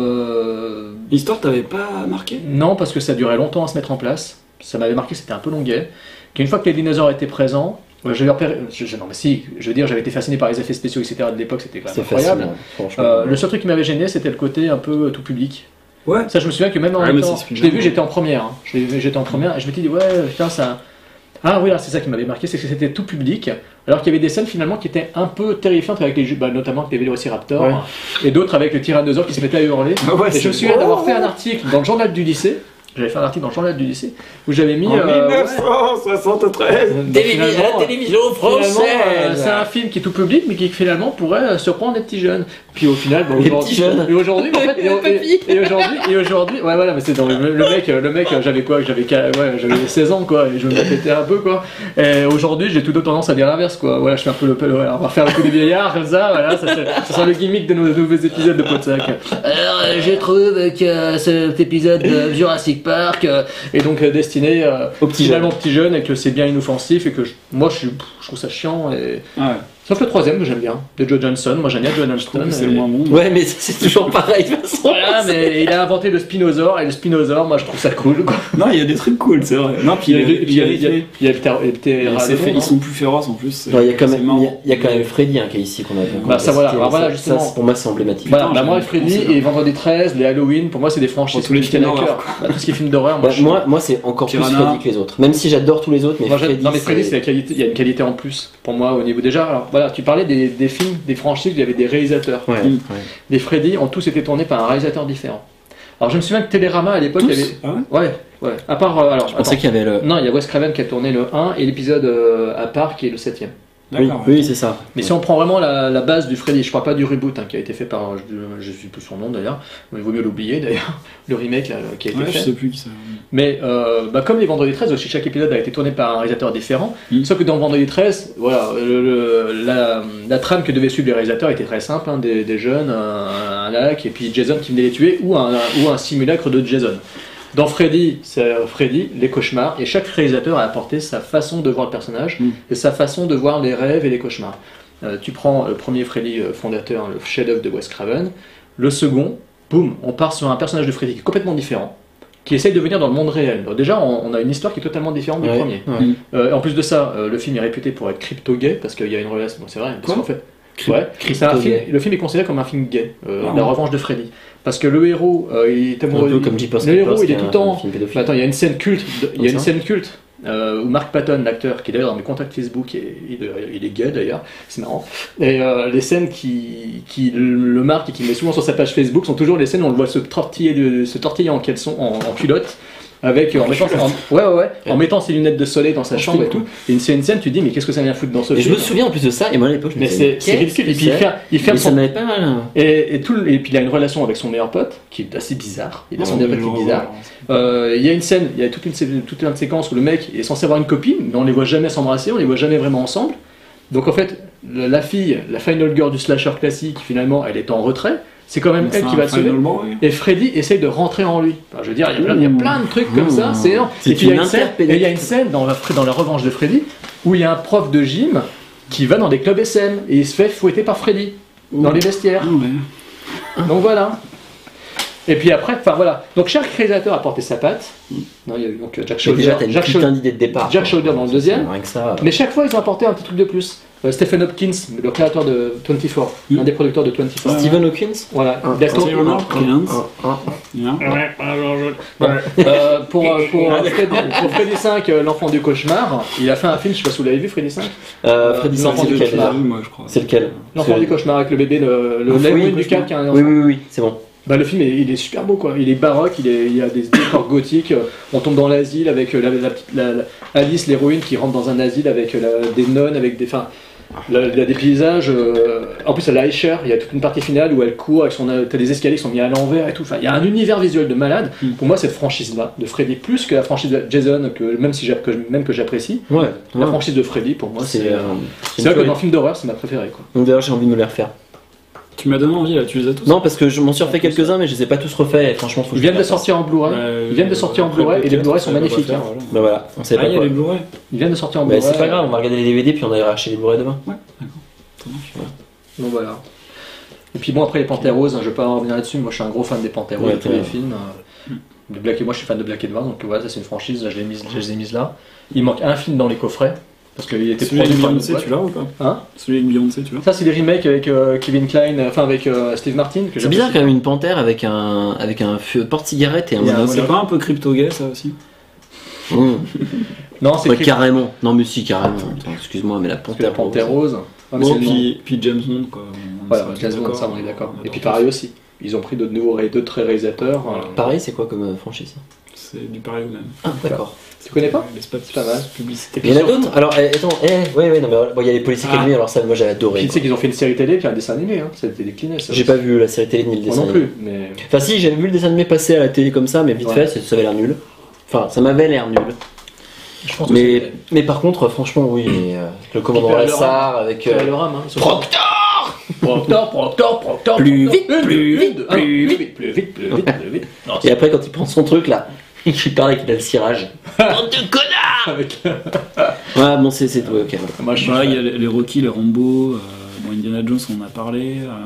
D: euh,
A: L'histoire t'avait pas marqué
D: non, parce que ça durait longtemps à se mettre en place. Ça m'avait marqué, c'était un peu longuet. Qu'une fois que les dinosaures étaient présents, euh, j'avais repéré. je- je- non, mais si, je veux dire, j'avais été fasciné par les effets spéciaux, etc. de l'époque, c'était quand même
G: C'était
D: Bah, incroyable.
G: fascinant, franchement.
D: Euh, le seul truc qui m'avait gêné, c'était le côté un peu euh, tout public.
A: Ouais.
D: Ça, je me souviens que même en
A: Ouais,
D: même
A: mais
D: temps,
A: c'est
D: je l'ai vu,
A: Spielberg.
D: j'étais en première. hein. Je l'ai vu, J'étais en première et je m'étais dit, ouais, putain, ça. Ah oui, là, c'est ça qui m'avait marqué, c'est que c'était tout public, alors qu'il y avait des scènes finalement qui étaient un peu terrifiantes avec les ju- bah, notamment avec les vélociraptors
G: Ouais.
D: hein, et d'autres avec le tyrannosaure qui se mettait à hurler.
A: Ah ouais,
D: et je
A: c'est-
D: me
G: Oh,
D: souviens d'avoir fait un article dans le journal du lycée, j'avais fait un article dans le journal du lycée où j'avais mis.
A: En
D: euh, ouais,
A: 1973
D: bah, finalement, euh,
G: télévision
D: Finalement, euh, c'est un film qui est tout public, mais qui finalement pourrait euh, surprendre les petits jeunes. Puis au final, bon,
G: Les
D: aujourd'hui-
G: petits jeunes.
D: et aujourd'hui, en fait, et,
G: Papy.
D: et- et aujourd'hui, et aujourd'hui, ouais, voilà, mais c'est dans le, le mec, euh, le mec, euh, j'avais quoi, j'avais, qu'à- ouais, j'avais 16 ans, quoi, et je me la pétais un peu, quoi. Et Euh, aujourd'hui, j'ai plutôt tendance à dire l'inverse, quoi. Voilà, je fais un peu le, ouais, on va faire le coup des vieillards, comme ça, voilà, ça, c'est- ça sera le gimmick de nos nouveaux épisodes de Podsac. Alors, euh, je trouve que euh, cet épisode de Jurassic Park euh, est donc euh, destiné euh,
G: Aux petits
D: finalement petit jeune et que c'est bien inoffensif et que je- moi je, suis- pff, je trouve ça chiant et
A: Ah ouais,
D: sauf le troisième que j'aime bien de Joe Johnson moi j'aime bien Joe
A: je trouve
D: Johnston
A: que c'est
D: et-
A: le moins bon.
G: Ouais, mais ça, c'est toujours pareil de toute façon.
D: voilà mais il a inventé le spinosaure et le spinosaure moi je trouve ça cool quoi.
A: Non, il y a des trucs cool, c'est vrai. Non, puis il y a,
D: il y a- il y a-
A: les
D: il y a hein. le ter- le ptéranodon,
A: effets,
D: non
A: ils sont plus féroces en plus. c'est-
G: Non, il y a quand
A: c'est
G: même,
A: marrant.
G: il y a, il y a quand même Freddy hein, qui est ici qu'on a vu.
D: Bah, ça, voilà, alors, voilà,
G: Ça,
D: justement.
G: c'est- pour moi, c'est emblématique.
D: voilà,
A: Putain,
D: bah, moi,
A: j'avais
D: Freddy
A: pensé, là.
D: et Vendredi 13, les Halloween, pour moi, c'est des franchises
A: Pour tous les
D: qui me tiennent à
A: films d'horreur,
D: cœur. Bah, tout ce qui est film d'horreur, moi,
G: Bah,
D: je-
G: moi, moi c'est encore plus
A: Piranha.
G: Freddy que les autres. Même si j'adore tous les autres, mais
D: Moi, j'aime-
G: Freddy.
D: non mais Freddy, c'est la qualité. Il y a une qualité en plus pour moi au niveau déjà. Alors voilà, tu parlais des, des films, des franchises, il y avait des réalisateurs.
G: Ouais,
A: Mm.
G: ouais.
D: Les Freddy ont tous été tournés par un réalisateur différent. Alors je me souviens que Télérama à l'époque, il y
A: Tous
D: avait.
A: Ah ouais
D: Ouais, ouais. À part euh, alors.
G: Je pensais
D: attends.
G: qu'il y avait le.
D: Non, il y a Wes Craven qui a tourné le 1 et l'épisode euh, à part qui est le 7
G: Oui,
A: D'accord.
G: oui, c'est ça.
D: mais si on prend vraiment la, la base du Freddy, je parle pas du reboot hein, qui a été fait par, euh, je, ne sais plus son nom d'ailleurs, mais il vaut mieux l'oublier d'ailleurs, le remake là, euh, qui a été
A: Ouais, je
D: fait.
A: sais plus qui ça.
D: Mais euh, bah, comme les Vendredi 13, aussi chaque épisode a été tourné par un réalisateur différent.
A: Mm.
D: Sauf que dans Vendredi 13, voilà, le- le- la, la trame que devaient suivre les réalisateurs était très simple hein, des, des jeunes, un, un lac, et puis Jason qui venait les tuer, ou un, ou un simulacre de Jason. Dans Freddy, c'est euh, Freddy, les cauchemars, et chaque réalisateur a apporté sa façon de voir le personnage
A: Mm.
D: et sa façon de voir les rêves et les cauchemars. Euh, tu prends le premier Freddy euh, fondateur, hein, le chef-d'œuvre de Wes Craven, le second, boum, on part sur un personnage de Freddy qui est complètement différent, qui essaye de venir dans le monde réel. Donc déjà, on, on a une histoire qui est totalement différente du
G: Ouais,
D: premier.
G: ouais.
D: Euh, en plus de ça, euh, le film est réputé pour être crypto-gay parce qu'il y a une relation. Bon, c'est vrai, parce
A: Quoi
D: qu'en fait. Hmm. Ouais, c'est un
G: crypto-gay.
D: film- le film est considéré comme un film gay, euh,
A: Ah,
D: La
A: ouais.
D: Revanche de Freddy. Parce que le héros, euh, il est
G: Un
D: amoureux.
G: peu comme Jeepers
D: le
G: Creepers,
D: héros, il
G: qui
D: est tout
G: un-
D: le temps.
G: un film pédophile.
D: Bah, attends, il y a une scène culte, de- il y a une
G: Comme ça.
D: scène culte euh, où Mark Patton, l'acteur, qui est d'ailleurs dans mes contacts Facebook, et, il, est- il est gay d'ailleurs, c'est marrant. Et euh, les scènes qui, qui le le marquent et qui met souvent sur sa page Facebook sont toujours les scènes où on le voit se tortiller, de- se tortiller en caleçon, en, en culotte. Avec, euh, en, mettant, en- ouais, ouais, ouais, en mettant ses lunettes de soleil dans sa chambre et tout. Et une- c'est une scène, tu te dis, mais qu'est-ce que ça vient foutre dans ce
G: Et je
D: film
G: me souviens en plus de ça, et moi à l'époque, je me
D: Mais
G: disais,
D: c'est c'est
G: qu'est-ce
D: ridicule.
G: que
D: Et puis il
G: c'est
D: ferme, il ferme
G: Mais ça
D: son
G: m'avait pas mal. hein.
D: et, et tout, le- et puis il a une relation avec son meilleur pote, qui est assez bizarre. Il a son meilleur pote qui est bizarre. Euh, Il y a une scène, il y a toute une, sé- toute une séquence où le mec est censé avoir une copine, mais on les voit jamais s'embrasser, on les voit jamais vraiment ensemble. Donc en fait, la, la fille, la final girl du slasher classique, finalement, elle est en retrait. C'est quand même
A: Donc,
D: elle
A: c'est
D: qui
A: un
D: va le sauver.
A: final boy.
D: Et Freddy essaye de rentrer en lui. Enfin, je veux dire, il y a plein, il y a plein de trucs comme ça,
G: Mmh.
D: c'est énorme.
G: C'est
D: Et puis il y a
G: une
D: une scène, et il y a une scène dans la, dans la revanche de Freddy où il y a un prof de gym qui va dans des clubs SM et il se fait fouetter par Freddy dans les vestiaires.
A: Ah ouais.
D: Donc voilà. Et puis après, enfin voilà. Donc chaque réalisateur a porté sa patte. Non, il y a eu donc euh, Jack
G: Mais
D: Schauder.
G: déjà, t'as une
D: Jack
G: putain
D: Schau-
G: d'idée de départ.
D: Jack
G: quoi.
D: Schauder dans le deuxième.
G: Rien que ça.
D: Mais chaque fois, ils ont apporté un petit truc de plus. Euh, Stephen Hopkins, le créateur de 24,
G: Mm.
D: l'un des producteurs de 24.
G: Stephen Hawkins
D: Voilà.
G: Un-
D: Il a tourné-
A: Stephen Hopkins.
D: ah,
G: Un- un-
A: Bien.
D: Euh, pour euh, pour, euh, Freddy, pour Freddy 5, euh, l'enfant du cauchemar, il a fait un film, je sais pas si vous l'avez vu, Freddy 5.
G: Euh, Freddy
D: L'enfant
G: Sands, c'est
D: du
G: lequel
A: Je l'ai
G: déjà
D: cauchemar.
A: vu, moi, je crois.
G: C'est lequel
D: L'enfant du cauchemar avec le bébé, le, le
G: Oui,
D: l'héroïne
G: oui,
D: du cap qui a un
G: Oui, oui, oui, c'est bon.
D: Bah, le film est- il est super beau quoi, il est baroque, il, est- il y a des décors gothiques, euh, on tombe dans l'asile avec euh, la, la petite- la- la- Alice l'héroïne qui rentre dans un asile avec euh, la- des nonnes, avec des... Enfin, là, il y a des paysages, euh, en plus elle a Escher, il y a toute une partie finale où elle court, avec son, euh, t'as des escaliers qui sont mis à l'envers et tout, enfin il y a un univers visuel de malade,
G: Mm.
D: pour moi cette franchise là, de Freddy, plus que la franchise de Jason, que même, si j'a- que, même que j'apprécie,
G: Ouais,
D: la
G: ouais.
D: franchise de Freddy pour moi c'est...
G: C'est
D: euh,
G: euh,
D: c'est vrai que
G: une-
D: dans le film d'horreur c'est ma préférée quoi.
G: Donc d'ailleurs, j'ai envie de me les refaire.
A: Tu m'as donné envie là, tu les as tous
G: Non, parce que je m'en suis refait quelques-uns, mais je les ai pas tous refaits. et Franchement, faut que
D: Ils
G: je
D: viennent
G: les
D: de
G: fasse.
D: sortir en Blu-ray.
A: Euh,
D: Ils viennent de sortir en
A: après le
D: Blu-ray et les
A: podcast,
D: Blu-ray sont
A: on va
D: magnifiques.
A: faire,
D: hein.
A: voilà.
G: Bah voilà, on sait
A: Ah,
G: pas
A: il y a
G: quoi.
A: les Blu-ray.
D: Ils viennent de sortir en
G: Mais
D: Blu-ray.
G: c'est pas grave, on va regarder les DVD puis on ira acheter les Blu-ray demain.
D: Donc voilà. Et puis bon, après les Panthères Roses, hein, je vais pas revenir là-dessus, moi je suis un gros fan des Panthères Roses,
G: Ouais,
D: de tous
G: t'es-
D: les films. euh, de Black et moi je suis fan de Black Edward, donc voilà, ça c'est une franchise, là, je, l'ai mise, je les ai mises là. Il manque un film dans les coffrets, parce qu'il était
A: Celui avec
D: produit par une
A: Beyoncé,
D: boîte.
A: tu l'as ou pas
D: Hein
A: Celui avec Beyoncé, tu l'as
D: Ça c'est les remakes avec euh, Kevin Klein, euh, enfin avec euh, Steve Martin. que
G: C'est bizarre
D: j'apprécie.
G: quand même une panthère avec un avec un feu- porte-cigarette et un
D: Il y a un
G: monocle.
A: C'est pas un peu crypto-gay ça aussi
G: Mmh.
D: Non, c'est
G: Ouais,
D: écrit-
G: carrément. Non, mais si, carrément. Attends, excuse-moi, mais la
D: parce que la
G: panthère.
D: Panthère
G: rose.
D: Rose. Ah, mais
A: Bon,
D: c'est le nom.
A: Oh, puis, puis James Bond quoi. On
D: Voilà,
A: sera tous
D: James Bond, ça on est d'accord.
A: on
D: Et puis pareil aussi, ils ont pris de nouveaux ré- deux très réalisateurs. euh,
G: Pareil, c'est quoi comme euh, franchise
A: C'est du pareil au même.
G: Ah, d'accord.
D: Tu connais pas
A: Mais c'est pas,
D: pas mal.
A: publicité.
G: Il y en a d'autres Alors, eh, attends, eh, ouais, ouais, non, mais euh, bon, il y a les Police
A: Ah.
G: Academy, alors ça, moi j'ai
D: Puis
G: adoré.
D: tu sais
G: quoi.
D: qu'ils ont fait une série télé puis un dessin animé, hein. ça a été décliné. ça
G: J'ai
D: aussi.
G: pas vu la série télé ni le
D: Moi
G: dessin.
D: non
G: animé.
D: plus, mais.
G: Enfin, si, j'avais vu le dessin animé passer à la télé comme ça, mais vite
D: Ouais.
G: fait, ça- ça avait l'air nul. Enfin, ça m'avait l'air nul.
D: Je pense
G: Mais, mais par contre, franchement, oui, mais, euh, le commandant
D: Hyper
G: Lassar avec. euh,
D: le rame, hein, sauf-
G: Proctor
D: Proctor, Proctor, Proctor,
G: Plus
D: Proctor.
G: vite,
D: Une,
G: plus
D: une,
G: vite,
D: un,
G: plus
D: vite, plus vite, plus vite, plus vite. Non,
G: Et après, quand il prend son truc là, il parle et qu'il a le cirage. Bande de connards
D: c'est avec. euh,
G: Ouais, bon, c'est. c'est- Ouais, ok. voilà.
D: Moi, je suis
A: Voilà, il y
D: fan.
A: a les les Rocky, les Rambo, euh, bon, Indiana Jones, on en a parlé. euh,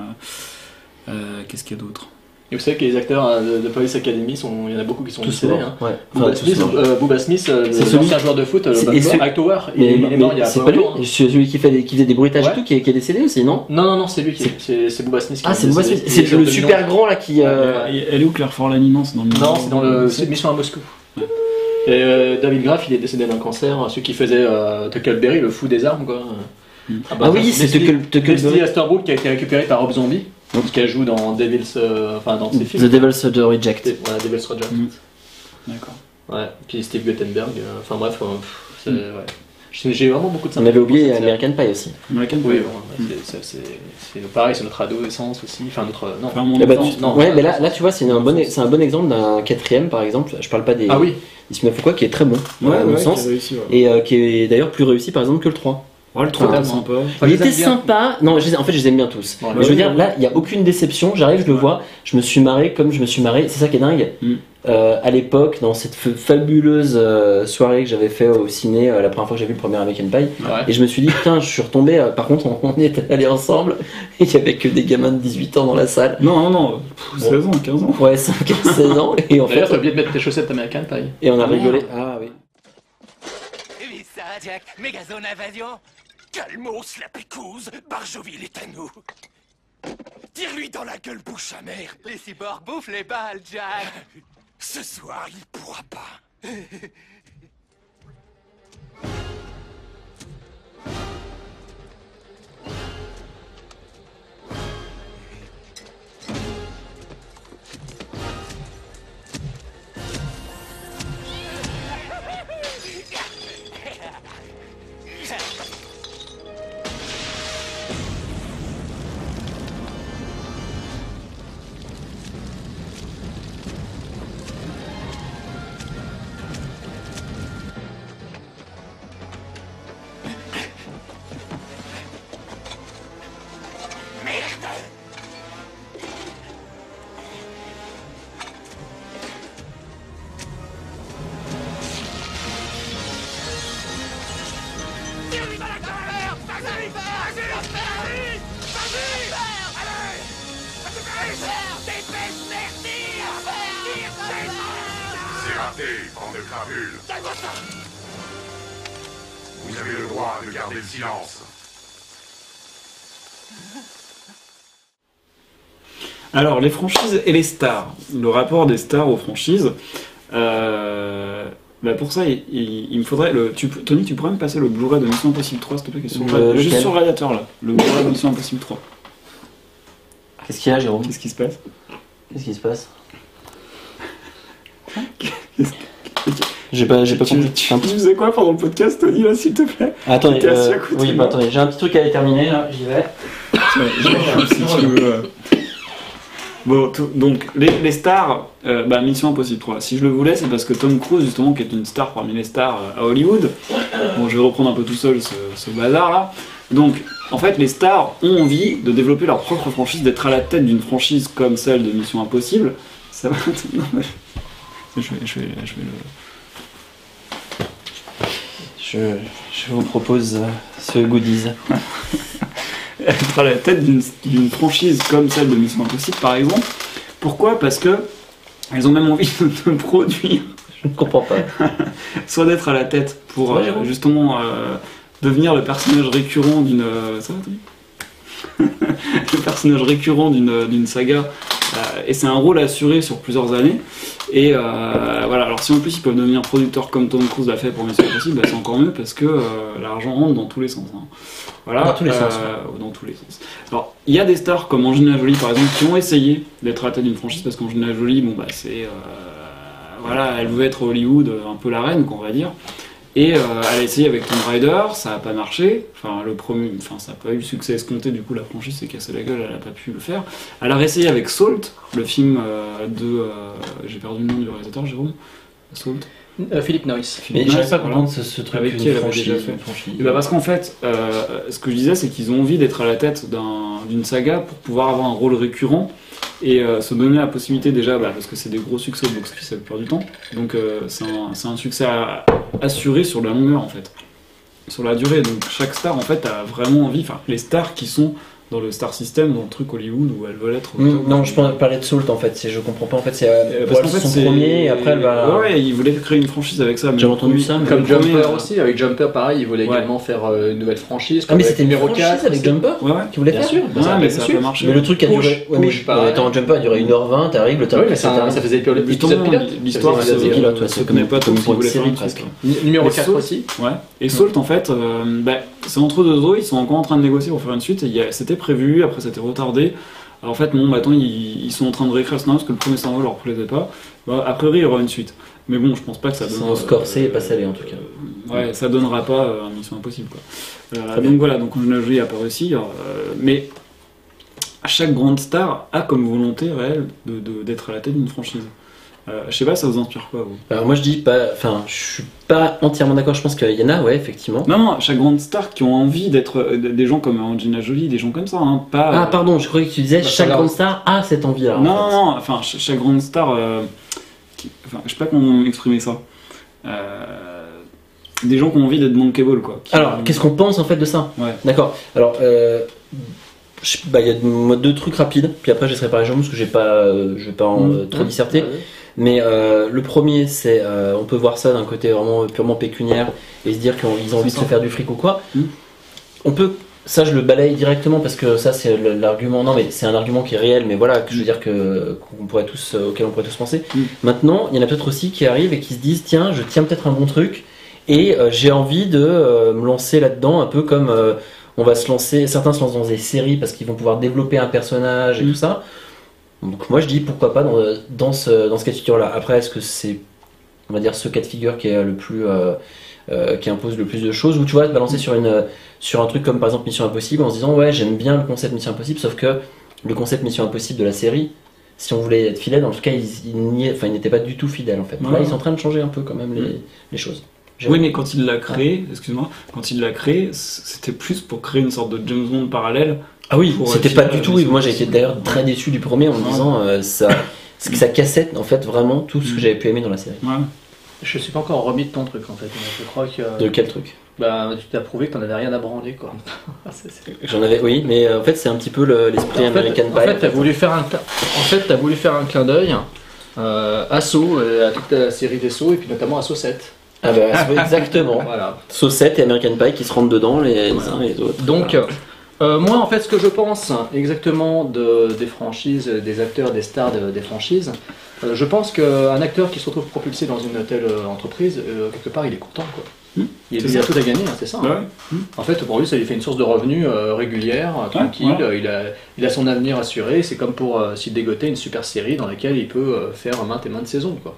A: euh, Qu'est-ce qu'il y a d'autre
D: Et vous savez que les acteurs hein, de, de Police Academy, sont- il y en a beaucoup qui sont
G: Tous
D: décédés.
G: morts.
D: hein.
G: Ouais. Enfin,
D: Booba
G: tous
D: Smith,
G: morts.
D: euh, Booba Smith, euh,
G: C'est celui-
D: l'ancien joueur de foot, euh,
G: C'est-
D: le
G: et celui-
D: Hightower, il,
G: Mais-
D: est- il est mort il y
G: mais
D: a
G: c'est
D: peu
G: pas lui,
D: longtemps, hein.
G: c'est celui qui, fait des, qui faisait des bruitages
D: Ouais.
G: et tout, qui est, qui est décédé aussi, non
D: Non, non, non, c'est lui qui est- C'est c'est Booba Smith qui
G: Ah,
D: est
G: c'est le,
D: décédé.
G: c'est
D: Il est
G: le
D: sur
G: super grand là qui. euh,
A: Euh, Elle est où Claire Forlani Non, c'est dans le.
D: Non, c'est dans le c'est Mission à Moscou. Et euh, David Graff, il est décédé d'un cancer, celui qui faisait euh, Tuckleberry, le fou des armes, quoi. bah,
G: Ah oui, c'est
D: Leslie-
G: Tuckle- Tuckleberry.
D: Leslie Asterbrook qui a été récupérée par Rob Zombie, parce qu'elle joue dans Devil's, euh, enfin dans ses
G: The
D: films.
G: Devil's Soldier Reject.
D: Voilà, Devil's Roger.
A: D'accord.
D: Ouais. Puis Steve Guttenberg. euh, Enfin bref, euh, pff, c'est- ouais. J'ai- J'ai vraiment beaucoup de
G: On avait oublié
D: sympathie pour cette série.
G: American Pie aussi.
A: American
D: Oui,
A: Pie.
D: bon, ouais, c'est- c'est- c'est c'est pareil, c'est notre adolescence aussi. Enfin, notre non.
A: Enfin, mon
G: Eh ben,
A: enfance.
G: tu-
D: non,
G: ouais,
D: non,
G: mais
D: non,
G: là, là, tu vois, c'est un bon, e-, c'est un bon exemple d'un quatrième, par exemple. Je parle pas des.
D: ah oui.
G: Il se met Foucault qui est très bon,
A: Ouais,
G: à
A: ouais,
G: mon
A: qui a
G: sens,
A: réussi, ouais.
G: et euh, qui est d'ailleurs plus réussi, par exemple, que le 3.
A: Ouais, le 3
G: Totalement.
A: est sympa.
G: il
D: Enfin, je les
G: était
D: aime bien. Ah bah
G: sympa. Non, je les- en fait, je les aime bien tous.
D: Ouais,
G: mais je
A: ouais,
G: veux dire,
A: ouais.
G: là, il n'y a aucune déception. J'arrive, je le vois. Je me suis marré comme je me suis marré. C'est ça qui est dingue.
A: Mm.
G: Euh, à l'époque, dans cette f- fabuleuse euh, soirée que j'avais fait au ciné, euh, la première fois que j'ai vu le premier American Pie,
D: Ouais.
G: et je me suis dit, putain, je suis retombé. euh, par contre, on, on y est allé ensemble, et il y avait que des gamins de 18 ans dans la salle.
A: Non, non, non. pff, 16 ans, 15 ans.
G: Ouais, 5 16 ans, et en fait,
D: D'ailleurs, t'as oublié de mettre tes chaussettes américaines, pareil.
G: et on a rigolé. Ah oui.
J: Oui, ça, Jack. Mégazone invasion. Calmos, la pécouse, Barjoville est à nous. Tire-lui dans la gueule, bouche amère. Les cyborgs bouffent les balles, Jack. Ce soir, il pourra pas.
K: C'est raté, bande de crapules. Vous avez le droit de garder le silence.
A: Alors, les franchises et les stars. Le rapport des stars aux franchises. Euh, bah pour ça, il, il- il me faudrait. Le, tu peux- Tony, tu pourrais me passer le Blu-ray de Mission Impossible 3, s'il te plaît, qui est sur-
G: Le-
A: juste
G: Euh, lequel
A: sur le radiateur là. Le Blu-ray de Mission Impossible 3.
G: Qu'est-ce qu'il y a, Jérôme
A: Qu'est-ce qui se passe
G: Qu'est-ce qui se passe J'ai pas, j'ai pas
A: tu,
G: compris.
A: tu- tu faisais quoi pendant le podcast, Tony, là, s'il te plaît
G: Attendez,
A: t'étais assis
G: euh,
A: à côté
G: oui,
A: de
G: bah,
A: moi.
G: attendez, j'ai un petit truc à aller terminer là, j'y vais.
A: Si tu veux, euh. Bon, tout- donc les, les stars, euh, bah, Mission Impossible 3. Si je le voulais, c'est parce que Tom Cruise, justement, qui est une star parmi les stars euh, à Hollywood. Bon, je vais reprendre un peu tout seul ce, ce bazar là. Donc, en fait, les stars ont envie de développer leur propre franchise, d'être à la tête d'une franchise comme celle de Mission Impossible. Ça va. Non, mais- Je vais, je vais- je vais le.
G: Je, je vous propose euh, ce goodies.
A: Être à la tête d'une- d'une franchise comme celle de Mission Impossible, par exemple. Pourquoi Parce que elles ont même envie de produire.
G: Je ne comprends pas.
A: Soit d'être à la tête pour
G: Ouais,
A: euh,
G: Jérôme.
A: justement euh, devenir le personnage récurrent d'une. euh, Ça va, Tony le personnage récurrent d'une d'une saga. euh, et c'est un rôle assuré sur plusieurs années. Et euh, voilà, alors si en plus ils peuvent devenir producteurs comme Tom Cruise l'a fait pour Mission Impossible, bah, c'est encore mieux parce que euh, l'argent rentre dans tous les sens. hein. Voilà, euh,
G: Dans tous les sens,
A: Dans tous les sens. Alors, il y a des stars comme Angelina Jolie par exemple qui ont essayé d'être à la tête d'une franchise parce qu'Angelina Jolie, bon bah c'est. euh, voilà, elle veut être Hollywood, euh, un peu la reine, qu'on va dire. Et euh, elle a essayé avec Tomb Raider, ça n'a pas marché. Enfin, le premier, enfin, ça n'a pas eu le succès escompté. Du coup, la franchise s'est cassée la gueule, elle n'a pas pu le faire. Elle a réessayé avec Salt, le film euh, de. euh, J'ai perdu le nom du réalisateur, Jérôme. Salt.
D: Euh, Philippe Norris.
G: Mais
A: Nice,
G: j'arrive pas à
A: voilà.
G: comprendre ce, ce truc
A: Avec
G: une
A: qui elle avait
G: franchise,
A: déjà fait.
G: une franchise.
A: Et bah parce qu'en fait, euh, ce que je disais, c'est qu'ils ont envie d'être à la tête d'un- d'une saga pour pouvoir avoir un rôle récurrent et euh, se donner la possibilité déjà, bah, parce que c'est des gros succès de box-office la plupart du temps, donc euh, c'est un, c'est un succès à- assuré sur la longueur en fait, sur la durée. Donc chaque star en fait a vraiment envie, enfin les stars qui sont dans le star system, dans le truc Hollywood où elles veulent être. au
G: Mm,
A: top.
G: Non, je parlais de Salt en fait, c'est- je comprends pas en fait, c'est
A: Euh,
G: euh,
A: parce
G: voilà,
A: qu'en fait,
G: son
A: c'est-
G: premier et après elle va.
A: Ouais, ouais, ils voulaient créer une franchise avec ça. mais
G: J'ai
A: le
G: entendu
A: premier-
G: ça, mais
A: le
D: Comme
A: premier,
D: Jumper
A: euh,
D: aussi, avec Jumper pareil, ils voulaient
A: Ouais.
D: également faire euh, une nouvelle franchise.
G: Ah, mais
D: comme
G: c'était une
D: numéro Ah
G: franchise
D: 4,
G: avec Jumper
A: Ouais, ouais.
G: qui voulait
D: Bien
G: faire
D: sûr.
A: Ouais,
D: Ça a
A: mais
D: pas
A: ça a
D: marché.
A: pas marché.
G: Mais le truc a
D: Push,
G: duré. Ouais, mais
D: push, pareil.
G: en étant en Jumper, il durait 1h20, t'arrives, le temps
D: Oui,
G: que
D: mais ça,
G: t'atteins-
D: ça faisait épisode
A: Mais
D: épisode
A: justement,
D: pilote.
A: l'histoire,
G: Ça faisait
A: c'est
G: épisode pilote, ouais,
A: c'est
G: c'est
A: comme
G: comme-
A: pas
G: comme
A: comme si
G: pour
A: vous
G: une
A: voulez faire
G: série,
A: un truc.
G: presque.
D: N- Numéro
A: Mais
D: 4
A: Salt-
D: aussi.
A: Ouais. Et Salt, en fait, euh, bah, c'est entre deux eaux, ils sont encore en train de négocier pour faire une suite. et il y a- C'était prévu, après c'était retardé. Alors, en fait, bon, bah, attends, ils, ils sont en train de réécrire ce nom parce que le premier scénario leur plaisait pas. Bah, a priori, il y aura une suite. Mais bon, je pense pas que ça donne.
G: Sans scorcer et pas salé, en tout cas.
A: euh, ouais, ça donnera pas euh, un Mission Impossible. Quoi. Euh, donc voilà, donc on a joué à pas réussir. euh, mais chaque grande star a comme volonté réelle de- de- d'être à la tête d'une franchise. Euh, je sais pas, ça vous inspire quoi, vous
G: Alors moi je dis pas. Enfin, je suis pas entièrement d'accord, je pense qu'il y en a, ouais, effectivement.
A: Non, non, chaque grande star qui ont envie d'être euh, d- des gens comme Angelina Jolie, des gens comme ça, hein, pas.
G: Ah,
A: euh,
G: pardon, je croyais que tu disais
D: Bah,
G: chaque
D: alors-
G: grande star a cette envie-là. en
A: Non,
G: fait.
A: non, non, enfin, ch- chaque grande star. euh, qui- Enfin, je sais pas comment exprimer ça. Euh, Des gens qui ont envie d'être bankable, quoi. qui-
G: Alors, qu'est-ce qu'on pense en fait de ça
A: Ouais.
G: D'accord. Alors, euh, je- bah, il y a de- moi, deux trucs rapides, puis après je laisserai parler Jérôme parce que j'ai pas, euh, je vais pas en,
A: Mmh.
G: euh, trop disserter. Mais euh, le premier, c'est euh, on peut voir ça d'un côté vraiment euh, purement pécuniaire et se dire qu'ils ont envie de
A: C'est
G: se
A: ça.
G: faire du fric ou quoi.
A: Mmh.
G: On peut, ça je le balaye directement parce que ça c'est le- l'argument. Non mais c'est un argument qui est réel, mais voilà, que je veux dire que qu'on pourrait tous, euh, auquel on pourrait tous penser.
A: Mmh.
G: Maintenant, il y en a peut-être aussi qui arrivent et qui se disent tiens, je tiens peut-être un bon truc et euh, j'ai envie de euh, me lancer là-dedans un peu comme euh, on va se lancer. Certains se lancent dans des séries parce qu'ils vont pouvoir développer un personnage et
A: Mmh.
G: tout ça. Donc moi je dis pourquoi pas dans, dans ce, dans ce cas de figure là. Après est-ce que c'est on va dire ce cas de figure qui est le plus euh, euh, qui impose le plus de choses ou tu vois te balancer sur une sur un truc comme par exemple Mission Impossible en se disant ouais j'aime bien le concept Mission Impossible sauf que le concept Mission Impossible de la série si on voulait être fidèle en tout cas ils, ils n'y est- enfin, ils n'étaient pas du tout fidèles en fait.
A: Ouais.
G: Là ils sont en train de changer un peu quand même les,
A: Mm.
G: les choses.
A: Oui, mais quand il l'a créé, excuse-moi, quand il l'a créé, c- c'était plus pour créer une sorte de James Bond parallèle.
G: Ah oui,
A: Pour
G: c'était
A: être
G: pas
A: fidèle
G: du
A: à
G: tout.
A: la
G: oui.
A: maison
G: Moi, j'ai
A: aussi.
G: été d'ailleurs très déçu du premier en me
A: Ouais.
G: disant euh, ça, c'est que ça cassette en fait vraiment tout ce que
A: Mm.
G: j'avais pu aimer dans la série.
A: Ouais.
D: Je suis pas encore remis de ton truc en fait. Je crois que euh,
G: De quel truc
D: bah, tu t'as prouvé que t'en avais rien à branler quoi. C'est- c'est-
G: J'en avais, oui, mais euh, en fait, c'est un petit peu le- l'esprit
D: en fait,
G: American
D: en
G: Pie.
D: fait, t'as voulu faire un, cla- en fait, t'as voulu faire un clin d'œil euh, à Saw, euh, à toute la série des sauts et puis notamment à Saw 7.
G: Ah bah, c'est- exactement.
D: Voilà.
G: Saucette et American Pie qui se rentrent dedans les, les uns et les autres.
D: Donc,
G: Voilà.
D: euh, moi, en fait, ce que je pense exactement de- des franchises, des acteurs, des stars de- des franchises, euh, je pense qu'un acteur qui se retrouve propulsé dans une telle euh, entreprise, euh, quelque part, il est content, quoi.
A: Hmm,
D: Il
A: c'est
D: il a
A: ça.
D: tout à gagner, hein, c'est ça. hein.
A: Ouais.
D: En fait, pour lui, ça lui fait une source de revenus euh, régulière, euh, tranquille.
A: voilà.
D: euh, Il, a, il a son avenir assuré. C'est comme pour euh, s'y dégoter une super série dans laquelle il peut euh, faire maintes et maintes saisons, quoi.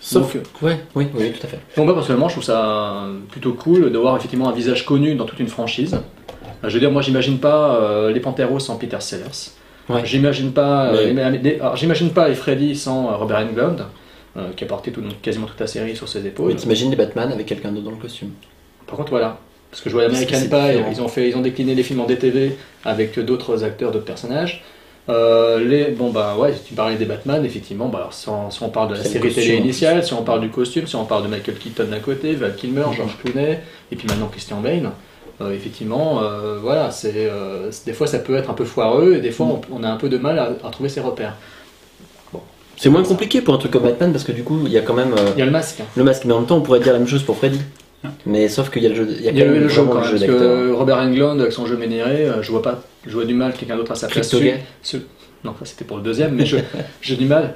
G: Sauf
D: Donc,
G: Ouais, oui, oui, tout à fait.
D: donc moi personnellement je trouve ça euh, plutôt cool de voir effectivement un visage connu dans toute une franchise. Euh, Je veux dire moi j'imagine pas euh, les Panteros sans Peter Sellers.
G: Ouais.
D: J'imagine pas euh,
G: Mais-
D: les- les- les- alors, j'imagine pas les Freddy sans euh, Robert Englund euh, qui a porté tout- quasiment toute la série sur ses épaules.
G: Mais t'imagines les Batman avec quelqu'un d'autre dans le costume.
D: Par contre voilà, Parce que je vois American
G: C'est
D: Pie,
G: différent.
D: ils ont, fait, ils ont décliné les films en DTV avec d'autres acteurs, d'autres personnages. Euh, les, bon bah ouais, tu parlais des Batman, effectivement, bah alors, si, on, si on parle de la
G: C'est le
D: série
G: costume,
D: télé
G: en plus. Mhm.
D: initiale, si on parle du costume, si on parle de Michael Keaton d'un côté, Val Kilmer, George Clooney, et puis maintenant Christian Bale, euh, effectivement, euh, voilà, c'est euh, c'est- des fois ça peut être un peu foireux, et des
G: Mhm.
D: fois on, on a un peu de mal à, à trouver ses repères.
G: C'est moins compliqué pour un truc comme Batman parce que du coup, il y a quand même euh,
D: Il y a le masque. hein.
G: le masque, mais en même temps, on pourrait dire la même chose pour Freddy. Mais sauf qu'il y a le jeu, il y a
D: Il y a
G: quand
D: eu
G: même
D: le jeu
G: vraiment
D: quand même, parce
G: d'acteur.
D: que Robert Englund avec son jeu Ménéré, euh, je vois pas, je vois du mal quelqu'un d'autre à sa place.
G: Christo Gay.
D: Ce- Non, ça c'était pour le deuxième, mais je- j'ai du mal.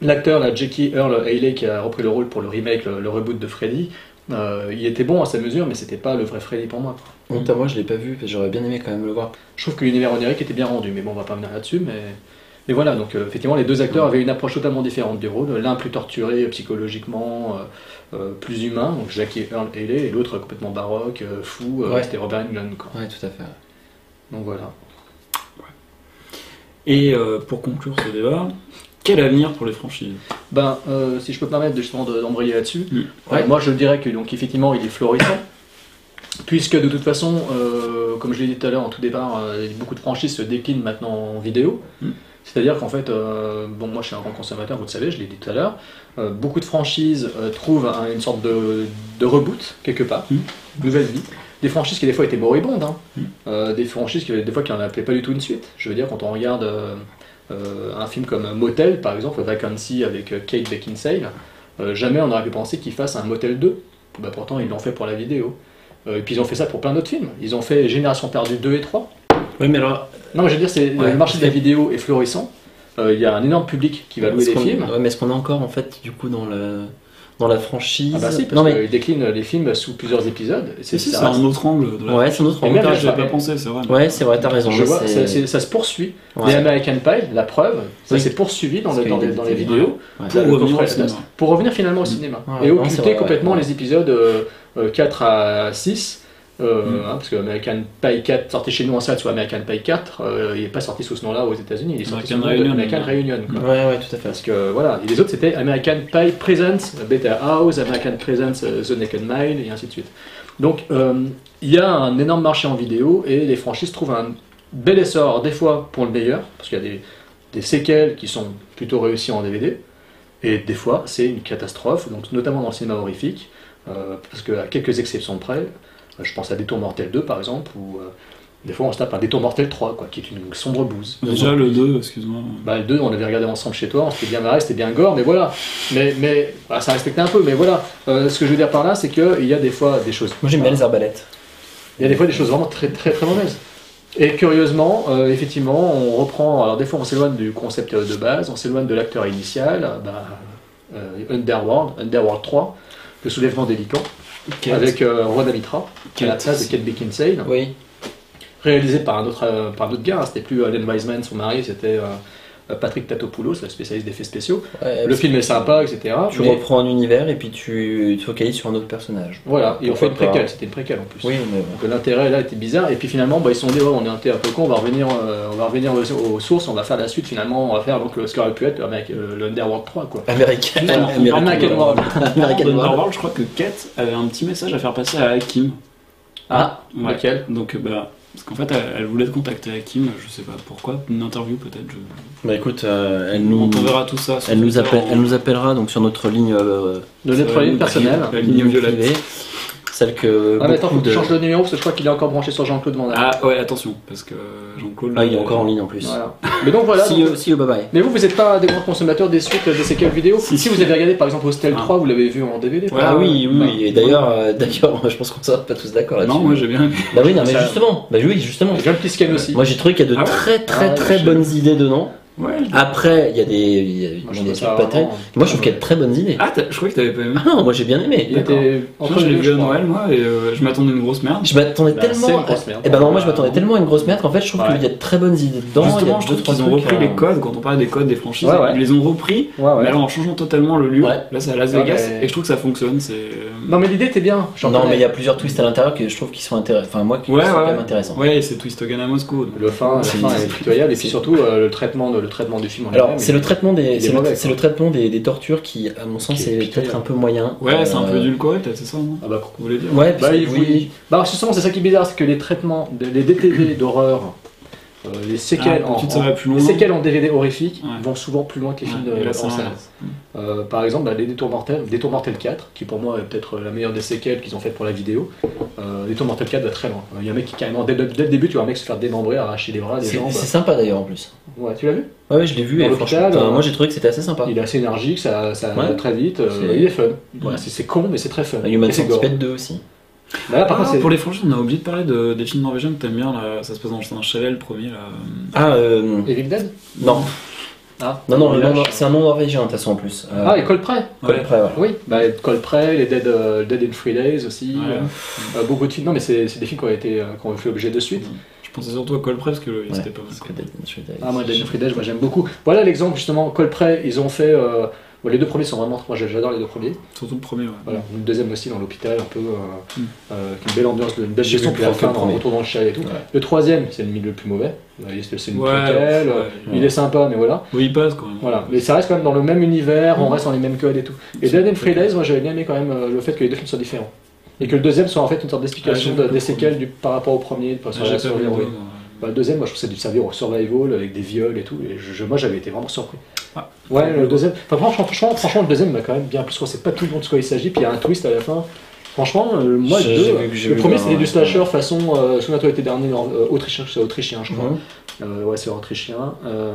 D: L'acteur, là, Jackie Earl Haley, qui a repris le rôle pour le remake, le, le reboot de Freddy, euh, il était bon à sa mesure, mais c'était pas le vrai Freddy pour moi. quoi.
G: Honte à moi, je l'ai pas vu, parce que j'aurais bien aimé quand même le voir.
D: Je trouve que l'univers onirique était bien rendu, mais bon, on va pas venir là-dessus, mais. Mais voilà, donc euh, effectivement, les deux acteurs avaient une approche totalement différente du rôle. L'un plus torturé euh, psychologiquement, euh, euh, plus humain, donc Jackie Earl Haley, et l'autre complètement baroque, euh, fou, euh,
G: Ouais.
D: c'était Robert Englund. Quoi.
G: Ouais, tout à fait.
D: Donc voilà.
A: Et euh, pour conclure ce débat, quel avenir pour les franchises
D: Ben, euh, si je peux me permettre de- justement de- d'embrayer là-dessus,
A: Mm.
D: euh, moi je dirais que donc effectivement il est florissant, puisque de toute façon, euh, comme je l'ai dit tout à l'heure en tout départ, euh, beaucoup de franchises se déclinent maintenant en vidéo.
A: Mm.
D: C'est-à-dire qu'en fait, euh, bon, moi je suis un grand consommateur, vous le savez, je l'ai dit tout à l'heure. euh, beaucoup de franchises euh, trouvent un- une sorte de, de reboot quelque part,
A: Mm.
D: nouvelle vie. Des franchises qui des fois étaient moribondes, hein. Euh, des franchises qui des fois qui n'en appelaient pas du tout une suite. Je veux dire quand on regarde euh, euh, un film comme Motel, par exemple, Vacancy avec euh, Kate Beckinsale, euh, jamais on aurait pu penser qu'ils fassent un Motel 2. Bah, pourtant, ils l'ont fait pour la vidéo. Euh, et puis, ils ont fait ça pour plein d'autres films. Ils ont fait Génération Perdue 2 et 3.
G: Oui, mais alors,
D: Non, mais je veux dire, c'est,
G: Ouais,
D: le marché de la vidéo est florissant. Euh, Il y a un énorme public qui va louer
G: est-ce
D: des
G: qu'on-
D: films.
G: ouais, mais est-ce qu'on est encore en fait, du coup, dans le dans la franchise
D: Ah bah si, parce
G: Non mais
D: qu'ils déclinent les films sous plusieurs épisodes.
A: C'est si,
D: ça
A: c'est
D: reste-
A: un autre angle. De la...
G: ouais, c'est un autre
D: Et
G: angle.
D: même
A: Putain,
D: la
A: j'y avais pas
D: fin-
A: pensé, c'est vrai. mais-
G: Ouais, c'est vrai, t'as raison.
D: Je
G: mais
D: vois,
G: c'est-
D: ça, c'est- ça se poursuit.
G: Ouais.
D: Les American Pie, la preuve, ça
G: Oui.
D: s'est poursuivi dans,
G: Parce
D: les, dans,
G: qu'il y a
D: les- dans
G: des-
D: les vidéos
G: Ouais.
D: pour,
A: Pour revenir
D: pour-
A: au cinéma.
D: pour revenir finalement au
A: Mm.
D: cinéma.
G: Ouais,
D: et
G: non, c'est
D: occulter
G: vrai, ouais.
D: complètement
G: Ouais.
D: les épisodes euh, euh, 4 à 6. euh,
A: Mm.
D: hein, parce que American Pie 4 sortait chez nous en salle, soit American Pie 4, euh, il n'est pas sorti sous ce nom-là aux États-Unis, il est sorti sous
A: American
D: le nom de
A: Reunion,
D: American
A: ouais.
D: Reunion. quoi.
G: Ouais, ouais, tout à fait.
D: Parce que voilà, et les autres c'était American Pie Presents, Better House, American Presents, euh, The Naked Mile, et ainsi de suite. Donc euh, il y a un énorme marché en vidéo et les franchises trouvent un bel essor, des fois pour le meilleur, parce qu'il y a des, des séquelles qui sont plutôt réussies en DVD, et des fois c'est une catastrophe, donc, notamment dans le cinéma horrifique, euh, parce qu'à quelques exceptions près, euh, je pense à Détour Mortel 2 par exemple, où euh, des fois on se tape un Détour Mortel 3, quoi, qui est une sombre bouse.
A: Déjà le 2, excuse-moi.
D: Bah, le 2, on l'avait regardé ensemble chez toi, on s'était bien marré, c'était bien gore, mais voilà. Mais, mais bah, ça respectait un peu, mais voilà. Euh, ce que je veux dire par là, c'est qu'il y a des fois des choses.
G: Moi, j'aime bien les arbalètes.
D: Il y a des fois des choses vraiment très très très mauvaises. Et curieusement, euh, effectivement, on reprend. Alors, des fois, on s'éloigne du concept euh, de base, on s'éloigne de l'acteur initial. euh, Bah, euh, Underworld, Underworld 3, le soulèvement des Lycans, avec euh, Rod Amitra, qui est la
G: Kate.
D: place de Kate Beckinsale
G: Oui.
D: réalisé par un autre, euh, par un autre gars. hein. C'était plus Alan Wiseman, son mari, c'était euh, Patrick Tatopoulos, le spécialiste des faits spéciaux.
G: Ouais,
D: Le film est sympa, etc.
G: Tu
D: mais
G: reprends un univers et puis tu te focalises sur un autre personnage.
D: Voilà, et on
G: Pourquoi
D: fait une préquelle,
G: pas.
D: c'était une préquelle en plus.
G: Oui, mais
D: Donc l'intérêt là était bizarre, et puis finalement bah, ils se sont dit ouais, on est un thé un peu con, on va revenir, euh, on va revenir aux, aux sources, on va faire la suite finalement, on va faire donc, ce qui aurait pu être avec, euh, le Underworld 3 quoi.
G: américain.
A: Alors,
G: Américain.
D: American World.
A: Dans
G: American World.
A: Underworld, je crois que Kate avait un petit message à faire passer à Hakim.
D: Ah,
A: Ouais.
D: lequel
A: Donc, bah, parce qu'en fait, elle, elle voulait te contacter Hakim, je sais pas pourquoi, une interview peut-être. je-
G: Bah écoute, euh, elle
A: On
G: nous,
A: t'enverra tout ça. sur
G: elle nous
A: Twitter
G: appelle,
A: en-
G: elle nous appellera donc sur notre ligne, euh,
D: De notre
A: Ça,
D: ligne
A: oui.
D: personnelle.
A: La ligne violette.
G: privée, celle que
D: Ah mais attends,
G: euh, beaucoup
D: faut que
G: de.
D: tu changes le numéro parce que je crois qu'il est encore branché sur Jean-Claude Van Damme.
A: Ah ouais, attention, parce que Jean-Claude.
G: Ah, il est encore en ligne en plus.
D: Voilà. Mais donc voilà,
G: See
D: donc-
G: you, see you, bye bye.
D: Mais vous, vous n'êtes pas des grands consommateurs des suites euh, des séquelles vidéo
A: Si,
D: si,
A: si.
D: vous avez regardé par exemple Hostel
A: Ah.
D: 3, vous l'avez vu en DVD
A: Ouais,
G: ah oui, oui,
A: bah,
G: oui. et d'ailleurs, euh, d'ailleurs, je pense qu'on sera pas tous d'accord là-dessus.
A: Non, moi j'ai bien aimé.
G: Bah oui, non, mais
D: Ça-
G: justement, bah oui, justement.
D: J'ai un petit scan aussi.
G: Moi j'ai trouvé qu'il y a de
A: Ah ouais
G: très très
D: Ah,
G: très
D: je-
G: bonnes idées dedans.
A: Ouais.
G: Après, il y a des, il y a-
D: Moi,
G: il y
D: je
G: a des
D: trouve ça
G: trucs pas très.
D: vraiment-
G: Moi je trouve qu'il y a de très bonnes idées.
A: Ah, t'as- je croyais que t'avais pas aimé.
G: Ah non, moi j'ai bien aimé.
D: Il était entre
A: Moi, je
D: les
A: l'ai
D: deux,
A: vu
D: je
A: à
D: crois.
A: Noël, moi, et euh, je m'attendais à une grosse merde.
G: Je m'attendais
D: Bah,
G: tellement.
D: c'est une grosse merde.
G: Eh ben non, moi je
D: Bah,
G: m'attendais tellement à une grosse merde qu'en fait je trouve
D: Ouais.
G: qu'il y a de très bonnes idées dedans. il y a
A: Justement, je
G: deux,
A: trouve
G: trois
A: qu'ils ont
G: trucs,
A: repris
G: euh,
A: les codes quand on parlait des codes des franchises.
D: Ouais, ouais.
A: Ils les ont repris,
D: Ouais, ouais.
A: mais alors en changeant totalement le lieu.
G: Ouais.
A: Là, c'est à Las
D: Ouais,
A: Vegas,
D: mais-
A: et je trouve que ça fonctionne. C'est.
D: Non mais l'idée était bien. j'en
G: Non,
D: connais.
G: mais il y a plusieurs twists à l'intérieur que je trouve qui sont intéressants. Enfin, moi qui
A: Ouais,
G: sont
A: ouais.
G: quand même intéressants.
A: Ouais, et c'est Twist Again à Moscou. donc.
D: Le fin, la
G: C'est-
D: fin est pitoyable et puis surtout euh, le traitement de le traitement du film en
G: Alors,
D: lui-même,
G: c'est
D: il-
G: le traitement
D: il est
G: des, c'est le,
D: mauvais,
G: c'est
D: quoi.
G: le traitement des, des tortures qui, à mon sens,
D: Qui est
G: est,
D: pitoyable.
G: peut-être un peu moyen.
A: Ouais, c'est un peu
G: Euh,
A: édulcoré, peut-être, c'est ça, non
D: Ah bah, vous
A: voulez dire
G: Ouais,
D: Bah,
G: parce
D: il
G: que-
D: vous- Bah, justement, c'est ça qui est bizarre, c'est que les traitements, de- les DTV d'horreur, euh, les séquelles,
A: Ah,
D: en,
A: d'habitude, ça va
D: en-
A: plus loin.
D: les séquelles en DVD horrifique vont souvent plus loin que les films
A: Ouais, et
D: de,
A: là,
D: en
A: c'est
D: salle.
A: l'inverse.
D: Euh, par exemple, bah, les Détours Mortels, Détour Mortel 4, qui pour moi est peut-être la meilleure des séquelles qu'ils ont faites pour la vidéo. Euh, Détour Mortel 4 va très loin. Euh, Il y a un mec qui carrément, dès, le- dès le début, tu vois un mec se faire démembrer, arracher les bras, les
G: C'est
D: jambes.
G: c'est sympa d'ailleurs en plus.
D: Ouais, tu l'as vu
G: Ouais, ouais, je l'ai vu
D: Dans
G: et
D: l'hôpital,
G: franchement, putain,
D: euh,
G: moi j'ai trouvé que c'était assez sympa.
D: Il est assez énergique, ça, ça
G: Ouais.
D: va très vite, euh,
G: C'est-
D: il est fun.
G: Ouais.
D: Voilà, c'est- c'est con, mais c'est très fun.
G: Human
D: Et c'est gore.
G: Centipede 2 aussi.
D: Bah, là, par
A: Ah,
D: contre, c'est-
A: pour les franchises, on a oublié de parler de, des films norvégiens que t'aimes bien, là, ça se passe dans un chalet, le premier, là.
G: Ah, euh.
D: Evil Dead
G: Non.
D: Ah.
G: Non, non, le
D: Lâche.
G: nom- c'est un nom norvégien de toute façon en plus. Euh,
D: Ah, et Coldplay
G: Coldplay, ouais.
D: Oui, bah, Coldplay, les Dead, euh, Dead in Three Days aussi,
A: Ouais.
D: euh, euh, beaucoup de films. Non, mais c'est c'est des films qui ont été euh, qui ont fait l'objet de suite.
A: Je pensais surtout à Coldplay, parce que euh, c'était pas mal.
D: Ah, moi, Dead in Three Days, moi j'aime beaucoup. Voilà l'exemple justement, Coldplay, ils ont fait. euh, bon, les deux premiers sont vraiment. Moi j'adore les deux premiers.
A: Surtout le premier, ouais.
D: Voilà, le deuxième aussi dans l'hôpital, un peu.
A: Mm.
D: euh, euh, avec une belle ambiance, une belle
A: J'ai
D: gestion
A: vu
D: pour la
A: que le
D: fin,
A: premier.
D: en retournant le chalet et tout.
A: Ouais.
D: Le troisième, c'est le milieu le plus mauvais. Euh, il- C'est une
A: Ouais,
D: tutelle,
A: ouais.
D: euh, il est sympa, mais voilà.
A: Oui, il passe quand même.
D: Voilà, mais ça reste quand même dans le même univers, on
A: Mhm.
D: reste dans les mêmes codes et tout. Et Dead and Free Days, moi j'avais bien aimé quand même euh, le fait que les deux films soient différents. Et que le deuxième soit en fait une sorte d'explication
A: Ah, j'ai
D: de-
A: vu
D: des
A: le
D: séquelles du, par rapport au premier, de- sur
A: j'ai
D: la
A: pas vu le
D: survie.
A: deux, moi.
D: Bah, le deuxième, moi je trouve que c'est du servir au survival avec des viols et tout. Et je, je- moi j'avais été vraiment surpris.
A: Ah.
D: Ouais, le deuxième. Enfin, franchement, franchement, franchement, le deuxième m'a quand même bien plus. quoi. C'est pas tout le monde de ce qu'il s'agit, puis il y a un twist à la fin. Franchement, euh, moi,
G: J'ai-
D: le,
G: j'ai
D: deux,
G: vu que j'ai
D: le
G: vu
D: premier
G: le-
D: c'était du slasher façon. Euh, Souviens-toi, l'été dernier, nor- euh, autrichien, c'est autrichien, je crois.
G: Mhm.
D: Euh, ouais, c'est autrichien. Euh,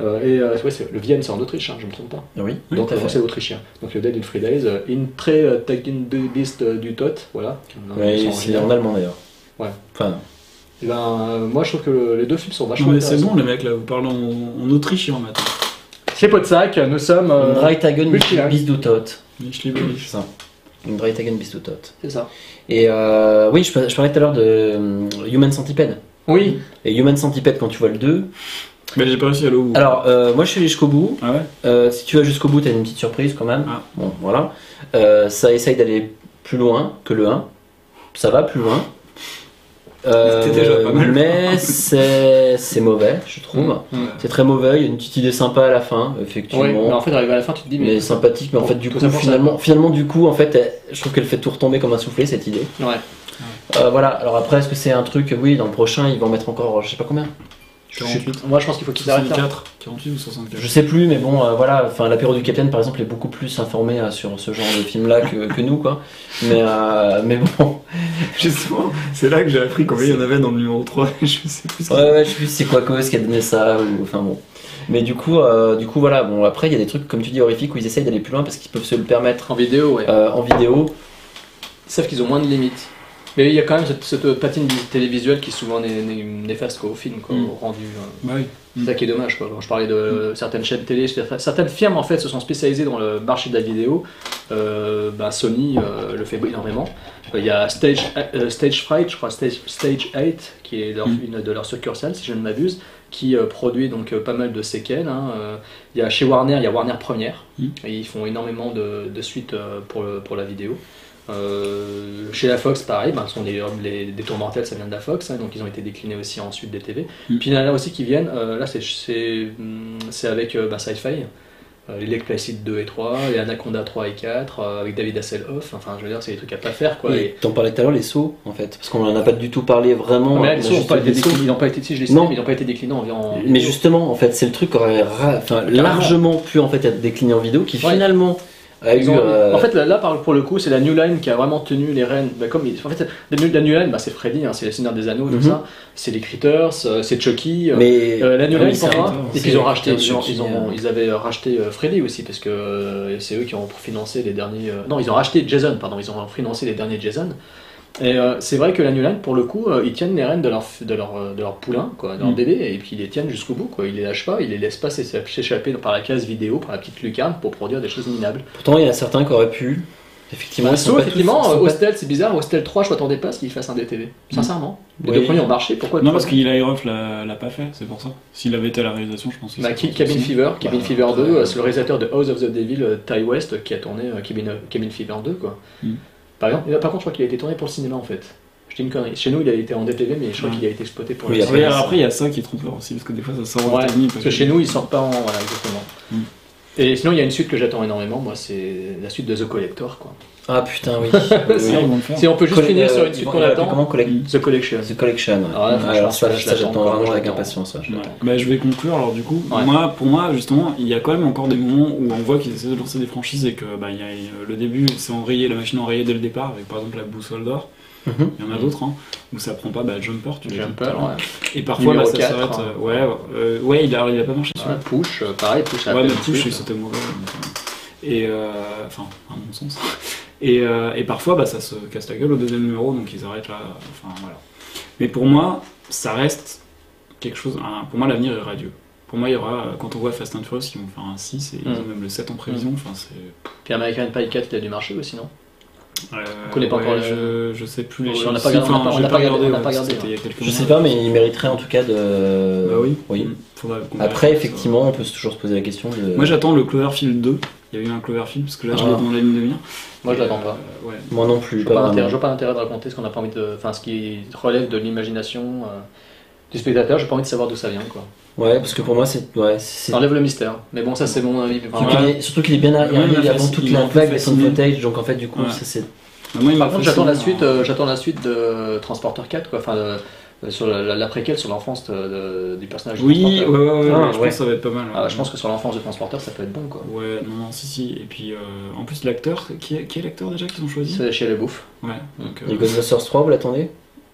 D: euh, et euh, ouais, c'est- le Vienne, c'est en Autriche, hein, je me trompe pas.
G: Ah Oui,
D: Donc,
G: tout à
D: euh,
G: fait.
D: c'est autrichien. Donc, le Dead in Three Days, euh, in très euh, Tag in the Beast euh, du Tot, voilà.
G: Ouais,
D: Ils sont
G: c'est
D: originaux.
G: en allemand d'ailleurs.
D: Ouais.
G: Enfin, non.
D: Eh ben, euh, moi, je trouve que le- les deux films sont
A: Non,
D: vachement
A: mais c'est
D: intéressants.
A: bon, les mecs, là, vous parlez en, en autrichien maintenant.
D: Chez Potsac, nous sommes.
G: Une
D: Euh,
G: Dreitagen
D: multilingues.
G: bis du Tot.
A: C'est
G: ça. Une Dreitagen bis du Tot.
D: C'est ça.
G: Et euh, oui, je, par- je parlais tout à l'heure de euh, Human Centipede.
D: Oui.
G: Et Human Centipede, quand tu vois le 2.
A: Mais j'ai pas réussi à aller au bout.
G: Alors, euh, moi je suis allé jusqu'au bout.
A: Ah ouais
G: Euh, si tu vas jusqu'au bout, t'as une petite surprise quand même. Bon, voilà. Euh, ça essaye d'aller plus loin que le 1. Ça va plus loin. Euh,
A: C'était déjà pas mal.
G: Mais c'est c'est mauvais, je trouve.
D: Mm, mm.
G: C'est très mauvais. Il y a une petite idée sympa à la fin, effectivement.
D: Ouais, mais en fait, arrivé à la fin, tu te dis, mais-
G: Mais sympathique, mais en
D: Bon,
G: fait, du
D: tout
G: coup,
D: ça pour ça,
G: finalement, finalement, du coup, en fait, elle- je trouve qu'elle fait tout retomber comme un soufflé, cette idée.
D: Ouais.
G: Euh, voilà, alors après, est-ce que c'est un truc, oui, dans le prochain, ils vont en mettre encore, je sais pas combien Je sais-
A: 48.
D: Moi, je pense qu'il faut qu'ils s'arrêtent là.
A: 64. 48 ou 64
G: Je sais plus, mais bon, euh, voilà, enfin, l'apéro du capitaine, par exemple, est beaucoup plus informé euh, sur ce genre de film-là que, que nous, quoi. Mais, euh, mais bon.
A: Justement, c'est là que j'ai appris combien il y en avait dans le numéro 3. je sais plus.
G: Ouais, ouais, je sais plus c'est quoi cause qui a donné ça, ou enfin bon. Mais du coup, euh, du coup, voilà, bon, après, il y a des trucs, comme tu dis, horrifiques, où ils essayent d'aller plus loin parce qu'ils peuvent se le permettre. euh,
D: En vidéo, ouais.
G: en vidéo.
D: Sauf qu'ils ont moins de limites. Mais il y a quand même cette, cette patine du- télévisuelle qui souvent n'est n'est- néfaste quoi, au film, quoi, au rendu. euh. C'est ça qui est dommage. Quoi. Quand je parlais de euh, certaines chaînes télé, c'est- certaines firmes en fait se sont spécialisées dans le marché de la vidéo. Euh, ben, Sony euh, le fait énormément. Euh, Il y a Stage, euh, Stage Fright, je crois, Stage, Stage 8, qui est leur-
A: Mm.
D: une de leurs succursales, si je ne m'abuse, qui euh, produit donc euh, pas mal de séquelles. hein. Euh, Il y a chez Warner, il y a Warner Première.
A: Mm.
D: Et ils font énormément de, de suites euh, pour, le- pour la vidéo. Euh, chez la Fox, pareil, ben, ce sont les, les détours mortels, ça vient de la Fox, hein, donc ils ont été déclinés aussi ensuite des TV.
A: Mm.
D: Puis il y en a là aussi qui viennent, euh, là c'est- c'est hum, c'est avec euh, ben, Sci-Fi, euh, les Lake Placid 2 et 3, les Anaconda 3 et 4, euh, avec David Hasselhoff, enfin je veux dire, c'est des trucs à pas faire quoi.
G: Et
D: Et-
G: T'en parlais tout à l'heure, les sauts, en fait, parce qu'on en a pas du tout parlé vraiment.
D: mais là,
G: On
D: les
G: a
D: sauts n'ont
G: juste
D: pas
G: dit
D: été
G: des sauts.
D: déclinés, ils n'ont pas été, si je les
G: Non.
D: sais, mais ils n'ont pas été déclinés en, en-
G: Mais justement, en fait, c'est le truc qui aurait ra- enfin, largement pu en fait être décliné en vidéo, qui finalement a eu.
D: Ils ont-
G: euh,
D: En fait, là, là, par- pour le coup, c'est la New Line qui a vraiment tenu les rênes. Bah, comme ils- En fait, la New, la New Line, bah, c'est Freddy, hein, c'est les Seigneurs des Anneaux, et tout
G: Mhm.
D: ça. C'est les Critters, euh, c'est Chucky. euh,
G: Mais-
D: euh, la New
G: Ah oui,
D: Line, pour
G: c'est
D: moi,
G: vrai,
D: et
G: c'est
D: puis ils ont
G: les
D: racheté,
G: Critters,
D: ils, ont-
G: Chucky,
D: ils ont-
G: euh.
D: ils avaient racheté euh, Freddy aussi, parce que euh, c'est eux qui ont financé les derniers. euh, Non, ils ont racheté Jason, pardon, ils ont financé les derniers Jason. Et euh, c'est vrai que la New Line, pour le coup, euh, ils tiennent les rênes de leur, de leur, euh, de leur poulain, quoi, de leur
A: Mm.
D: bébé, et puis ils les tiennent jusqu'au bout. Quoi. Ils les lâchent pas, ils les laissent pas s'échapper s'échapper par la case vidéo, par la petite lucarne, pour produire des choses minables.
G: Pourtant, il y en a certains qui auraient pu. Effectivement,
D: Bah,
G: ils sont
D: sauf,
G: pas tous-
D: effectivement,
G: ils sont
D: euh,
G: pas-
D: Hostel, c'est bizarre. Hostel 3, je m'attendais pas à ce qu'il fasse un DTV. Sincèrement. Les
A: Oui.
D: deux premiers ont marché. Pourquoi le
A: Non, parce
D: troisième
A: qu'Eli Roth l'a l'a pas fait, c'est pour ça. S'il avait été à la réalisation, je pense que
D: Bah,
A: c'est
D: Ki- Cabin
A: possible.
D: Fever, Cabin
A: Bah,
D: Fever 2, euh, c'est le réalisateur de House of the Devil, euh, Ty West, euh, qui a tourné euh, Cabin, euh, Cabin Fever 2, quoi.
A: Mm.
D: Par exemple, euh, par contre, je crois qu'il a été tourné pour le cinéma en fait. Je dis une connerie. Chez nous, il a été en DTV, mais je crois qu'il a été exploité pour
A: Hmm. Oui,
D: la
A: après,
D: série.
A: après, il y a ça qui est trompeur aussi, parce que des fois ça sort aux
D: Ouais,
A: États-Unis,
D: parce que chez nous, ils sortent pas en. Voilà, exactement.
A: Mm.
D: Et sinon, il y a une suite que j'attends énormément, moi, c'est la suite de The Collector, quoi.
G: Ah putain, oui.
D: si,
G: Oui.
A: Oh.
D: on, si on peut juste
G: Colle-
D: finir sur
G: euh,
D: une
G: ils
D: suite
G: vont-
D: qu'on
G: ils vont
D: attend.
G: l'appeler Comment Collect-
D: The Collection.
G: The Collection. ouais.
D: Ah ouais, franchement,
G: Alors ça,
D: celui-là,
G: ça,
D: je l'attends Mm.
G: j'attends vraiment avec
D: vraiment.
G: impatience. ouais.
A: Ouais. Bah, je vais conclure alors du coup. Moi, pour moi, justement, il y a quand même encore des moments où on voit qu'ils essaient de lancer des franchises et que bah, il y a, euh, le début, c'est enrayé, la machine enrayée dès le départ, avec par exemple la boussole d'or.
G: Mhm.
A: Il y en a d'autres hein, où ça prend pas bah, Jumper, tu l'as dit
D: Jumper,
A: tout à l'heure.
D: ouais.
A: Et parfois
D: Numéro
A: bah, ça
D: 4,
A: s'arrête.
D: hein.
A: euh, ouais, euh, ouais, il a, il a pas marché celui-là.
D: Ouais, push, euh, pareil, push à
A: Ouais,
D: peine
A: mais push,
D: plus.
A: c'était mauvais. donc, euh, Et euh, enfin, à mon sens. Et, euh, et parfois, bah, ça se casse la gueule au deuxième numéro, donc ils arrêtent là. Enfin, voilà. Mais pour moi, ça reste quelque chose. un- pour moi, l'avenir est radieux. Pour moi, il y aura, euh, quand on voit Fast and Furious, ils vont faire un 6 et ils
D: Mm.
A: ont même le 7 en prévision.
D: Mm.
A: Enfin, c'est.
D: Puis American Pie 4, il a dû marcher aussi, non
A: Euh,
D: On connaît pas
A: ouais,
D: encore
A: je, je sais plus les
D: On
A: chiffres.
D: n'a pas regardé,
A: Enfin,
D: on n'a
A: j'ai
D: pas regardé, on n'a
A: ouais,
D: pas regardé.
A: c'était il y a quelques
G: Je sais
A: mois.
G: pas, mais il mériterait en tout cas de.
A: Bah oui.
G: Oui.
D: Mm.
A: Faudra qu'on
G: Après,
A: vérifie,
G: effectivement, on peut toujours se poser la question de.
A: Moi, j'attends le Cloverfield 2. Il y a eu un Cloverfield, parce que là, je l'ai
G: Ah.
A: dans la ligne de mire.
D: Moi, je
A: Et,
D: l'attends pas.
A: euh, ouais.
G: Moi non plus.
D: Je vois pas
G: vraiment.
D: l'intérêt- je vois pas l'intérêt de raconter ce qu'on n'a pas envie de. Enfin, ce qui relève de l'imagination euh, du spectateur, j'ai pas envie de savoir d'où ça vient, quoi.
G: Ouais, parce que pour moi, c'est. Ouais, c'est...
D: Ça enlève le mystère. Mais bon, ça, c'est mon avis.
G: Surtout qu'il est- Surtout qu'il est bien
D: Ah Ouais,
G: arrivé
D: il m'a
G: avant
D: fasciné.
G: toute
D: Il
G: la
D: m'a
G: vague des
D: fasciné.
G: sound footage, donc en fait, du coup,
D: Ouais.
G: ça c'est.
A: Bah, moi, il m'a
D: Par contre, j'attends la
A: fasciné,
D: suite.
A: hein.
D: euh, j'attends la suite de Transporter 4, quoi. Enfin, de- de- sur la, la- la préquelle sur l'enfance de- de- du personnage. de
A: Oui, ouais,
D: Transporter.
A: ouais, ouais,
D: Ah,
A: je pense que ça va être pas mal. ouais.
D: Ah, je pense que sur l'enfance de Transporter, ça peut être bon, quoi.
A: Ouais, non, non, si, si. Et puis, euh, en plus, l'acteur, qui est, qui est l'acteur déjà qu'ils ont choisi
D: C'est chez les bouffes.
A: Ouais, donc.
G: Les Ghostbusters 3, vous l'attendez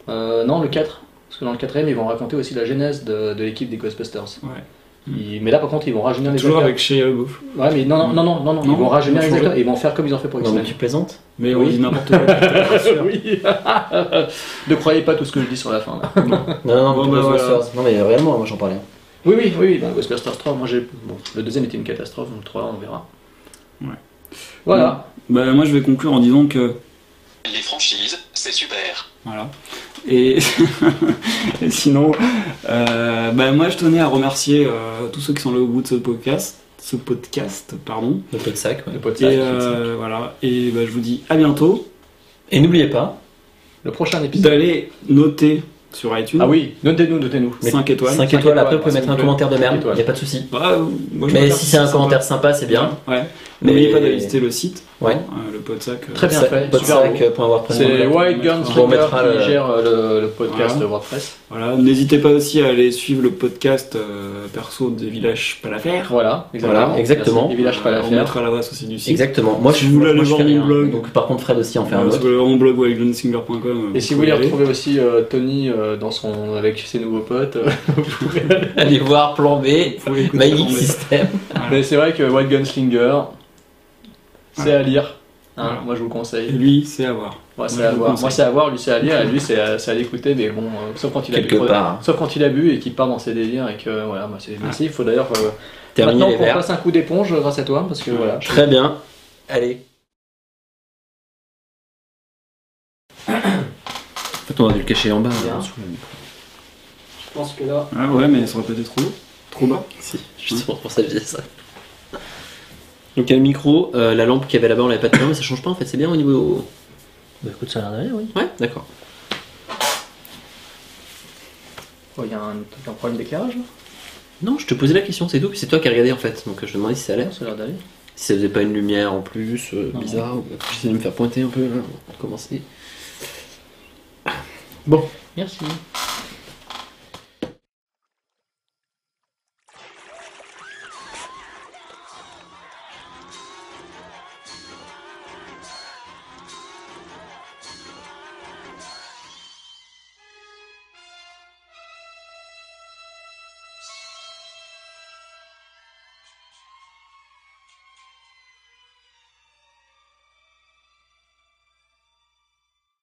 D: Euh, non, le 4. Parce que dans le 4 ils vont raconter aussi la genèse de, de l'équipe des Ghostbusters. Ils- mais là, par contre, ils vont rajeunir les
A: euh, Toujours
D: acteurs.
A: avec Shia LaBeouf.
D: Ouais, mais non, non, non, non, non, non,
A: Non,
D: ils vont rajeunir
A: ils
D: les
A: vont
D: acteurs
A: changer.
D: et ils vont faire comme ils ont fait pour
G: Non, mais
D: X-Men.
G: tu plaisantes
A: Mais on dit n'importe quoi. bien sûr.
D: oui. ne croyez pas tout ce que je dis sur la fin. là.
G: Non, non,
A: Bon,
G: mais
A: bah,
G: Ghostbusters. Non, mais réellement, moi j'en parlais.
D: oui, oui, oui, oui, ben, Ghostbusters 3, moi j'ai. Bon, le deuxième était une catastrophe, donc le 3, on verra.
A: Ouais.
D: Voilà.
A: Bah, moi, je vais conclure en disant que.
L: Les franchises, c'est super.
A: Voilà. Et, et sinon, euh, bah, moi, je tenais à remercier euh, tous ceux qui sont là au bout de ce podcast. Ce podcast, pardon.
G: Le pot de sac, ouais.
D: Le podcast.
A: Et euh, voilà. Et bah, je vous dis à bientôt.
G: Et n'oubliez pas,
D: Le prochain épisode.
A: D'aller noter sur iTunes.
D: Ah oui, notez-nous, notez-nous.
A: 5 étoiles.
G: 5
D: cinq
G: étoiles, après,
D: étoiles,
G: vous pouvez
D: s'il
G: mettre
D: vous
G: un
D: plaît.
G: commentaire de merde,
D: Étoiles.
G: y a pas de souci.
A: Bah, moi, je
G: Mais
A: préfère
G: si c'est un
A: sympa.
G: commentaire sympa, c'est bien.
A: Ouais.
G: Mais- euh,
A: N'oubliez pas d'aller visiter le site,
G: Ouais.
A: hein, le podsac. euh,
D: Très bien
G: Sac-
D: fait,
G: pot de
D: super
G: sac,
D: beau.
G: euh, point WordPress.
D: C'est
A: On
D: White Guns
G: remettra- on
D: Trigger
G: remettra
D: qui
G: le-
D: gère euh, le, le podcast
A: Voilà.
D: WordPress.
A: Voilà. N'hésitez pas aussi à aller suivre le podcast euh, perso des villages pas l'affaire.
D: Voilà, exactement.
G: Voilà, exactement.
D: Merci. Les villages pas la
A: Euh, On
D: faire.
A: mettra la base aussi du site.
G: Exactement. Moi,
A: Si
G: je
A: vous voulez
G: moi,
A: aller
G: je
A: voir
G: fais
A: mon
G: rien.
A: blog.
G: Donc, par contre, Fred aussi en fait
A: Euh,
G: un
A: si vous
G: autre.
A: voulez voir mon blog wildlandsinger.com.
D: Et si vous voulez retrouver aussi euh, Tony euh, dans son, avec ses nouveaux potes, euh, vous pouvez aller.
G: Allez voir Plan B,
A: Vous pouvez écouter
G: Magic
A: Plan B.
G: System.
D: Mais c'est vrai que White Gunslinger, c'est à lire. Hein,
A: Voilà.
D: Moi je vous le
A: Et
D: conseille.
A: lui, c'est à voir.
D: Moi c'est
A: Moi, je
D: à
A: vous
D: voir.
A: conseille.
D: Moi c'est à voir, lui c'est à lire, et lui c'est à, c'est à l'écouter, mais bon, euh, sauf quand il a
G: Quelque
D: bu.
G: part.
D: Sauf quand il a bu et qu'il part dans ses délires et que voilà, moi c'est merci. Il faut d'ailleurs euh,
G: Terminer
D: maintenant
G: les
D: qu'on
G: verres.
D: passe un coup d'éponge euh, grâce à toi, parce que voilà. je-
G: Très bien. Allez. En fait, on aurait dû le cacher en bas.
D: Bien.
G: hein, sous le micro.
D: Je pense que là.
A: Ah ouais, mais ça aurait peut-être trop haut. Trop bas.
G: Si, justement pour ça, je disais ça. Donc, il y a le micro, euh, la lampe qu'il y avait là-bas, on l'avait pas dedans, mais ça change pas en fait, c'est bien au niveau.
D: Bah écoute, ça a l'air d'aller, oui.
G: Ouais, d'accord.
D: Oh, Il y a un, un problème d'éclairage là
G: Non, je te posais la question, c'est tout, puis c'est toi qui as regardé en fait, donc euh, je me demandais si ça allait.
D: Non, ça a l'air d'aller.
G: Si ça faisait pas une lumière en plus, euh,
D: Non.
G: bizarre, ou... j'essaie de me faire pointer un peu là, pour commencer. Bon.
D: Merci.